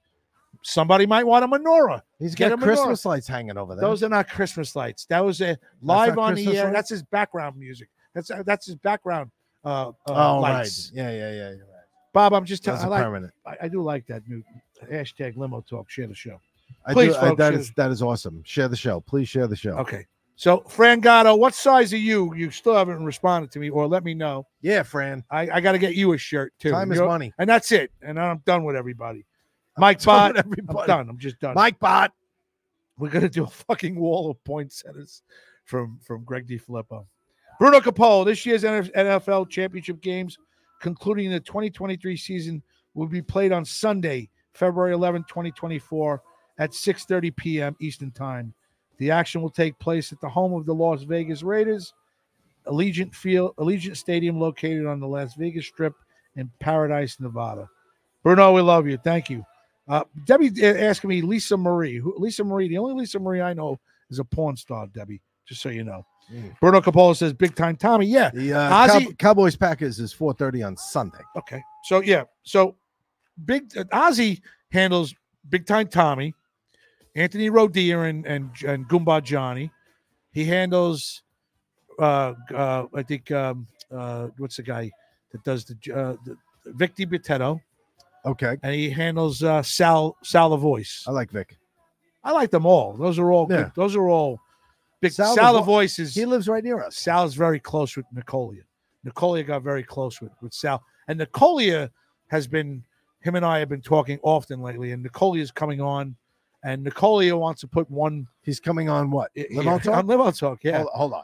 Speaker 3: Somebody might want a menorah.
Speaker 2: He's
Speaker 3: Get
Speaker 2: got
Speaker 3: a menorah.
Speaker 2: Christmas lights hanging over there.
Speaker 3: Those are not Christmas lights. That was a live
Speaker 2: not
Speaker 3: on
Speaker 2: Christmas
Speaker 3: the air.
Speaker 2: lights?
Speaker 3: That's his background music. That's that's his background uh, uh
Speaker 2: oh,
Speaker 3: lights.
Speaker 2: right. Yeah, yeah, yeah. You're right.
Speaker 3: Bob, I'm just telling.
Speaker 2: Those
Speaker 3: I
Speaker 2: are
Speaker 3: like.
Speaker 2: permanent.
Speaker 3: I, I do like that new hashtag limo talk. Share the show.
Speaker 2: I
Speaker 3: Please,
Speaker 2: do, I,
Speaker 3: folks,
Speaker 2: that
Speaker 3: share
Speaker 2: is that is awesome. Share the show, please. Share the show.
Speaker 3: Okay. So, Fran Gatto, what size are you? You still haven't responded to me, or let me know.
Speaker 2: Yeah, Fran.
Speaker 3: I, I got to get you a shirt too.
Speaker 2: Time is
Speaker 3: You're-
Speaker 2: money.
Speaker 3: and that's it. And I'm done with everybody. Mike Bot,
Speaker 2: with
Speaker 3: I'm
Speaker 2: everybody.
Speaker 3: done. I'm just done.
Speaker 2: Mike Bot.
Speaker 3: We're gonna do a fucking wall of poinsettias from from Greg DiFilippo. Bruno Capone, this year's NF- NFL championship games, concluding the 2023 season, will be played on Sunday, February 11, 2024, at 6:30 p.m. Eastern Time. The action will take place at the home of the Las Vegas Raiders, Allegiant Field, Allegiant Stadium, located on the Las Vegas Strip in Paradise, Nevada. Bruno, we love you. Thank you. Uh, Debbie uh, asked me Lisa Marie. Who, Lisa Marie, the only Lisa Marie I know is a porn star, Debbie, just so you know.
Speaker 2: Mm.
Speaker 3: Bruno Capola says, Big Time Tommy. Yeah.
Speaker 2: The uh, Cow-
Speaker 3: Ozzy-
Speaker 2: Cowboys Packers is 4:30 on Sunday.
Speaker 3: Okay. So, yeah. So, Big uh, Ozzy handles Big Time Tommy, Anthony Rodeer, and, and, and Goomba Johnny. He handles, uh, uh, I think, um, uh, what's the guy that does the, uh, the Vic DiBitetto,
Speaker 2: Okay,
Speaker 3: and he handles uh, Sal, Sal the Voice.
Speaker 2: I like Vic.
Speaker 3: I like them all. Those are all
Speaker 2: Yeah.
Speaker 3: good. Those are all big. Sal,
Speaker 2: Sal
Speaker 3: the
Speaker 2: Vo-
Speaker 3: Voice is
Speaker 2: He lives right near us.
Speaker 3: Sal's very close with Nicolia. Nicolia got very close with, with Sal. And Nicolia has been, him and I have been talking often lately. And Nicolia's coming on. And Nicolia wants to put one
Speaker 2: He's coming on what? Limo Talk?
Speaker 3: on Limo Talk. Yeah.
Speaker 2: Hold, hold on.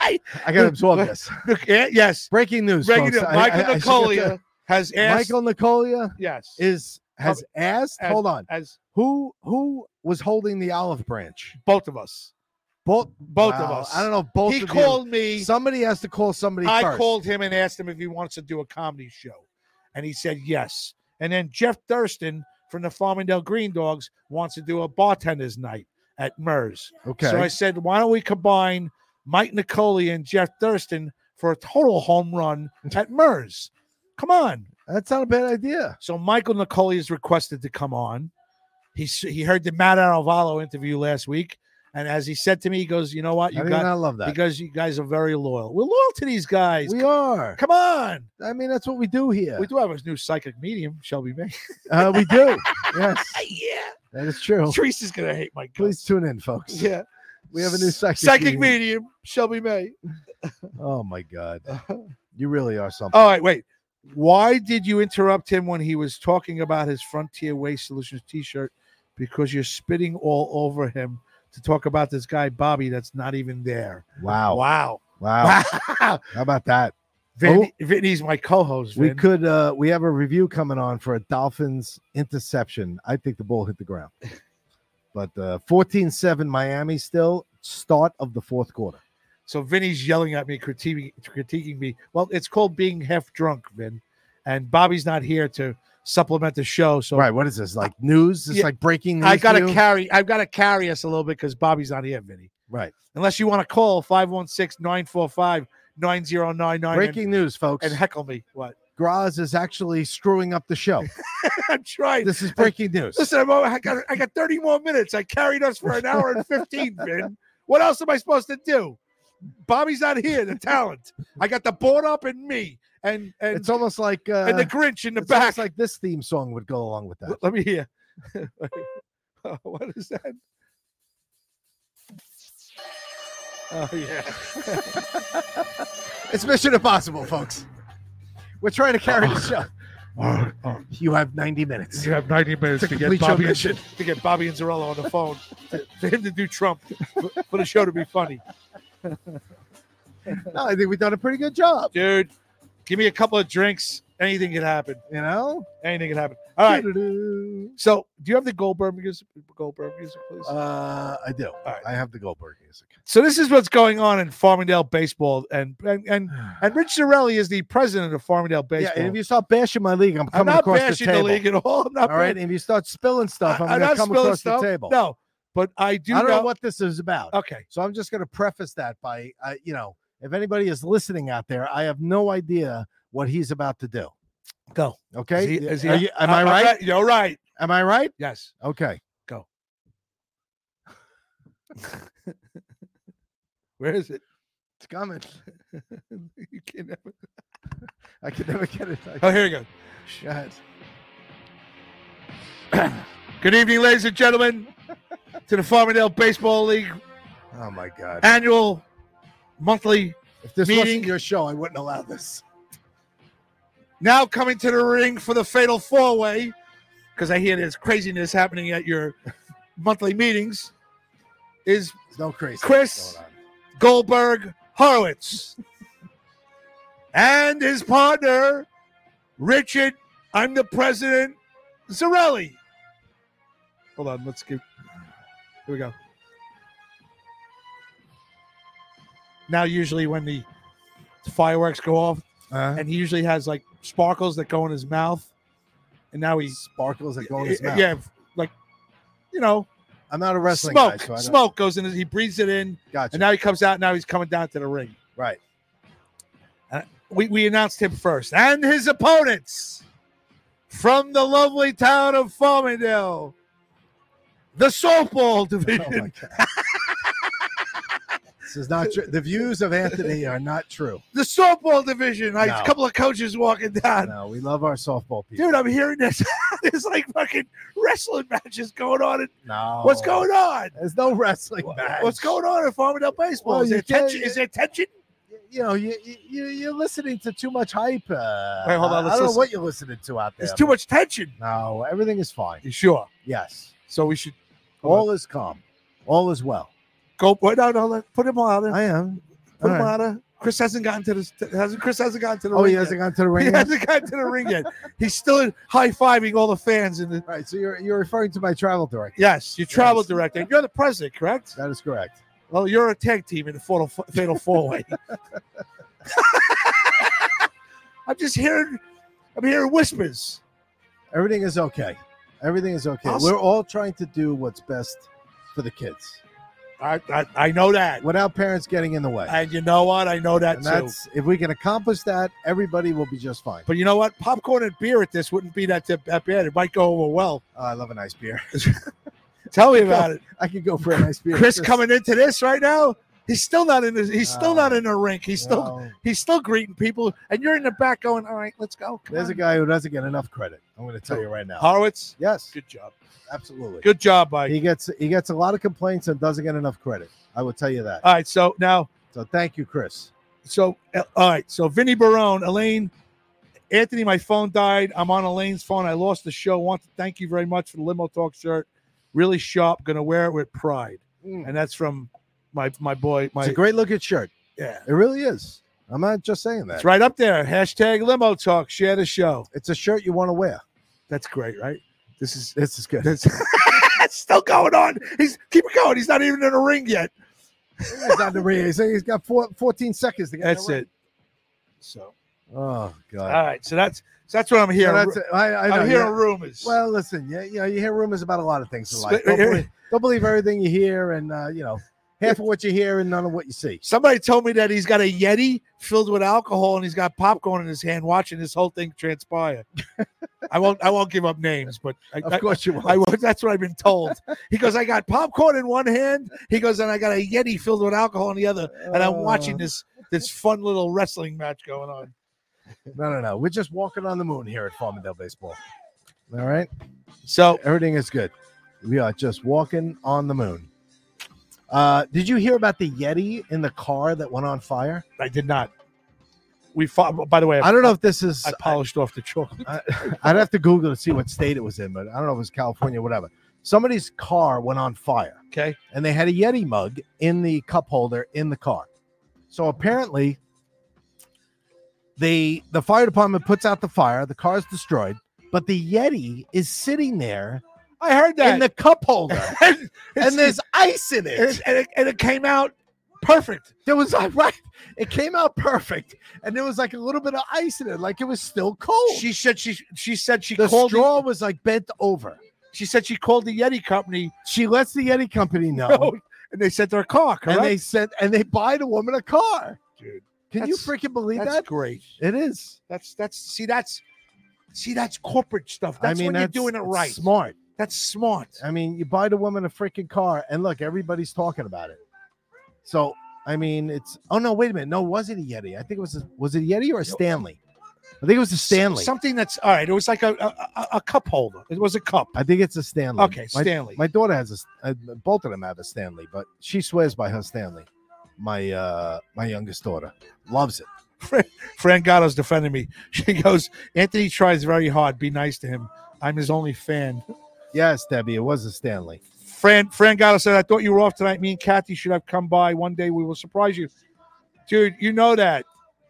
Speaker 2: I got to absorb this.
Speaker 3: Nic- yeah, yes.
Speaker 2: Breaking news.
Speaker 3: Breaking
Speaker 2: folks.
Speaker 3: news.
Speaker 2: I-
Speaker 3: Michael
Speaker 2: I- I should get
Speaker 3: Nicolia
Speaker 2: to-
Speaker 3: has asked.
Speaker 2: Michael Nicolia
Speaker 3: yes.
Speaker 2: is has
Speaker 3: Oh,
Speaker 2: asked.
Speaker 3: as-
Speaker 2: hold on.
Speaker 3: As
Speaker 2: Who who was holding the olive branch?
Speaker 3: both of us.
Speaker 2: Both
Speaker 3: Both of
Speaker 2: wow,
Speaker 3: us.
Speaker 2: I don't know. if Both
Speaker 3: He
Speaker 2: of
Speaker 3: called
Speaker 2: you.
Speaker 3: me.
Speaker 2: Somebody has to call somebody
Speaker 3: I
Speaker 2: first.
Speaker 3: called him and asked him if he wants to do a comedy show, and he said yes. And then Jeff Thurston from the Farmingdale Green Dogs wants to do a bartender's night at MERS.
Speaker 2: Okay.
Speaker 3: So I said, why don't we combine Mike Nicoli and Jeff Thurston for a total home run at MERS? Come on.
Speaker 2: That's not a bad idea.
Speaker 3: So Michael Nicoli is requested to come on. He s- he heard the Matt Alvalo interview last week, and as he said to me, he goes, "You know what?
Speaker 2: How
Speaker 3: You
Speaker 2: do you
Speaker 3: got
Speaker 2: not love that?
Speaker 3: because you guys are very loyal. We're loyal to these guys.
Speaker 2: we are.
Speaker 3: Come on.
Speaker 2: I mean, that's what we do here.
Speaker 3: We do have a new psychic medium, Shelby May.
Speaker 2: Uh, we do. yes,
Speaker 3: Uh, yeah.
Speaker 2: that is true.
Speaker 3: Teresa's going to hate my guts.
Speaker 2: Please tune in, folks.
Speaker 3: Yeah.
Speaker 2: We have a new psychic.
Speaker 3: Psychic
Speaker 2: meeting.
Speaker 3: medium, Shelby May.
Speaker 2: Oh my god, you really are something.
Speaker 3: All right, wait. Why did you interrupt him when he was talking about his Frontier Waste Solutions t shirt? Because you're spitting all over him to talk about this guy Bobby that's not even there.
Speaker 2: Wow.
Speaker 3: Wow.
Speaker 2: Wow. How about that?
Speaker 3: Vin, Vinny's my co-host.
Speaker 2: We
Speaker 3: Vin.
Speaker 2: could uh we have a review coming on for a Dolphins interception. I think the ball hit the ground. But uh 14-7 Miami still start of the fourth quarter.
Speaker 3: So Vinny's yelling at me, critiquing, critiquing me. Well, it's called being half drunk, Vin. And Bobby's not here to supplement the show. So
Speaker 2: right, what is this like news? It's like breaking news.
Speaker 3: I gotta
Speaker 2: to you?
Speaker 3: carry. I've got to carry us a little bit because Bobby's not here, Vinny.
Speaker 2: Right.
Speaker 3: Unless you want to call 516-945-9099.
Speaker 2: Breaking
Speaker 3: and-
Speaker 2: news, folks.
Speaker 3: And heckle me. What?
Speaker 2: Graz is actually screwing up the show.
Speaker 3: I'm trying.
Speaker 2: This is breaking news.
Speaker 3: Listen, I'm, over- I got I got 30 more minutes. I carried us for an hour and 15, Vin. What else am I supposed to do? Bobby's not here. The talent. I got the board up and me and and
Speaker 2: it's almost like uh,
Speaker 3: and the Grinch in the
Speaker 2: it's almost
Speaker 3: back.
Speaker 2: like this theme song would go along with that.
Speaker 3: Let me hear. Oh, what is that? Oh yeah.
Speaker 2: It's Mission Impossible, folks. We're trying to carry the show. You have 90 minutes.
Speaker 3: You have 90 minutes to get
Speaker 2: complete your
Speaker 3: Bobby and,
Speaker 2: mission.
Speaker 3: to get Bobby and Zarella on the phone to- for him to do Trump for- for the show to be funny.
Speaker 2: No, I think we've done a pretty good job.
Speaker 3: Dude, give me a couple of drinks. Anything can happen.
Speaker 2: You know?
Speaker 3: Anything can happen. All right. So, do you have the Goldberg music? Goldberg music, please.
Speaker 2: Uh, I do. I have the Goldberg music.
Speaker 3: So this is what's going on in Farmingdale baseball, and and and, and Rich Zarelli is the president of Farmingdale
Speaker 2: Yeah,
Speaker 3: baseball.
Speaker 2: and if you stop bashing my league, I'm coming
Speaker 3: I'm not
Speaker 2: across
Speaker 3: bashing
Speaker 2: the
Speaker 3: the,
Speaker 2: table.
Speaker 3: league at all. I'm not
Speaker 2: all right,
Speaker 3: bashing-
Speaker 2: if you start spilling stuff, I'm,
Speaker 3: I'm
Speaker 2: going
Speaker 3: not
Speaker 2: to come
Speaker 3: spilling
Speaker 2: across
Speaker 3: stuff.
Speaker 2: the table.
Speaker 3: No, but I do
Speaker 2: I don't know,
Speaker 3: know-
Speaker 2: what this is about.
Speaker 3: Okay.
Speaker 2: So I'm just going to preface that by, uh, you know, if anybody is listening out there, I have no idea what he's about to do.
Speaker 3: Go.
Speaker 2: Okay.
Speaker 3: Is he- is he-
Speaker 2: Are uh, you- am
Speaker 3: I-
Speaker 2: I
Speaker 3: I'm
Speaker 2: right?
Speaker 3: right- you're right.
Speaker 2: Am I right?
Speaker 3: Yes.
Speaker 2: Okay.
Speaker 3: Go. Where is it?
Speaker 2: It's coming.
Speaker 3: you can never.
Speaker 2: I can never get it.
Speaker 3: Oh, here we go.
Speaker 2: Go ahead.
Speaker 3: Good evening, ladies and gentlemen, to the Farmingdale Baseball League
Speaker 2: Oh my God.
Speaker 3: annual monthly
Speaker 2: if this
Speaker 3: meeting.
Speaker 2: wasn't your show, I wouldn't allow this.
Speaker 3: Now coming to the ring for the fatal four way, because I hear there's craziness happening at your monthly meetings, is
Speaker 2: There's no crazy.
Speaker 3: Chris Goldberg Horowitz and his partner, Richard, I'm the president, Zarelli. Hold on, let's give. Here we go. Now, usually when the fireworks go off,
Speaker 2: Uh,
Speaker 3: and he usually has like sparkles that go in his mouth, and now he
Speaker 2: sparkles that go in his mouth.
Speaker 3: Yeah, like you know,
Speaker 2: I'm not a wrestling guy,
Speaker 3: smoke.
Speaker 2: so I don't-
Speaker 3: smoke goes in. his- He breathes it in,
Speaker 2: Gotcha.
Speaker 3: and now he comes out. Now he's coming down to the ring.
Speaker 2: Right.
Speaker 3: And we we announced him first, and his opponents from the lovely town of Farmingdale, the softball division.
Speaker 2: This is not true. The views of Anthony are not true.
Speaker 3: the softball division. Like
Speaker 2: No.
Speaker 3: a couple of coaches walking down.
Speaker 2: No, we love our softball people.
Speaker 3: Dude, I'm hearing this. There's like fucking wrestling matches going on. In,
Speaker 2: No.
Speaker 3: What's going on?
Speaker 2: There's no wrestling match.
Speaker 3: What's going on in Farmingdale baseball?
Speaker 2: Well,
Speaker 3: is,
Speaker 2: you
Speaker 3: there
Speaker 2: can't-
Speaker 3: tension, is there tension?
Speaker 2: You know, you, you- you you're listening to too much hype. Uh,
Speaker 3: Wait, hold on,
Speaker 2: I- I don't
Speaker 3: let's
Speaker 2: know
Speaker 3: listen.
Speaker 2: what you're listening to out there.
Speaker 3: There's too much tension.
Speaker 2: No, everything is fine.
Speaker 3: You sure?
Speaker 2: Yes,
Speaker 3: So we should
Speaker 2: all is calm, all is well.
Speaker 3: go. Wait, no, no. let- Put him on.
Speaker 2: I am.
Speaker 3: Put him
Speaker 2: all right.
Speaker 3: on. uh, Chris hasn't gotten to the. Hasn't Chris hasn't gotten to the.
Speaker 2: Oh,
Speaker 3: ring
Speaker 2: he hasn't
Speaker 3: yet.
Speaker 2: gone to the ring.
Speaker 3: He
Speaker 2: yet?
Speaker 3: hasn't gotten to the ring yet. He's still high fiving all the fans. And the,
Speaker 2: All right, so you're you're referring to my travel director.
Speaker 3: yes, you travel director. You're the president, correct?
Speaker 2: That is correct.
Speaker 3: Well, you're a tag team in the fatal, fatal four way. I'm just hearing. I'm hearing whispers.
Speaker 2: Everything is okay. Everything is okay.
Speaker 3: Awesome.
Speaker 2: We're all trying to do what's best for the kids
Speaker 3: I, I, I know that.
Speaker 2: without parents getting in the way.
Speaker 3: And you know what? I know that
Speaker 2: and
Speaker 3: too.
Speaker 2: that's if we can accomplish that, everybody will be just fine.
Speaker 3: But you know what? Popcorn and beer at this wouldn't be that, that bad. It might go over well.
Speaker 2: Oh, I love a nice beer.
Speaker 3: Tell me about it.
Speaker 2: I could go for a nice beer.
Speaker 3: Chris coming into this right now. He's still not in. The, he's still not in the rink. He's still
Speaker 2: No.
Speaker 3: he's still greeting people, and you're in the back going, "All right, let's go." Come
Speaker 2: There's
Speaker 3: on."
Speaker 2: a guy who doesn't get enough credit. I'm going to tell you right now.
Speaker 3: Horowitz.
Speaker 2: Yes,
Speaker 3: Good job.
Speaker 2: absolutely.
Speaker 3: Good job, Mike.
Speaker 2: He gets he gets a lot of complaints and doesn't get enough credit. I will tell you that.
Speaker 3: All right. So now,
Speaker 2: So thank you, Chris.
Speaker 3: so uh, all right. So Vinny Barone, Elaine, Anthony. My phone died. I'm on Elaine's phone. I lost the show. Want to thank you very much for the limo talk shirt. Really sharp. Going to wear it with pride. and that's from my my boy. My
Speaker 2: Mm. it's a great looking shirt.
Speaker 3: Yeah,
Speaker 2: it really is. I'm not just saying that.
Speaker 3: It's right up there. Hashtag limo talk. Share the show.
Speaker 2: It's a shirt you want to wear.
Speaker 3: That's great, right? This is
Speaker 2: this is good.
Speaker 3: It's still going on. He's keep it going. He's not even in a ring yet.
Speaker 2: he's not in the ring. He's, he's got four, 14 seconds to get. in the
Speaker 3: That's
Speaker 2: ring.
Speaker 3: it. So
Speaker 2: Oh God.
Speaker 3: all right. So that's so that's what I'm hearing.
Speaker 2: So that's it. I, I know,
Speaker 3: am hearing
Speaker 2: yeah.
Speaker 3: rumors.
Speaker 2: Well, listen, yeah, you know, you hear rumors about a lot of things in
Speaker 3: Sp-
Speaker 2: life. Don't believe, don't believe everything you hear, and uh, you know, half of what you hear and none of what you see.
Speaker 3: Somebody told me that he's got a Yeti filled with alcohol and he's got popcorn in his hand, watching this whole thing transpire. I won't. I won't give up names, but I,
Speaker 2: Of course you won't.
Speaker 3: I, won't. That's what I've been told. He goes, I got popcorn in one hand. He goes, and I got a Yeti filled with alcohol in the other, and I'm
Speaker 2: Oh.
Speaker 3: watching this this fun little wrestling match going on.
Speaker 2: No, no, no. We're just walking on the moon here at Farmingdale Baseball. All right.
Speaker 3: So
Speaker 2: everything is good. We are just walking on the moon. Uh, did you hear about the Yeti in the car that went on fire?
Speaker 3: I did not. We fought. By the way,
Speaker 2: I don't know if this is.
Speaker 3: I polished off the chocolate.
Speaker 2: I'd have to Google to see what state it was in, but I don't know if it was California, whatever. Somebody's car went on fire.
Speaker 3: Okay.
Speaker 2: And they had a Yeti mug in the cup holder in the car. So apparently, the the fire department puts out the fire, the car's destroyed, but the Yeti is sitting there
Speaker 3: I heard that
Speaker 2: in the cup holder.
Speaker 3: and,
Speaker 2: and there's ice in
Speaker 3: and,
Speaker 2: it.
Speaker 3: and it and it came out perfect.
Speaker 2: There was like right. It came out perfect. And there was like a little bit of ice in it, like it was still cold.
Speaker 3: She said she she said she
Speaker 2: the
Speaker 3: called the-
Speaker 2: straw was like bent over.
Speaker 3: She said she called the Yeti company.
Speaker 2: She lets the Yeti company know.
Speaker 3: and they sent her a car, correct?
Speaker 2: and they sent and they buy the woman a car.
Speaker 3: Dude,
Speaker 2: Can you
Speaker 3: that's-
Speaker 2: freaking believe
Speaker 3: that's
Speaker 2: that?
Speaker 3: great.
Speaker 2: It is.
Speaker 3: That's that's see that's see that's corporate stuff.
Speaker 2: I
Speaker 3: That's
Speaker 2: mean,
Speaker 3: when
Speaker 2: that's,
Speaker 3: you're doing it
Speaker 2: it's Uh,
Speaker 3: right.
Speaker 2: Smart.
Speaker 3: That's smart.
Speaker 2: I mean, you buy the woman a freaking car, and look, everybody's talking about it. So, I mean, it's oh no, wait a minute, no, was it a Yeti? I think it was a, was it a Yeti or a Stanley? I think it was a Stanley.
Speaker 3: Something that's all right. It was like a a, a- a cup holder. It was a cup.
Speaker 2: I think it's a Stanley.
Speaker 3: Okay,
Speaker 2: My-
Speaker 3: Stanley.
Speaker 2: My daughter has a S- uh, both of them have a Stanley, but she swears by her Stanley. My uh my youngest daughter loves it.
Speaker 3: Fran, Fran Gatto's defending me. She goes, Anthony tries very hard. Be nice to him. I'm his only fan.
Speaker 2: Yes, Debbie, it was a Stanley.
Speaker 3: Fran Fran Gatto said, I thought you were off tonight. Me and Kathy should have come by. One day we will surprise you. Dude, you know that.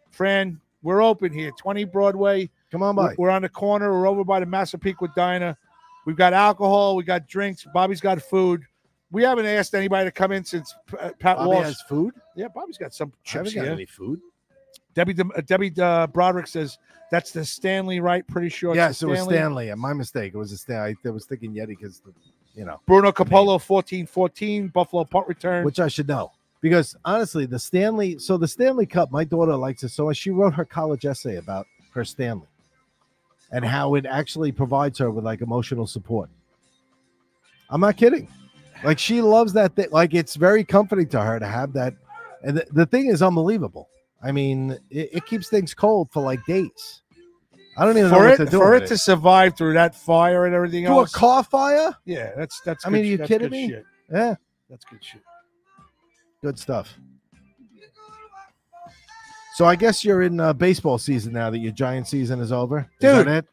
Speaker 3: Fran, we're open here. 20 Broadway.
Speaker 2: Come on by.
Speaker 3: We're on the corner. We're over by the Massapequa Diner. We've got alcohol. We got drinks. Bobby's got food. We haven't asked anybody to come in since uh, Pat
Speaker 2: Bobby
Speaker 3: Walsh.
Speaker 2: has food.
Speaker 3: yeah, Bobby's got some
Speaker 2: I
Speaker 3: chips
Speaker 2: haven't got
Speaker 3: here.
Speaker 2: any food.
Speaker 3: Debbie Dem- uh, Debbie uh, Broderick says that's the Stanley, right? Pretty sure. it's the
Speaker 2: Yes, it was Stanley. and My mistake. It was a Stanley. I was thinking Yeti because, you know,
Speaker 3: Bruno Capolo, fourteen fourteen. Buffalo punt return.
Speaker 2: which I should know. Because honestly, the Stanley. So the Stanley Cup, my daughter likes it so much. She wrote her college essay about her Stanley and how it actually provides her with like emotional support. I'm not kidding. Like she loves that thing. Like it's very comforting to her to have that. And the, the thing is unbelievable. I mean, it, it keeps things cold for like days. I don't even know
Speaker 3: for
Speaker 2: what
Speaker 3: it
Speaker 2: to do.
Speaker 3: for
Speaker 2: with
Speaker 3: it to survive through that fire and everything
Speaker 2: to a
Speaker 3: else.
Speaker 2: car fire.
Speaker 3: yeah, that's that's.
Speaker 2: I mean,
Speaker 3: good-
Speaker 2: are you
Speaker 3: that's
Speaker 2: kidding
Speaker 3: good
Speaker 2: me?
Speaker 3: Shit.
Speaker 2: Yeah,
Speaker 3: That's good shit.
Speaker 2: good stuff. So I guess you're in uh, baseball season now that your Giant season is over, Is that
Speaker 3: Dude,
Speaker 2: it?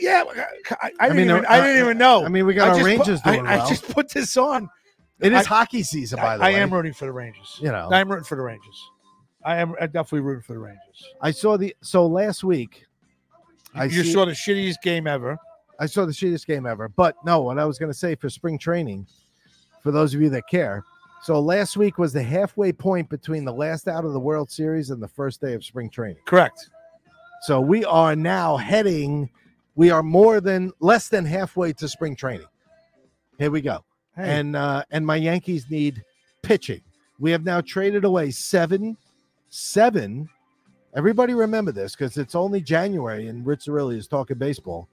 Speaker 3: Yeah, I, I,
Speaker 2: I
Speaker 3: didn't
Speaker 2: mean,
Speaker 3: even,
Speaker 2: uh,
Speaker 3: I didn't even know.
Speaker 2: I mean, we got our
Speaker 3: just
Speaker 2: Rangers
Speaker 3: put, I-
Speaker 2: doing
Speaker 3: I,
Speaker 2: well.
Speaker 3: just put this on.
Speaker 2: It is
Speaker 3: I-
Speaker 2: hockey season, by the
Speaker 3: I,
Speaker 2: way.
Speaker 3: I am rooting for the Oh. Rangers.
Speaker 2: You know.
Speaker 3: I'm rooting for the Rangers. I am I definitely rooting for the Rangers.
Speaker 2: I saw the so last week. I
Speaker 3: you
Speaker 2: see-
Speaker 3: saw the shittiest game ever.
Speaker 2: I saw the shittiest game ever. But no, what I was going to say for spring training, for those of you that care. So last week was the halfway point between the last out of the World Series and the first day of spring training.
Speaker 3: Correct.
Speaker 2: So we are now heading, we are more than less than halfway to spring training. Here we go.
Speaker 3: Hey.
Speaker 2: And uh and my Yankees need pitching. We have now traded away seven, seven. Everybody remember this because it's only January and Rich Aureli is talking baseball.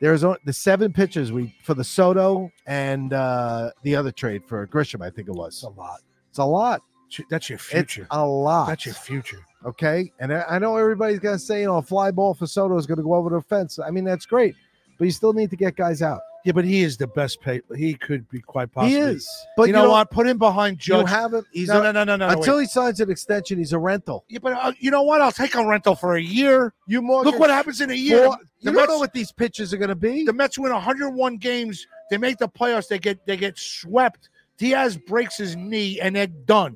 Speaker 2: There's on- the seven pitchers we for the Soto and uh the other trade for Grisham, I think it was.
Speaker 3: It's a lot.
Speaker 2: It's a lot.
Speaker 3: That's your
Speaker 2: It's
Speaker 3: future.
Speaker 2: a lot.
Speaker 3: That's your future.
Speaker 2: Okay. And I I know everybody's going to say, you know, a fly ball for Soto is going to go over the fence. I mean, that's great, but you still need to get guys out.
Speaker 3: Yeah, but he is the best pay. He could be quite possibly.
Speaker 2: He is. But
Speaker 3: you, know
Speaker 2: don't-
Speaker 3: what? Put him behind
Speaker 2: You
Speaker 3: Judge.
Speaker 2: have him. He's
Speaker 3: no,
Speaker 2: a-
Speaker 3: no, no, no, no, no.
Speaker 2: until
Speaker 3: wait.
Speaker 2: he signs an extension, he's a rental.
Speaker 3: Yeah, but uh, you know what? I'll take a rental for a year.
Speaker 2: You mortgage
Speaker 3: Look what happens in a year.
Speaker 2: four- you
Speaker 3: the
Speaker 2: don't
Speaker 3: Mets-
Speaker 2: know what these pitchers are going to be.
Speaker 3: The Mets win 101 games. They make the playoffs. They get they get swept. Diaz breaks his knee and they're done.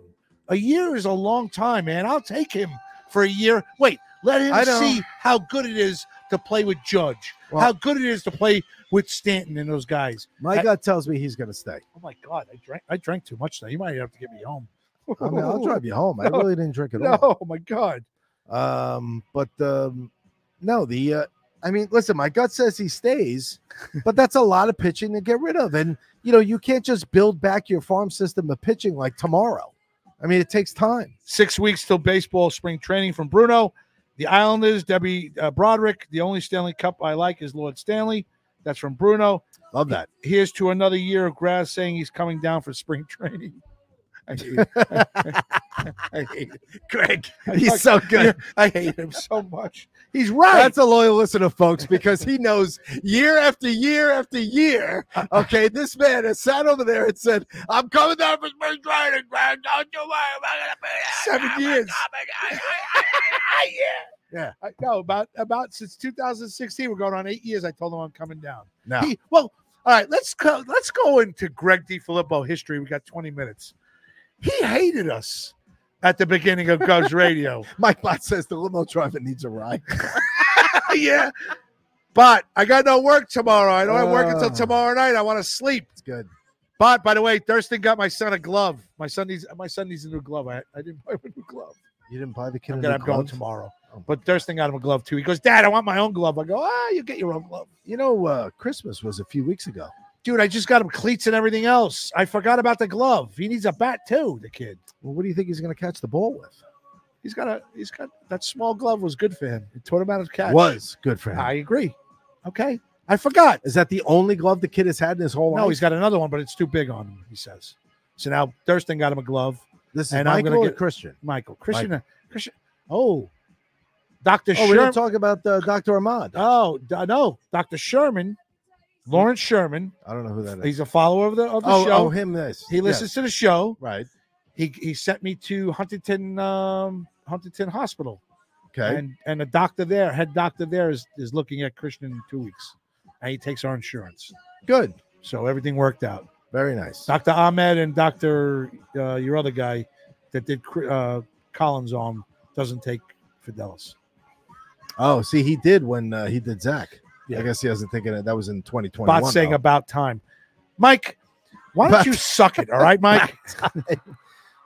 Speaker 3: A year is a long time, man. I'll take him for a year. Wait, let him
Speaker 12: I know.
Speaker 3: see how good it is to play with Judge, how good it is to play with Stanton and those guys.
Speaker 2: My
Speaker 3: I-
Speaker 2: gut tells me he's going to stay.
Speaker 3: Oh my God, I drank I drank too much. Now you might have to get me home.
Speaker 2: I mean, I'll drive you home. I
Speaker 3: No,
Speaker 2: really didn't drink at
Speaker 3: no,
Speaker 2: all.
Speaker 3: Oh my God.
Speaker 2: Um, but um, no, the uh, I mean, listen, my gut says he stays, but that's a lot of pitching to get rid of, and you know you can't just build back your farm system of pitching like tomorrow. I mean, it takes time.
Speaker 3: Six weeks till baseball spring training from Bruno. The Islanders, Debbie uh, Broderick. The only Stanley Cup I like is Lord Stanley. That's from Bruno.
Speaker 2: Love that.
Speaker 3: Here's to another year of Grass saying he's coming down for spring training. I hate it. I hate it. Greg,
Speaker 2: he's so good.
Speaker 3: I hate him so much. He's right.
Speaker 2: That's a loyal listener, folks, because he knows year after year after year. Okay, this man has sat over there and said, "I'm coming down for spring training, Greg. Don't you worry, we're gonna be there.
Speaker 3: Seven years.
Speaker 2: Yeah.
Speaker 3: I, no, about about since 2016, we're going on eight years. I told him I'm coming down.
Speaker 2: Now.
Speaker 3: He- well, all right, let's go. Let's go into Greg DiFilippo history. We got 20 minutes. He hated us at the beginning of Gov's radio.
Speaker 2: Mike Bot says the limo driver needs a ride.
Speaker 3: yeah, but I got no work tomorrow. I don't have work until
Speaker 2: Oh.
Speaker 3: tomorrow night. I want to sleep. It's
Speaker 2: good.
Speaker 3: But by the way, Thurston got my son a glove. My son needs my son needs a new glove. I, I didn't buy him a new glove.
Speaker 2: You didn't buy the kid.
Speaker 3: I'm,
Speaker 2: a
Speaker 3: gonna,
Speaker 2: new
Speaker 3: I'm going
Speaker 2: glove?
Speaker 3: tomorrow. But Thurston got him a glove too. He goes, Dad, I want my own glove. I go, Ah, you get your own glove.
Speaker 2: You know, uh, Christmas was a few weeks ago.
Speaker 3: Dude, I just got him cleats and everything else. I forgot about the glove. He needs a bat too. The kid.
Speaker 2: Well, what do you think he's going to catch the ball with?
Speaker 3: He's got a. He's got that small glove was good for him. It taught him how to catch.
Speaker 2: Was good for him.
Speaker 3: I agree. Okay, I forgot.
Speaker 2: Is that the only glove the kid has had in his whole life?
Speaker 3: No, he's got another one, but it's too big on him. He says. So now Thurston got him a glove.
Speaker 2: This is
Speaker 3: and I'm
Speaker 2: Michael
Speaker 3: gonna
Speaker 2: or
Speaker 3: get
Speaker 2: Christian.
Speaker 3: Michael Christian. uh,
Speaker 2: Michael.
Speaker 3: Christian. Oh, Doctor.
Speaker 2: oh, we didn't talk about uh, Dr. Ahmad.
Speaker 3: Oh, d- no, Dr. Sherman, Lawrence Sherman.
Speaker 2: I don't know who that is.
Speaker 3: He's a follower of the of the
Speaker 2: oh,
Speaker 3: show.
Speaker 2: oh, him. This.
Speaker 3: He listens
Speaker 2: Yes.
Speaker 3: to the show.
Speaker 2: Right.
Speaker 3: He he sent me to Huntington um, Huntington Hospital.
Speaker 2: Okay.
Speaker 3: And and a doctor there, head doctor there, is is looking at Christian in two weeks, and he takes our insurance.
Speaker 2: Good.
Speaker 3: So everything worked out.
Speaker 2: Very nice.
Speaker 3: Dr. Ahmed and Dr. Uh, your other guy that did Cr- uh, Collins on doesn't take Fidelis.
Speaker 2: Oh, see, he did when uh, he did Zach.
Speaker 3: Yeah.
Speaker 2: I guess he wasn't thinking that, that was in 2021.
Speaker 3: Bot saying
Speaker 2: though.
Speaker 3: about time. Mike, why don't
Speaker 2: But-
Speaker 3: you suck it? All right, Mike.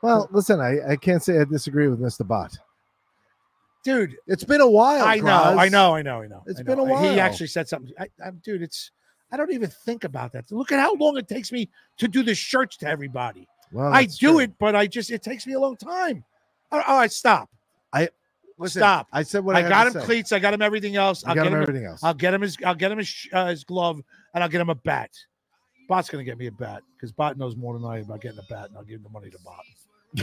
Speaker 2: Well, listen, I, I can't say I disagree with Mr. Bot.
Speaker 3: Dude,
Speaker 2: It's been a while.
Speaker 3: I know,
Speaker 2: Graz.
Speaker 3: I know, I know, I know.
Speaker 2: It's
Speaker 3: I
Speaker 2: been
Speaker 3: know.
Speaker 2: a while.
Speaker 3: He actually said something. I, I'm, dude, it's I don't even think about that. Look at how long it takes me to do the shirts to everybody.
Speaker 2: Well, Oh,
Speaker 3: I
Speaker 2: that's
Speaker 3: do
Speaker 2: true.
Speaker 3: it, but I just it takes me a long time. All right, all right, stop.
Speaker 2: I listen,
Speaker 3: Stop.
Speaker 2: I said what I,
Speaker 3: I
Speaker 2: had
Speaker 3: got
Speaker 2: to
Speaker 3: him
Speaker 2: say.
Speaker 3: cleats. I got him everything else.
Speaker 2: You got him everything else.
Speaker 3: I'll get him his. I'll get him his, sh- uh, his glove, and I'll get him a bat. Bot's gonna get me a bat because Bot knows more than I about getting a bat, and I'll give the money to Bot.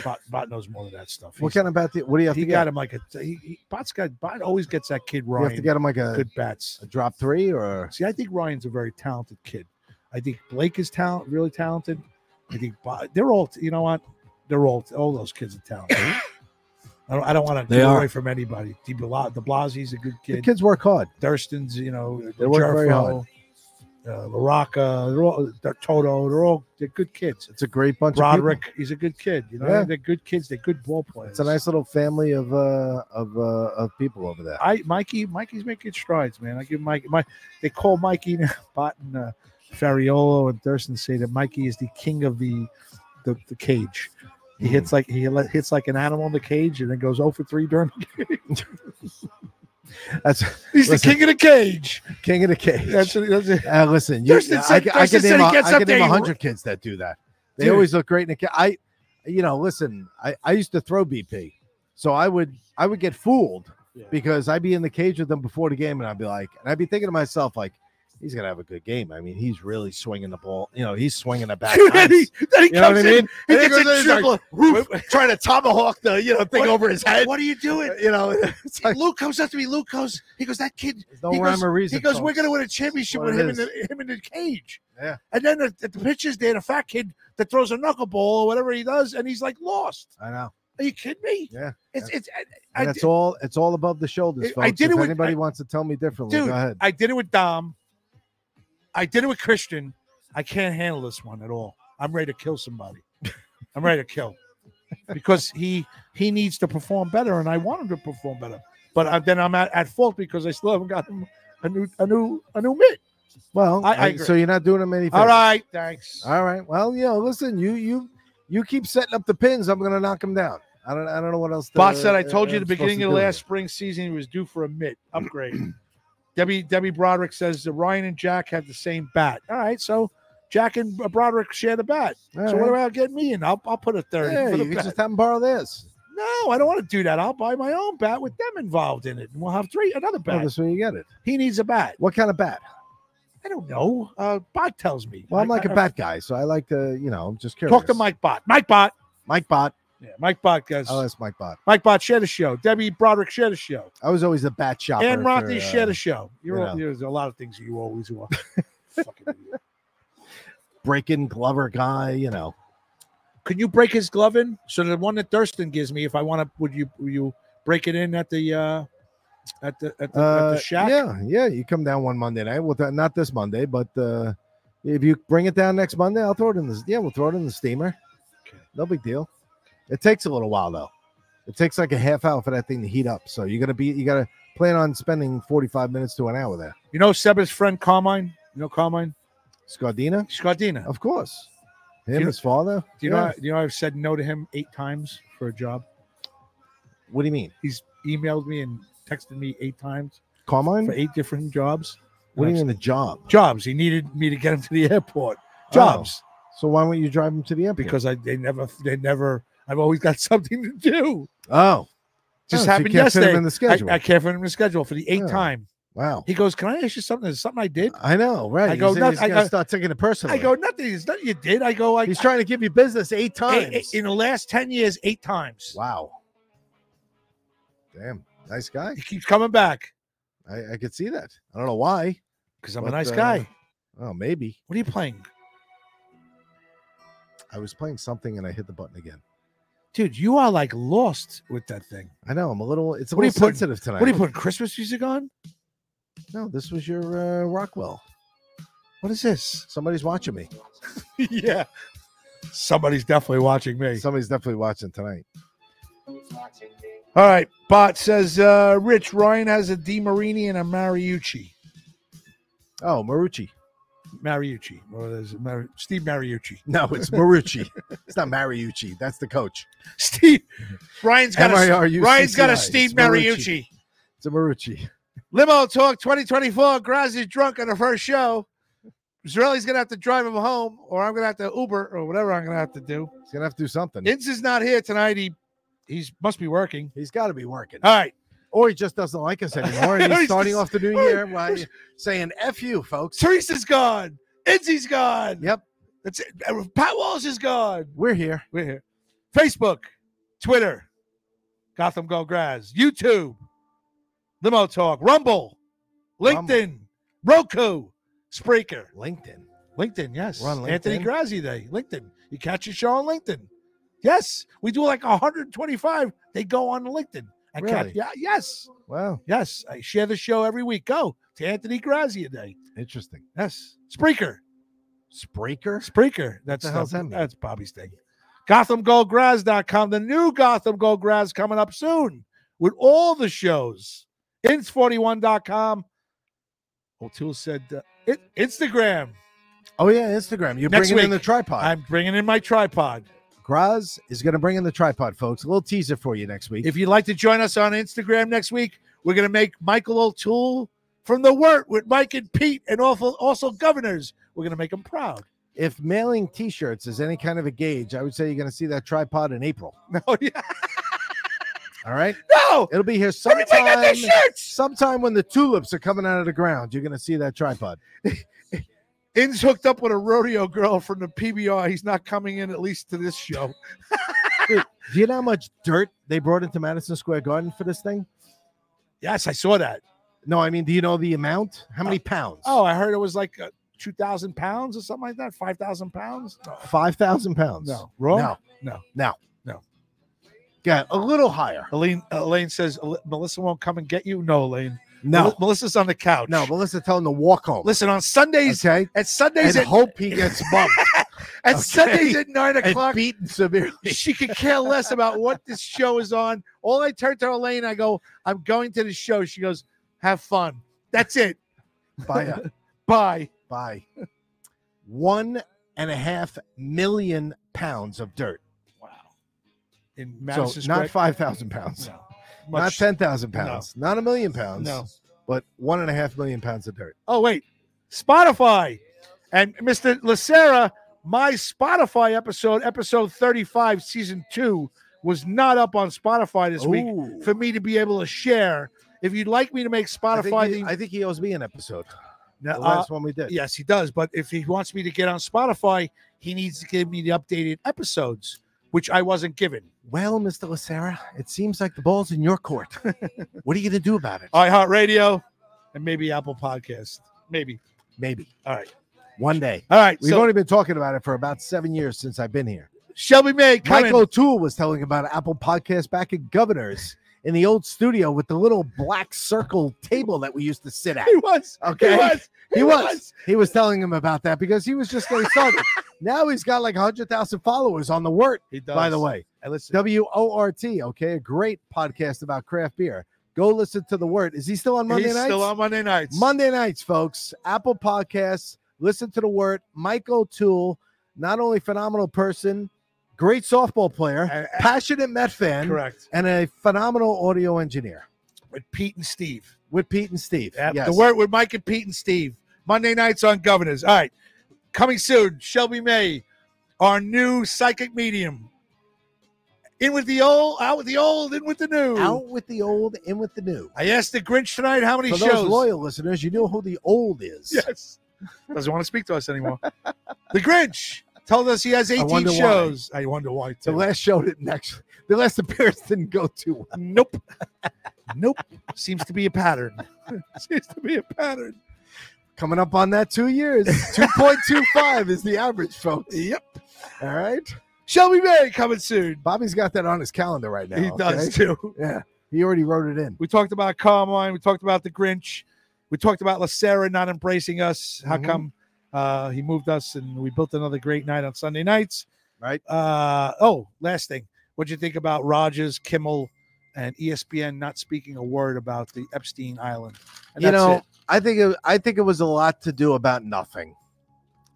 Speaker 3: Bot, Bot knows more than that stuff.
Speaker 2: What
Speaker 3: He's-
Speaker 2: kind of bat? do- What do you have
Speaker 3: he
Speaker 2: to
Speaker 3: got
Speaker 2: get?
Speaker 3: him like a. He, he, Bot's got. Bot always gets that kid
Speaker 2: You
Speaker 3: Ryan.
Speaker 2: have to get him like a,
Speaker 3: good bats.
Speaker 2: a drop three or
Speaker 3: See, I think Ryan's a very talented kid. I think Blake is talent, really talented. I think Bot, they're all. You know what? They're all. All those kids are talented. I don't. I don't want to
Speaker 2: They
Speaker 3: get
Speaker 2: are.
Speaker 3: away from anybody. De, Bla, De Blasio's a good
Speaker 2: the
Speaker 3: kid.
Speaker 2: kids work hard.
Speaker 3: Thurston's, you know,
Speaker 2: They work very
Speaker 3: Jerfo, Uh, Laraca, they're all they're Toto. They're all they're good kids.
Speaker 2: It's a great bunch. Of
Speaker 3: Broderick, he's a good kid. You know,
Speaker 2: Yeah.
Speaker 3: they're good kids. They're good ball
Speaker 2: people.
Speaker 3: players.
Speaker 2: It's a nice little family of uh of uh of people over there.
Speaker 3: I Mikey, Mikey's making strides, man. I give Mike my they call Mikey now Bot and uh, Fariolo and Thurston say that Mikey is the king of the the, the cage. He hits like he le- hits like an animal in the cage and then goes 0 for 3 during the game.
Speaker 2: That's
Speaker 3: He's
Speaker 2: listen,
Speaker 3: the king of the cage.
Speaker 2: king of the cage.
Speaker 3: That's, that's it.
Speaker 2: Uh, listen, you,
Speaker 3: Thurston
Speaker 2: I,
Speaker 3: said-
Speaker 2: ca- I
Speaker 3: Thurston
Speaker 2: can
Speaker 3: said
Speaker 2: name,
Speaker 3: he
Speaker 2: a-
Speaker 3: gets
Speaker 2: I
Speaker 3: up
Speaker 2: can
Speaker 3: there,
Speaker 2: name
Speaker 3: he-
Speaker 2: 100 kids that do that. They
Speaker 3: Dude.
Speaker 2: always look great in the ca- I, you know, listen, I, I used to throw BP, so I would I would get fooled because I'd be in the cage with them before the game, and I'd be like, and I'd be thinking to myself like, he's gonna have a good game. I mean, he's really swinging the ball. You know, he's swinging it back.
Speaker 3: Dude, then
Speaker 2: nice.
Speaker 3: he- then he
Speaker 2: you know what I
Speaker 3: comes in,
Speaker 2: mean?
Speaker 3: he
Speaker 2: And
Speaker 3: gets
Speaker 2: goes
Speaker 3: a
Speaker 2: in, he's like,
Speaker 3: triple.
Speaker 2: whoop, trying to tomahawk the you know thing
Speaker 3: What-
Speaker 2: over his head.
Speaker 3: What are you doing?
Speaker 2: You know, it's like,
Speaker 3: Luke comes up to me. Luke goes, he goes, that kid.
Speaker 2: no
Speaker 3: he
Speaker 2: rhyme
Speaker 3: goes,
Speaker 2: or reason,
Speaker 3: He goes, we're
Speaker 2: folks.
Speaker 3: going to win a championship
Speaker 2: What
Speaker 3: with
Speaker 2: it
Speaker 3: him in,
Speaker 2: is.
Speaker 3: the, him in the cage.
Speaker 2: yeah,
Speaker 3: And then the, the pitcher's there, the fat kid that throws a knuckleball or whatever he does, and he's like lost.
Speaker 2: I know.
Speaker 3: Are you kidding me?
Speaker 2: Yeah.
Speaker 3: It's it's. I,
Speaker 2: And
Speaker 3: I,
Speaker 2: it's all it's all above the shoulders,
Speaker 3: I-
Speaker 2: folks.
Speaker 3: I did
Speaker 2: if
Speaker 3: it with-
Speaker 2: anybody
Speaker 3: I-
Speaker 2: wants to tell me differently,
Speaker 3: dude,
Speaker 2: go ahead.
Speaker 3: I did it with Dom. I did it with Christian. I can't handle this one at all. I'm ready to kill somebody. I'm ready to kill because he he needs to perform better, and I want him to perform better. But I, then I'm at, at fault because I still haven't got him a new a new a new mitt.
Speaker 2: Well,
Speaker 3: I- I
Speaker 2: I-
Speaker 3: agree.
Speaker 2: so you're not doing him any.
Speaker 3: All
Speaker 2: favors.
Speaker 3: right, thanks.
Speaker 2: All right. Well, you know, listen, you you you keep setting up the pins. I'm gonna knock him down. I don't I don't know what else. to-
Speaker 3: Boss said, I told you
Speaker 2: I'm
Speaker 3: at the beginning
Speaker 2: supposed
Speaker 3: of
Speaker 2: to
Speaker 3: the
Speaker 2: do."
Speaker 3: last spring season he was due for a mitt upgrade. Debbie Debbie Broderick says that Ryan and Jack have the same bat. All right, so Jack and Broderick share the bat.
Speaker 2: All
Speaker 3: so what
Speaker 2: right.
Speaker 3: about getting me in? I'll, I'll put a third.
Speaker 2: Yeah, you could just have them borrow this.
Speaker 3: No, I don't want to do that. I'll buy my own bat with them involved in it, and we'll have three another
Speaker 2: Oh,
Speaker 3: bat.
Speaker 2: that's when you get it.
Speaker 3: He needs a bat.
Speaker 2: What kind of bat?
Speaker 3: I don't know. Uh, Bot tells me.
Speaker 2: Well, I'm
Speaker 3: I-
Speaker 2: like a
Speaker 3: I-
Speaker 2: bat guy, so I like to, you know, I'm just curious.
Speaker 3: Talk to Mike Bot. Mike Bot.
Speaker 2: Mike Bot.
Speaker 3: Yeah, Mike Bot guys.
Speaker 2: Oh, that's Mike Bot.
Speaker 3: Mike Bot share the show. Debbie Broderick share the show.
Speaker 2: I was always a bat shopper.
Speaker 3: And Rothy
Speaker 2: for,
Speaker 3: share
Speaker 2: uh,
Speaker 3: the show. You're,
Speaker 2: you
Speaker 3: all-
Speaker 2: know.
Speaker 3: there's a lot of things you always want.
Speaker 2: breaking Glover guy, you know.
Speaker 3: Can you break his glove in? So the one that Thurston gives me, if I want to, would you would you break it in at the uh at the at the, at
Speaker 2: Uh,
Speaker 3: the shack?
Speaker 2: Yeah, yeah. You come down one Monday night. Well, th- not this Monday, but uh, if you bring it down next Monday, I'll throw it in the. Yeah, we'll throw it in the steamer. No big deal. It takes a little while though. It takes like a half hour for that thing to heat up. So you got to be. You got to plan on spending forty five minutes to an hour there.
Speaker 3: You know Seba's friend Carmine. You know Carmine
Speaker 2: Scardina,
Speaker 3: Scardina.
Speaker 2: of course.
Speaker 3: Do
Speaker 2: Him,
Speaker 3: you-
Speaker 2: his father.
Speaker 3: Do you
Speaker 2: Yeah.
Speaker 3: know? Do you know? I've said no to him eight times for a job.
Speaker 2: What do you mean?
Speaker 3: He's emailed me and texted me eight times
Speaker 2: Carmine?
Speaker 3: for eight different jobs.
Speaker 2: What do you
Speaker 3: I've-
Speaker 2: mean Oh. the job?
Speaker 3: Jobs. He needed me to get him to the airport. Jobs.
Speaker 2: So why won't you drive him to the airport?
Speaker 3: Because I they never they never. I've always got something to do.
Speaker 2: oh, Oh,
Speaker 3: Just
Speaker 2: so you
Speaker 3: happened
Speaker 2: can't fit him
Speaker 3: yesterday.
Speaker 2: in the
Speaker 3: I-
Speaker 2: schedule.
Speaker 3: I, can't fit him in the schedule for the eighth
Speaker 2: Yeah.
Speaker 3: time.
Speaker 2: Wow.
Speaker 3: He goes, "Can I ask you something? Is something I did?"
Speaker 2: I know, right?
Speaker 3: I go,
Speaker 2: he's, he's
Speaker 3: "Nothing- I-
Speaker 2: gonna
Speaker 3: I-
Speaker 2: start taking it personally.
Speaker 3: I go, "Nothing. It's nothing you did." I go, "I."
Speaker 2: He's trying to give you business eight
Speaker 3: I-
Speaker 2: times.
Speaker 3: I- in the last ten years, eight times.
Speaker 2: Wow. Damn, nice guy.
Speaker 3: He keeps coming back
Speaker 2: I, I could see that. I don't know why.
Speaker 3: because I'm a
Speaker 2: but,
Speaker 3: nice
Speaker 2: uh,
Speaker 3: guy.
Speaker 2: Oh, maybe.
Speaker 3: What are you playing,
Speaker 2: I was playing something and I hit the button again.
Speaker 3: dude? You are like lost with that thing.
Speaker 2: I know. I'm a little. It's a
Speaker 3: What are you
Speaker 2: little
Speaker 3: putting-
Speaker 2: sensitive tonight.
Speaker 3: What are you putting Christmas music on?
Speaker 2: No, this was your uh, Rockwell.
Speaker 3: What is this?
Speaker 2: Somebody's watching me.
Speaker 3: yeah, somebody's definitely watching me.
Speaker 2: Somebody's definitely watching tonight.
Speaker 3: All right, Bot says, uh, "Rich Ryan has a Di Marini and a Mariucci."
Speaker 2: Oh, Marucci.
Speaker 3: Mariucci. Well, there's a Mar- Steve Mariucci.
Speaker 2: No, it's Marucci. it's not Mariucci. That's the coach.
Speaker 3: Steve. Ryan's got a
Speaker 2: M-I-R-U-C-C-I.
Speaker 3: Ryan's got a
Speaker 2: It's
Speaker 3: Steve Mariucci.
Speaker 2: Marucci. It's a Marucci.
Speaker 3: Limo Talk 2024. Grazi's drunk on the first show. Israeli's gonna have to drive him home, or I'm gonna have to Uber or whatever I'm gonna have to do.
Speaker 2: He's gonna have to do something.
Speaker 3: Ince is not here tonight. He he's must be working.
Speaker 2: He's got to be working.
Speaker 3: All right.
Speaker 2: Or he just doesn't like us anymore. And
Speaker 3: He's
Speaker 2: he's starting
Speaker 3: just-
Speaker 2: off the new year by saying "f you, folks."
Speaker 3: Teresa's gone. Inzy's gone.
Speaker 2: Yep.
Speaker 3: That's it. Uh, Pat Walsh is gone.
Speaker 2: We're here.
Speaker 3: We're here. Facebook, Twitter, Gotham Go Graz, YouTube, Limo Talk, Rumble, LinkedIn, Roku, Spreaker.
Speaker 2: LinkedIn.
Speaker 3: LinkedIn, yes.
Speaker 2: We're on
Speaker 3: Anthony
Speaker 2: LinkedIn?
Speaker 3: Grazzi Day. LinkedIn. You catch your show on LinkedIn. Yes. We do like 125. They go on LinkedIn. I
Speaker 2: Really?
Speaker 3: catch, yeah, yes.
Speaker 2: Wow,
Speaker 3: Yes. I share the show every week. Go to Anthony Grazia Day.
Speaker 2: interesting.
Speaker 3: Yes. Spreaker.
Speaker 2: Spreaker.
Speaker 3: Spreaker. That's
Speaker 2: the hell's
Speaker 3: not-
Speaker 2: that mean?
Speaker 3: That's Bobby's thing. GothamGoldGraz.com. The new Gotham Gold Graz coming up soon with all the shows. Ints41.com. O'Toole said uh, it, Instagram.
Speaker 2: Oh yeah, Instagram. You're
Speaker 3: Next
Speaker 2: bringing in the
Speaker 3: week.
Speaker 2: tripod.
Speaker 3: I'm bringing in my tripod.
Speaker 2: Graz is going to bring in the tripod, folks. A little teaser for you next week.
Speaker 3: If you'd like to join us on Instagram next week, we're going to make Michael O'Toole from the Wort with Mike and Pete and awful, also governors. We're going to make them proud.
Speaker 2: if mailing T-shirts is any kind of a gauge, I would say you're going to see that tripod in April.
Speaker 3: No, yeah,
Speaker 2: All right,
Speaker 3: no.
Speaker 2: it'll be here
Speaker 3: Everybody got their
Speaker 2: sometime.
Speaker 3: shirts.
Speaker 2: Sometime when the tulips are coming out of the ground, you're going to see that tripod.
Speaker 3: Inns hooked up with a rodeo girl from the PBR. He's not coming in at least to this show.
Speaker 2: Do you know how much dirt they brought into Madison Square Garden for this thing?
Speaker 3: Yes, I saw that.
Speaker 2: No, I mean, do you know the amount? How many pounds?
Speaker 3: Oh, I heard it was like uh, 2,000 pounds or something like that. 5,000 pounds? No.
Speaker 2: five thousand pounds.
Speaker 3: No. Wrong?
Speaker 2: No,
Speaker 3: No.
Speaker 2: no,
Speaker 3: No.
Speaker 2: Yeah, a little higher.
Speaker 3: Elaine, Elaine says, "Mel- Melissa won't come and get you. No, Elaine.
Speaker 2: No,
Speaker 3: Mel- Melissa's on the couch.
Speaker 2: no. Melissa, tell him to walk home.
Speaker 3: Listen, on Sundays,
Speaker 2: okay,
Speaker 3: at Sundays
Speaker 2: and
Speaker 3: at
Speaker 2: hope he gets bumped.
Speaker 3: At
Speaker 12: Okay.
Speaker 3: Sundays at nine
Speaker 12: And
Speaker 3: o'clock,
Speaker 12: beaten severely.
Speaker 3: she could care less about what this show is on. All I turn to Elaine, I go, "I'm going to the show." She goes, "Have fun." That's it.
Speaker 2: Bye out.
Speaker 3: Bye.
Speaker 2: Bye. One and a half million pounds of dirt.
Speaker 3: In
Speaker 2: so
Speaker 3: Madison
Speaker 2: not
Speaker 3: Square-
Speaker 2: five thousand pounds,
Speaker 3: No.
Speaker 2: not
Speaker 3: Much-
Speaker 2: ten thousand pounds, not a million pounds,
Speaker 3: No.
Speaker 2: but one and a half million pounds of dirt.
Speaker 3: Oh wait, Spotify and Mr. Lacera, my Spotify episode, episode thirty-five, season two, was not up on Spotify this
Speaker 2: Ooh.
Speaker 3: week for me to be able to share. If you'd like me to make
Speaker 2: I
Speaker 3: Spotify,
Speaker 2: think, he,
Speaker 3: the-
Speaker 2: I think he owes me an episode.
Speaker 3: No,
Speaker 2: the last
Speaker 3: uh,
Speaker 2: one we did.
Speaker 3: Yes, he does. But if he wants me to get on Spotify, he needs to give me the updated episodes, which I wasn't given.
Speaker 2: Well, Mr. Lacera, it seems like the ball's in your court. what are you going to do about
Speaker 3: Uh,
Speaker 2: it?
Speaker 3: iHeartRadio and maybe Apple Podcast. Maybe.
Speaker 2: Maybe.
Speaker 3: All right.
Speaker 2: One day.
Speaker 3: All right.
Speaker 2: We've
Speaker 3: so
Speaker 2: only been talking about it for about seven years since I've been here.
Speaker 3: Shelby May, coming.
Speaker 2: Michael O'Toole was telling about Apple Podcast back at Governor's in the old studio with the little black circle table that we used to sit at.
Speaker 3: He was.
Speaker 2: Okay.
Speaker 3: He was.
Speaker 2: He
Speaker 3: He
Speaker 2: was.
Speaker 3: was.
Speaker 2: He was telling him about that because he was just getting started. now he's got like 100,000 followers on the Wort,
Speaker 3: He
Speaker 2: by
Speaker 3: does.
Speaker 2: the way.
Speaker 3: And listen-
Speaker 2: W O R T, okay? A great podcast about craft beer. Go listen to the Wort. Is he still on Monday
Speaker 3: he's
Speaker 2: nights?
Speaker 3: still on Monday nights.
Speaker 2: Monday nights, folks. Apple Podcasts. Listen to the word. Mike O'Toole, not only phenomenal person, great softball player, passionate Met fan,
Speaker 3: Correct.
Speaker 2: and a phenomenal audio engineer
Speaker 3: with Pete and Steve.
Speaker 2: with Pete and Steve.
Speaker 3: Yep,
Speaker 2: yes.
Speaker 3: The word with Mike and Pete and Steve. Monday nights on Governors. All right. Coming soon, Shelby May, our new psychic medium. In with the old, out with the old, in with the new.
Speaker 2: Out with the old, in with the new.
Speaker 3: I asked the Grinch tonight how many
Speaker 2: For
Speaker 3: shows.
Speaker 2: those loyal listeners, you know who the old is.
Speaker 3: Yes. Doesn't want to speak to us anymore. the Grinch told us he has
Speaker 2: I
Speaker 3: 18
Speaker 2: wonder why.
Speaker 3: shows. I wonder why.
Speaker 2: The
Speaker 3: too.
Speaker 2: last show didn't actually. The last appearance didn't go too well.
Speaker 3: Nope. nope. Seems to be a pattern. Seems to be a pattern.
Speaker 2: Coming up on that two years. 2.25 is the average, folks.
Speaker 3: Yep.
Speaker 2: All right.
Speaker 3: Shelby May coming soon.
Speaker 2: Bobby's got that on his calendar right now.
Speaker 3: He does
Speaker 2: okay?
Speaker 3: too.
Speaker 2: Yeah. He already wrote it in.
Speaker 3: We talked about Carmine. We talked about the Grinch. We talked about Lacera not embracing us. How
Speaker 2: Mhm.
Speaker 3: come uh, he moved us and we built another great night on Sunday nights?
Speaker 2: Right.
Speaker 3: Uh, oh, last thing. What'd you think about Rogers, Kimmel, and E ESPN not speaking a word about the Epstein Island? And
Speaker 2: you
Speaker 3: that's
Speaker 2: know,
Speaker 3: it.
Speaker 2: I think it, I think it was a lot to do about nothing.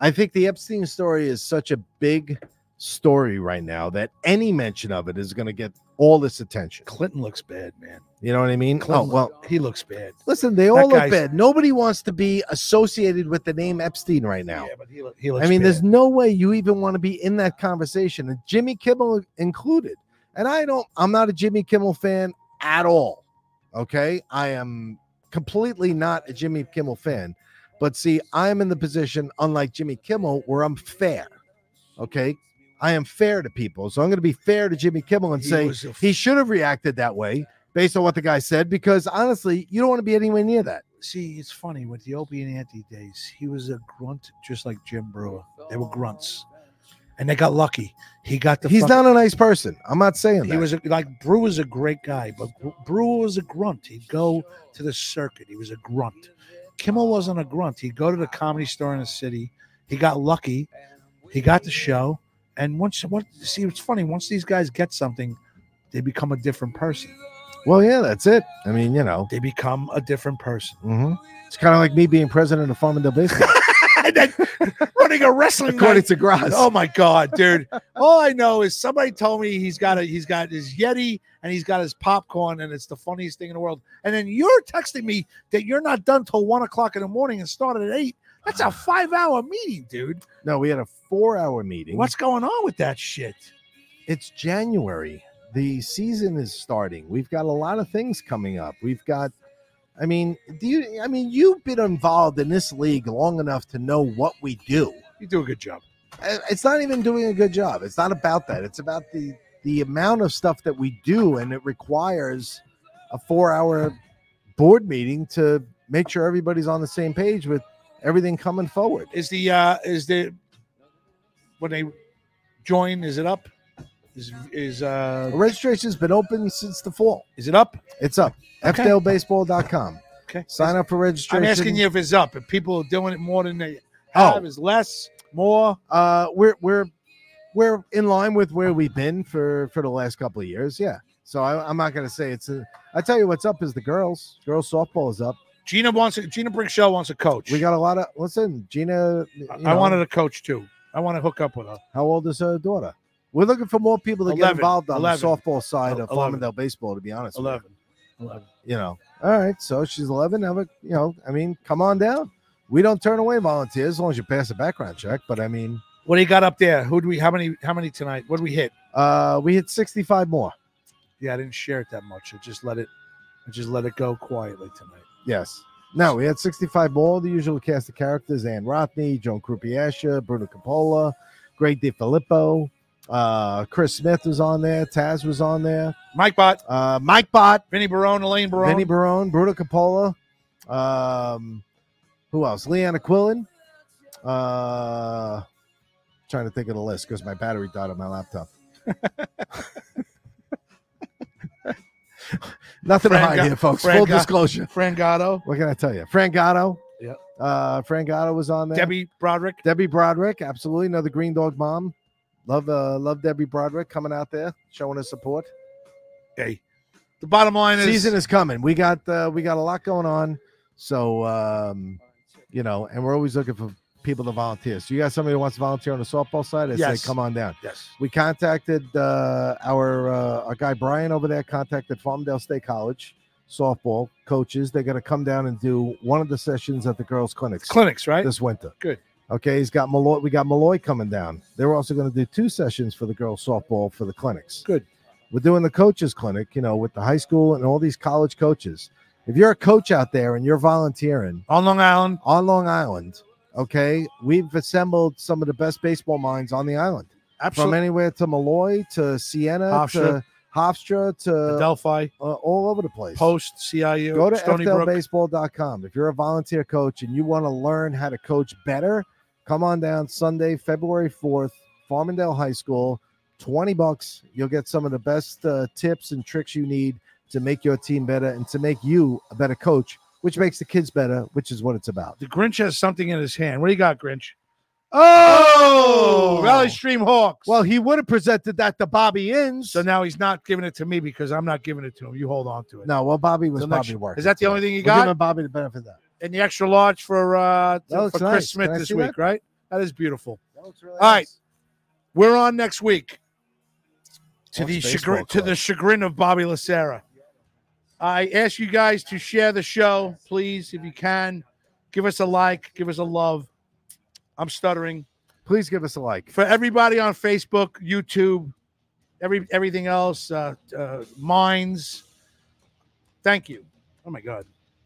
Speaker 2: I think the Epstein story is such a big story right now that any mention of it is going to get all this attention.
Speaker 3: Clinton looks bad, man.
Speaker 2: You know what I mean?
Speaker 3: Clinton,
Speaker 2: oh
Speaker 3: look-
Speaker 2: well,
Speaker 3: he looks bad.
Speaker 2: listen, they
Speaker 3: That
Speaker 2: all look
Speaker 3: guy's-
Speaker 2: bad. Nobody wants to be associated with the name Epstein right now.
Speaker 3: Yeah, but he, look- he looks.
Speaker 2: I mean,
Speaker 3: bad.
Speaker 2: there's no way you even want to be in that conversation, and Jimmy Kimmel included. And I don't, I'm not a Jimmy Kimmel fan at all. Okay. I am completely not a Jimmy Kimmel fan. But see, I'm in the position, unlike Jimmy Kimmel, where I'm fair. Okay. I am fair to people. So I'm going to be fair to Jimmy Kimmel and
Speaker 3: He
Speaker 2: say
Speaker 3: was a-
Speaker 2: he should have reacted that way based on what the guy said, because honestly, you don't want to be anywhere near that.
Speaker 3: see, it's funny with the Opie and Anthony days. He was a grunt, just like Jim Brewer. They were grunts, and they got lucky. He got the.
Speaker 2: He's
Speaker 3: fuck-
Speaker 2: not a nice person. I'm not saying that.
Speaker 3: He was a, like Brewer's a great guy, but Bre- Brewer was a grunt. He'd go to the circuit. He was a grunt. Kimmel wasn't a grunt. He'd go to the comedy store in the city. He got lucky. He got the show. And once what see, it's funny. Once these guys get something, they become a different person.
Speaker 2: well, yeah, that's it. I mean, you know.
Speaker 3: They become a different person.
Speaker 2: hmm It's kind of like me being president of Farmingdale Baseball,
Speaker 3: and then running a wrestling
Speaker 2: according
Speaker 3: night.
Speaker 2: to Graz.
Speaker 3: Oh my god, dude! All I know is somebody told me he's got a he's got his Yeti and he's got his popcorn, and it's the funniest thing in the world. And then you're texting me that you're not done till one o'clock in the morning and started at eight. That's a five hour meeting, dude.
Speaker 2: No, we had a four-hour meeting.
Speaker 3: What's going on with that shit?
Speaker 2: It's January. The season is starting. We've got a lot of things coming up. We've got. I mean, do you? I mean, you've been involved in this league long enough to know what we do.
Speaker 3: You do a good job.
Speaker 2: I- It's not even doing a good job. It's not about that. It's about the the amount of stuff that we do, and it requires a four-hour board meeting to make sure everybody's on the same page with everything coming forward.
Speaker 3: Is the uh is the when they join? Is it up? Is is uh
Speaker 2: The registration's been open since the fall.
Speaker 3: is it up?
Speaker 2: It's up.
Speaker 3: Okay.
Speaker 2: FDLBaseball.com.
Speaker 3: Okay.
Speaker 2: Sign up for registration.
Speaker 3: I'm asking you if it's up. If people are doing it more than they
Speaker 2: Oh.
Speaker 3: have, is less.
Speaker 2: more. Uh, we're we're we're in line with where we've been for for the last couple of years. Yeah. So I, I'm not gonna say it's. A, I tell you what's up is the girls. Girls softball is up.
Speaker 3: Gina wants. Gina Brinkshell wants a coach.
Speaker 2: We got a lot of. Listen, Gina. you
Speaker 3: I
Speaker 2: know,
Speaker 3: wanted a coach too. I want to hook up with her.
Speaker 2: How old is her daughter? We're looking for more people to get
Speaker 3: 11,
Speaker 2: involved on
Speaker 3: 11.
Speaker 2: the softball side of
Speaker 3: 11.
Speaker 2: Farmingdale baseball. To be honest, with you.
Speaker 3: 11. 11.
Speaker 2: you know. All right, so she's 11. Have a, you know, I mean, come on down. We don't turn away volunteers as long as you pass the background check. But I mean,
Speaker 3: What do you got up there? Who do we? How many? How many tonight? What do we hit?
Speaker 2: uh, we hit 65 more.
Speaker 3: Yeah, I didn't share it that much. I just let it. I just let it go quietly tonight.
Speaker 2: Yes. No, we had 65 more. The usual cast of characters: Ann Rodney, Joan Krupiasha, Bruno Coppola, Greg DiFilippo, uh, Chris Smith was on there. Taz was on there.
Speaker 3: Mike Bot,
Speaker 2: uh, Mike Bot,
Speaker 3: Vinny Barone, Elaine Barone.
Speaker 2: Vinny Barone, Bruno Coppola, um, who else? Leanna Quillen. Uh, trying to think of the list because my battery died on my laptop. Nothing to
Speaker 3: Fran
Speaker 2: hide
Speaker 3: Ga-
Speaker 2: here, folks.
Speaker 3: Fran
Speaker 2: Full
Speaker 3: Ga-
Speaker 2: disclosure.
Speaker 3: Fran Gatto.
Speaker 2: What can I tell you? Fran Gatto.
Speaker 3: Yeah.
Speaker 2: Uh, Fran Gatto was on there.
Speaker 3: Debbie Broderick.
Speaker 2: Debbie Broderick, absolutely another Green Dog mom. Love, uh, love Debbie Broderick coming out there showing her support.
Speaker 3: Hey, the bottom line is
Speaker 2: Season is coming. We got uh, we got a lot going on, so um, you know, and we're always looking for people to volunteer. So you got somebody who wants to volunteer on the softball side? I
Speaker 3: Yes.
Speaker 2: say, come on down.
Speaker 3: Yes.
Speaker 2: We contacted uh, our uh, our guy Brian over there. Contacted Farmdale State College softball coaches. They're going to come down and do one of the sessions at the girls' clinics.
Speaker 3: clinics, right?
Speaker 2: This winter.
Speaker 3: Good.
Speaker 2: Okay, he's got Malloy. We got Malloy coming down. They're also going to do two sessions for the girls softball for the clinics.
Speaker 3: Good.
Speaker 2: We're doing the coaches clinic, you know, with the high school and all these college coaches. If you're a coach out there and you're volunteering
Speaker 3: on Long Island,
Speaker 2: on Long Island, okay, we've assembled some of the best baseball minds on the island.
Speaker 3: Absolute-
Speaker 2: From anywhere to Malloy to Siena
Speaker 3: Hofstra.
Speaker 2: to Hofstra to
Speaker 3: Delphi,
Speaker 2: uh, all over the place.
Speaker 3: Post, CIU,
Speaker 2: Go to
Speaker 3: Stony Brook.
Speaker 2: FLBaseball.com. If you're a volunteer coach and you want to learn how to coach better, come on down Sunday, February 4th, Farmingdale High School. 20 bucks. You'll get some of the best uh, tips and tricks you need to make your team better and to make you a better coach, which makes the kids better, which is what it's about.
Speaker 3: The Grinch has something in his hand. What do you got, Grinch?
Speaker 2: Oh!
Speaker 3: Valley Stream Hawks.
Speaker 2: Well, he would have presented that to Bobby Inns.
Speaker 3: So now he's not giving it to me because I'm not giving it to him. You hold on to it.
Speaker 2: No, well, Bobby was
Speaker 3: Till next-
Speaker 2: probably working.
Speaker 3: Is that the only
Speaker 2: today.
Speaker 3: thing you
Speaker 2: We're
Speaker 3: got?
Speaker 2: Giving Bobby the benefit of that.
Speaker 3: and the extra large for uh
Speaker 2: That
Speaker 3: for
Speaker 2: looks nice.
Speaker 3: Chris
Speaker 2: Can
Speaker 3: Smith
Speaker 2: I
Speaker 3: this
Speaker 2: see
Speaker 3: week,
Speaker 2: that?
Speaker 3: right? That is beautiful.
Speaker 2: That looks really
Speaker 3: All right, we're on next week. To
Speaker 2: Watch
Speaker 3: the
Speaker 2: Oh, baseball
Speaker 3: chagrin, to the chagrin of Bobby Lacerra. I ask you guys to share the show, please, if you can. Give us a like, give us a love. I'm stuttering.
Speaker 2: Please give us a like.
Speaker 3: for everybody on Facebook, YouTube, every everything else, uh, uh, Minds. Thank you. Oh my God,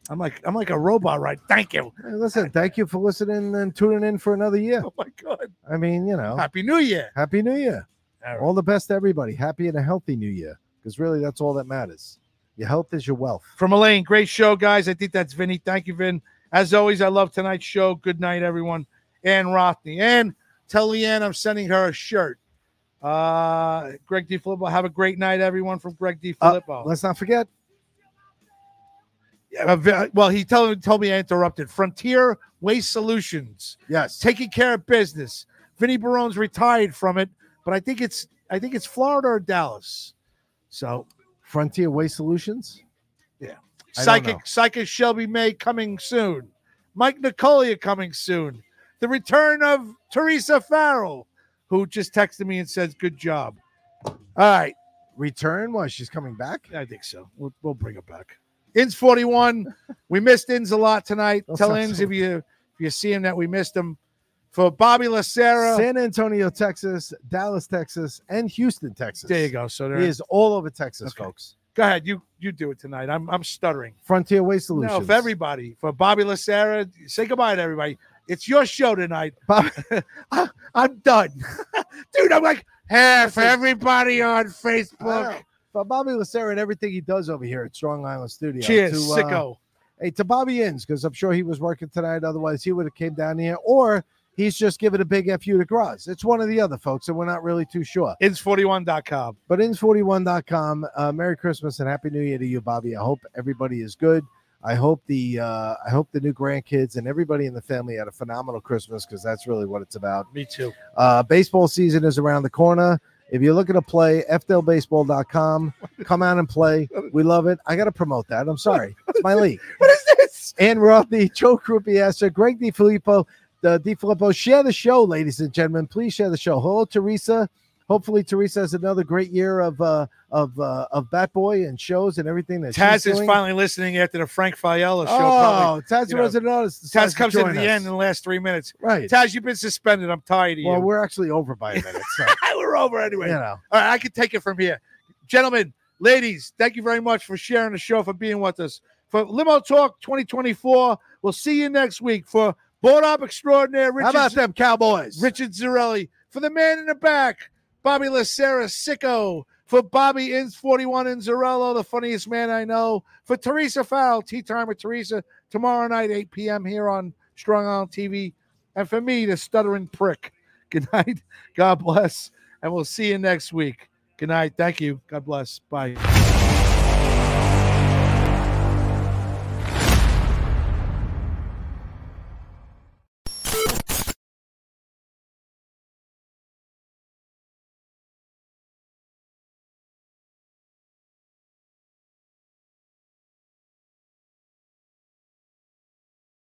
Speaker 3: I'm like I'm like a robot, right? Thank you.
Speaker 2: Hey, listen, thank you for listening and tuning in for another year.
Speaker 3: Oh my God.
Speaker 2: I mean, you know,
Speaker 3: Happy New Year.
Speaker 2: Happy New Year.
Speaker 3: All right.
Speaker 2: All the best to everybody. Happy and a healthy New Year. Because really, that's all that matters. Your health is your wealth.
Speaker 3: From Elaine, great show, guys. I think that's Vinny. Thank you, Vin. As always, I love tonight's show. Good night, everyone. Ann Rothney. And tell Leanne I'm sending her a shirt. Uh, Greg DiFilippo, have a great night, everyone, from Greg
Speaker 2: Uh,
Speaker 3: DiFilippo.
Speaker 2: let's not forget.
Speaker 3: Yeah, uh, ve- well, he told told me I interrupted. Frontier Waste Solutions.
Speaker 2: Yes.
Speaker 3: taking care of business. Vinny Barone's retired from it, but I think it's I think it's Florida or Dallas. So
Speaker 2: Frontier Waste Solutions.
Speaker 3: yeah,
Speaker 2: I don't know.
Speaker 3: psychic psychic Shelby May coming soon. Mike Nicolia coming soon. The return of Teresa Farrell, who just texted me and says, "Good job." All right,
Speaker 2: Return. Why she's coming back?
Speaker 3: I think so. We'll, we'll bring it back. Inns 41. We missed Inns a lot tonight.
Speaker 2: Don't
Speaker 3: Tell
Speaker 2: sound
Speaker 3: Inns
Speaker 2: so-
Speaker 3: if you if you see him that we missed him. For Bobby Lacera.
Speaker 2: San Antonio, Texas, Dallas, Texas, and Houston, Texas.
Speaker 3: There you go. So there
Speaker 2: He is all over Texas,
Speaker 3: Okay.
Speaker 2: folks.
Speaker 3: Go ahead. You you do it tonight. I'm I'm stuttering.
Speaker 2: Frontier Waste Solutions.
Speaker 3: No, for everybody, for Bobby Lacera, say goodbye to everybody. It's your show tonight.
Speaker 2: Bob-
Speaker 3: I, am done, dude. I'm like half everybody on
Speaker 2: I know.
Speaker 3: Facebook.
Speaker 2: But Bobby Lacerda and everything he does over here at Strong Island Studio.
Speaker 3: Cheers,
Speaker 2: to, uh,
Speaker 3: sicko.
Speaker 2: hey to Bobby Inns because I'm sure he was working tonight. Otherwise, he would have came down here, or he's just giving a big fu to Graz. It's one or the other, folks, and we're not really too sure.
Speaker 3: Ins41.com.
Speaker 2: But ins41.com. Uh, Merry Christmas and Happy New Year to you, Bobby. I hope everybody is good. I hope the uh, I hope the new grandkids and everybody in the family had a phenomenal Christmas because that's really what it's about.
Speaker 3: Me too.
Speaker 2: Uh, baseball season is around the corner. If you're looking to play, fdelbaseball.com. Come out and play. We love it. I got to promote that. I'm sorry. It's my league. what is this? Ann Rothy, Joe Krupiasser, Greg DiFilippo, the DiFilippo. Share the show, ladies and gentlemen. Please share the show. Hello, Teresa. Hopefully, Teresa has another great year of uh, of uh, of Bat Boy and shows and everything that
Speaker 3: Taz
Speaker 2: she's
Speaker 3: is
Speaker 2: doing.
Speaker 3: finally listening after the Frank Fiala show.
Speaker 2: Oh,
Speaker 3: probably,
Speaker 2: Taz
Speaker 3: you know,
Speaker 2: wasn't noticed.
Speaker 3: Taz
Speaker 2: Decides
Speaker 3: comes
Speaker 2: to
Speaker 3: in at
Speaker 2: join
Speaker 3: the
Speaker 2: us.
Speaker 3: end in the last three minutes.
Speaker 2: Right.
Speaker 3: Taz, you've been suspended. I'm tired of you.
Speaker 2: Well, we're actually over by a minute. So.
Speaker 3: we're over anyway.
Speaker 2: You know.
Speaker 3: All right, I can take it from here. Gentlemen, ladies, thank you very much for sharing the show, for being with us. For Limo Talk 2024, we'll see you next week. For Board Op Extraordinaire, Richard,
Speaker 2: about them Cowboys?
Speaker 3: Richard Zarelli. For the man in the back, Bobby Lacera Sicko. For Bobby Inns 41 Inzarello, the funniest man I know. For Teresa Farrell, Tea Time with Teresa, tomorrow night, 8 p.m. here on Strong Island TV. And for me, the stuttering prick. Good night. God bless. And we'll see you next week. Good night. Thank you. God bless. Bye.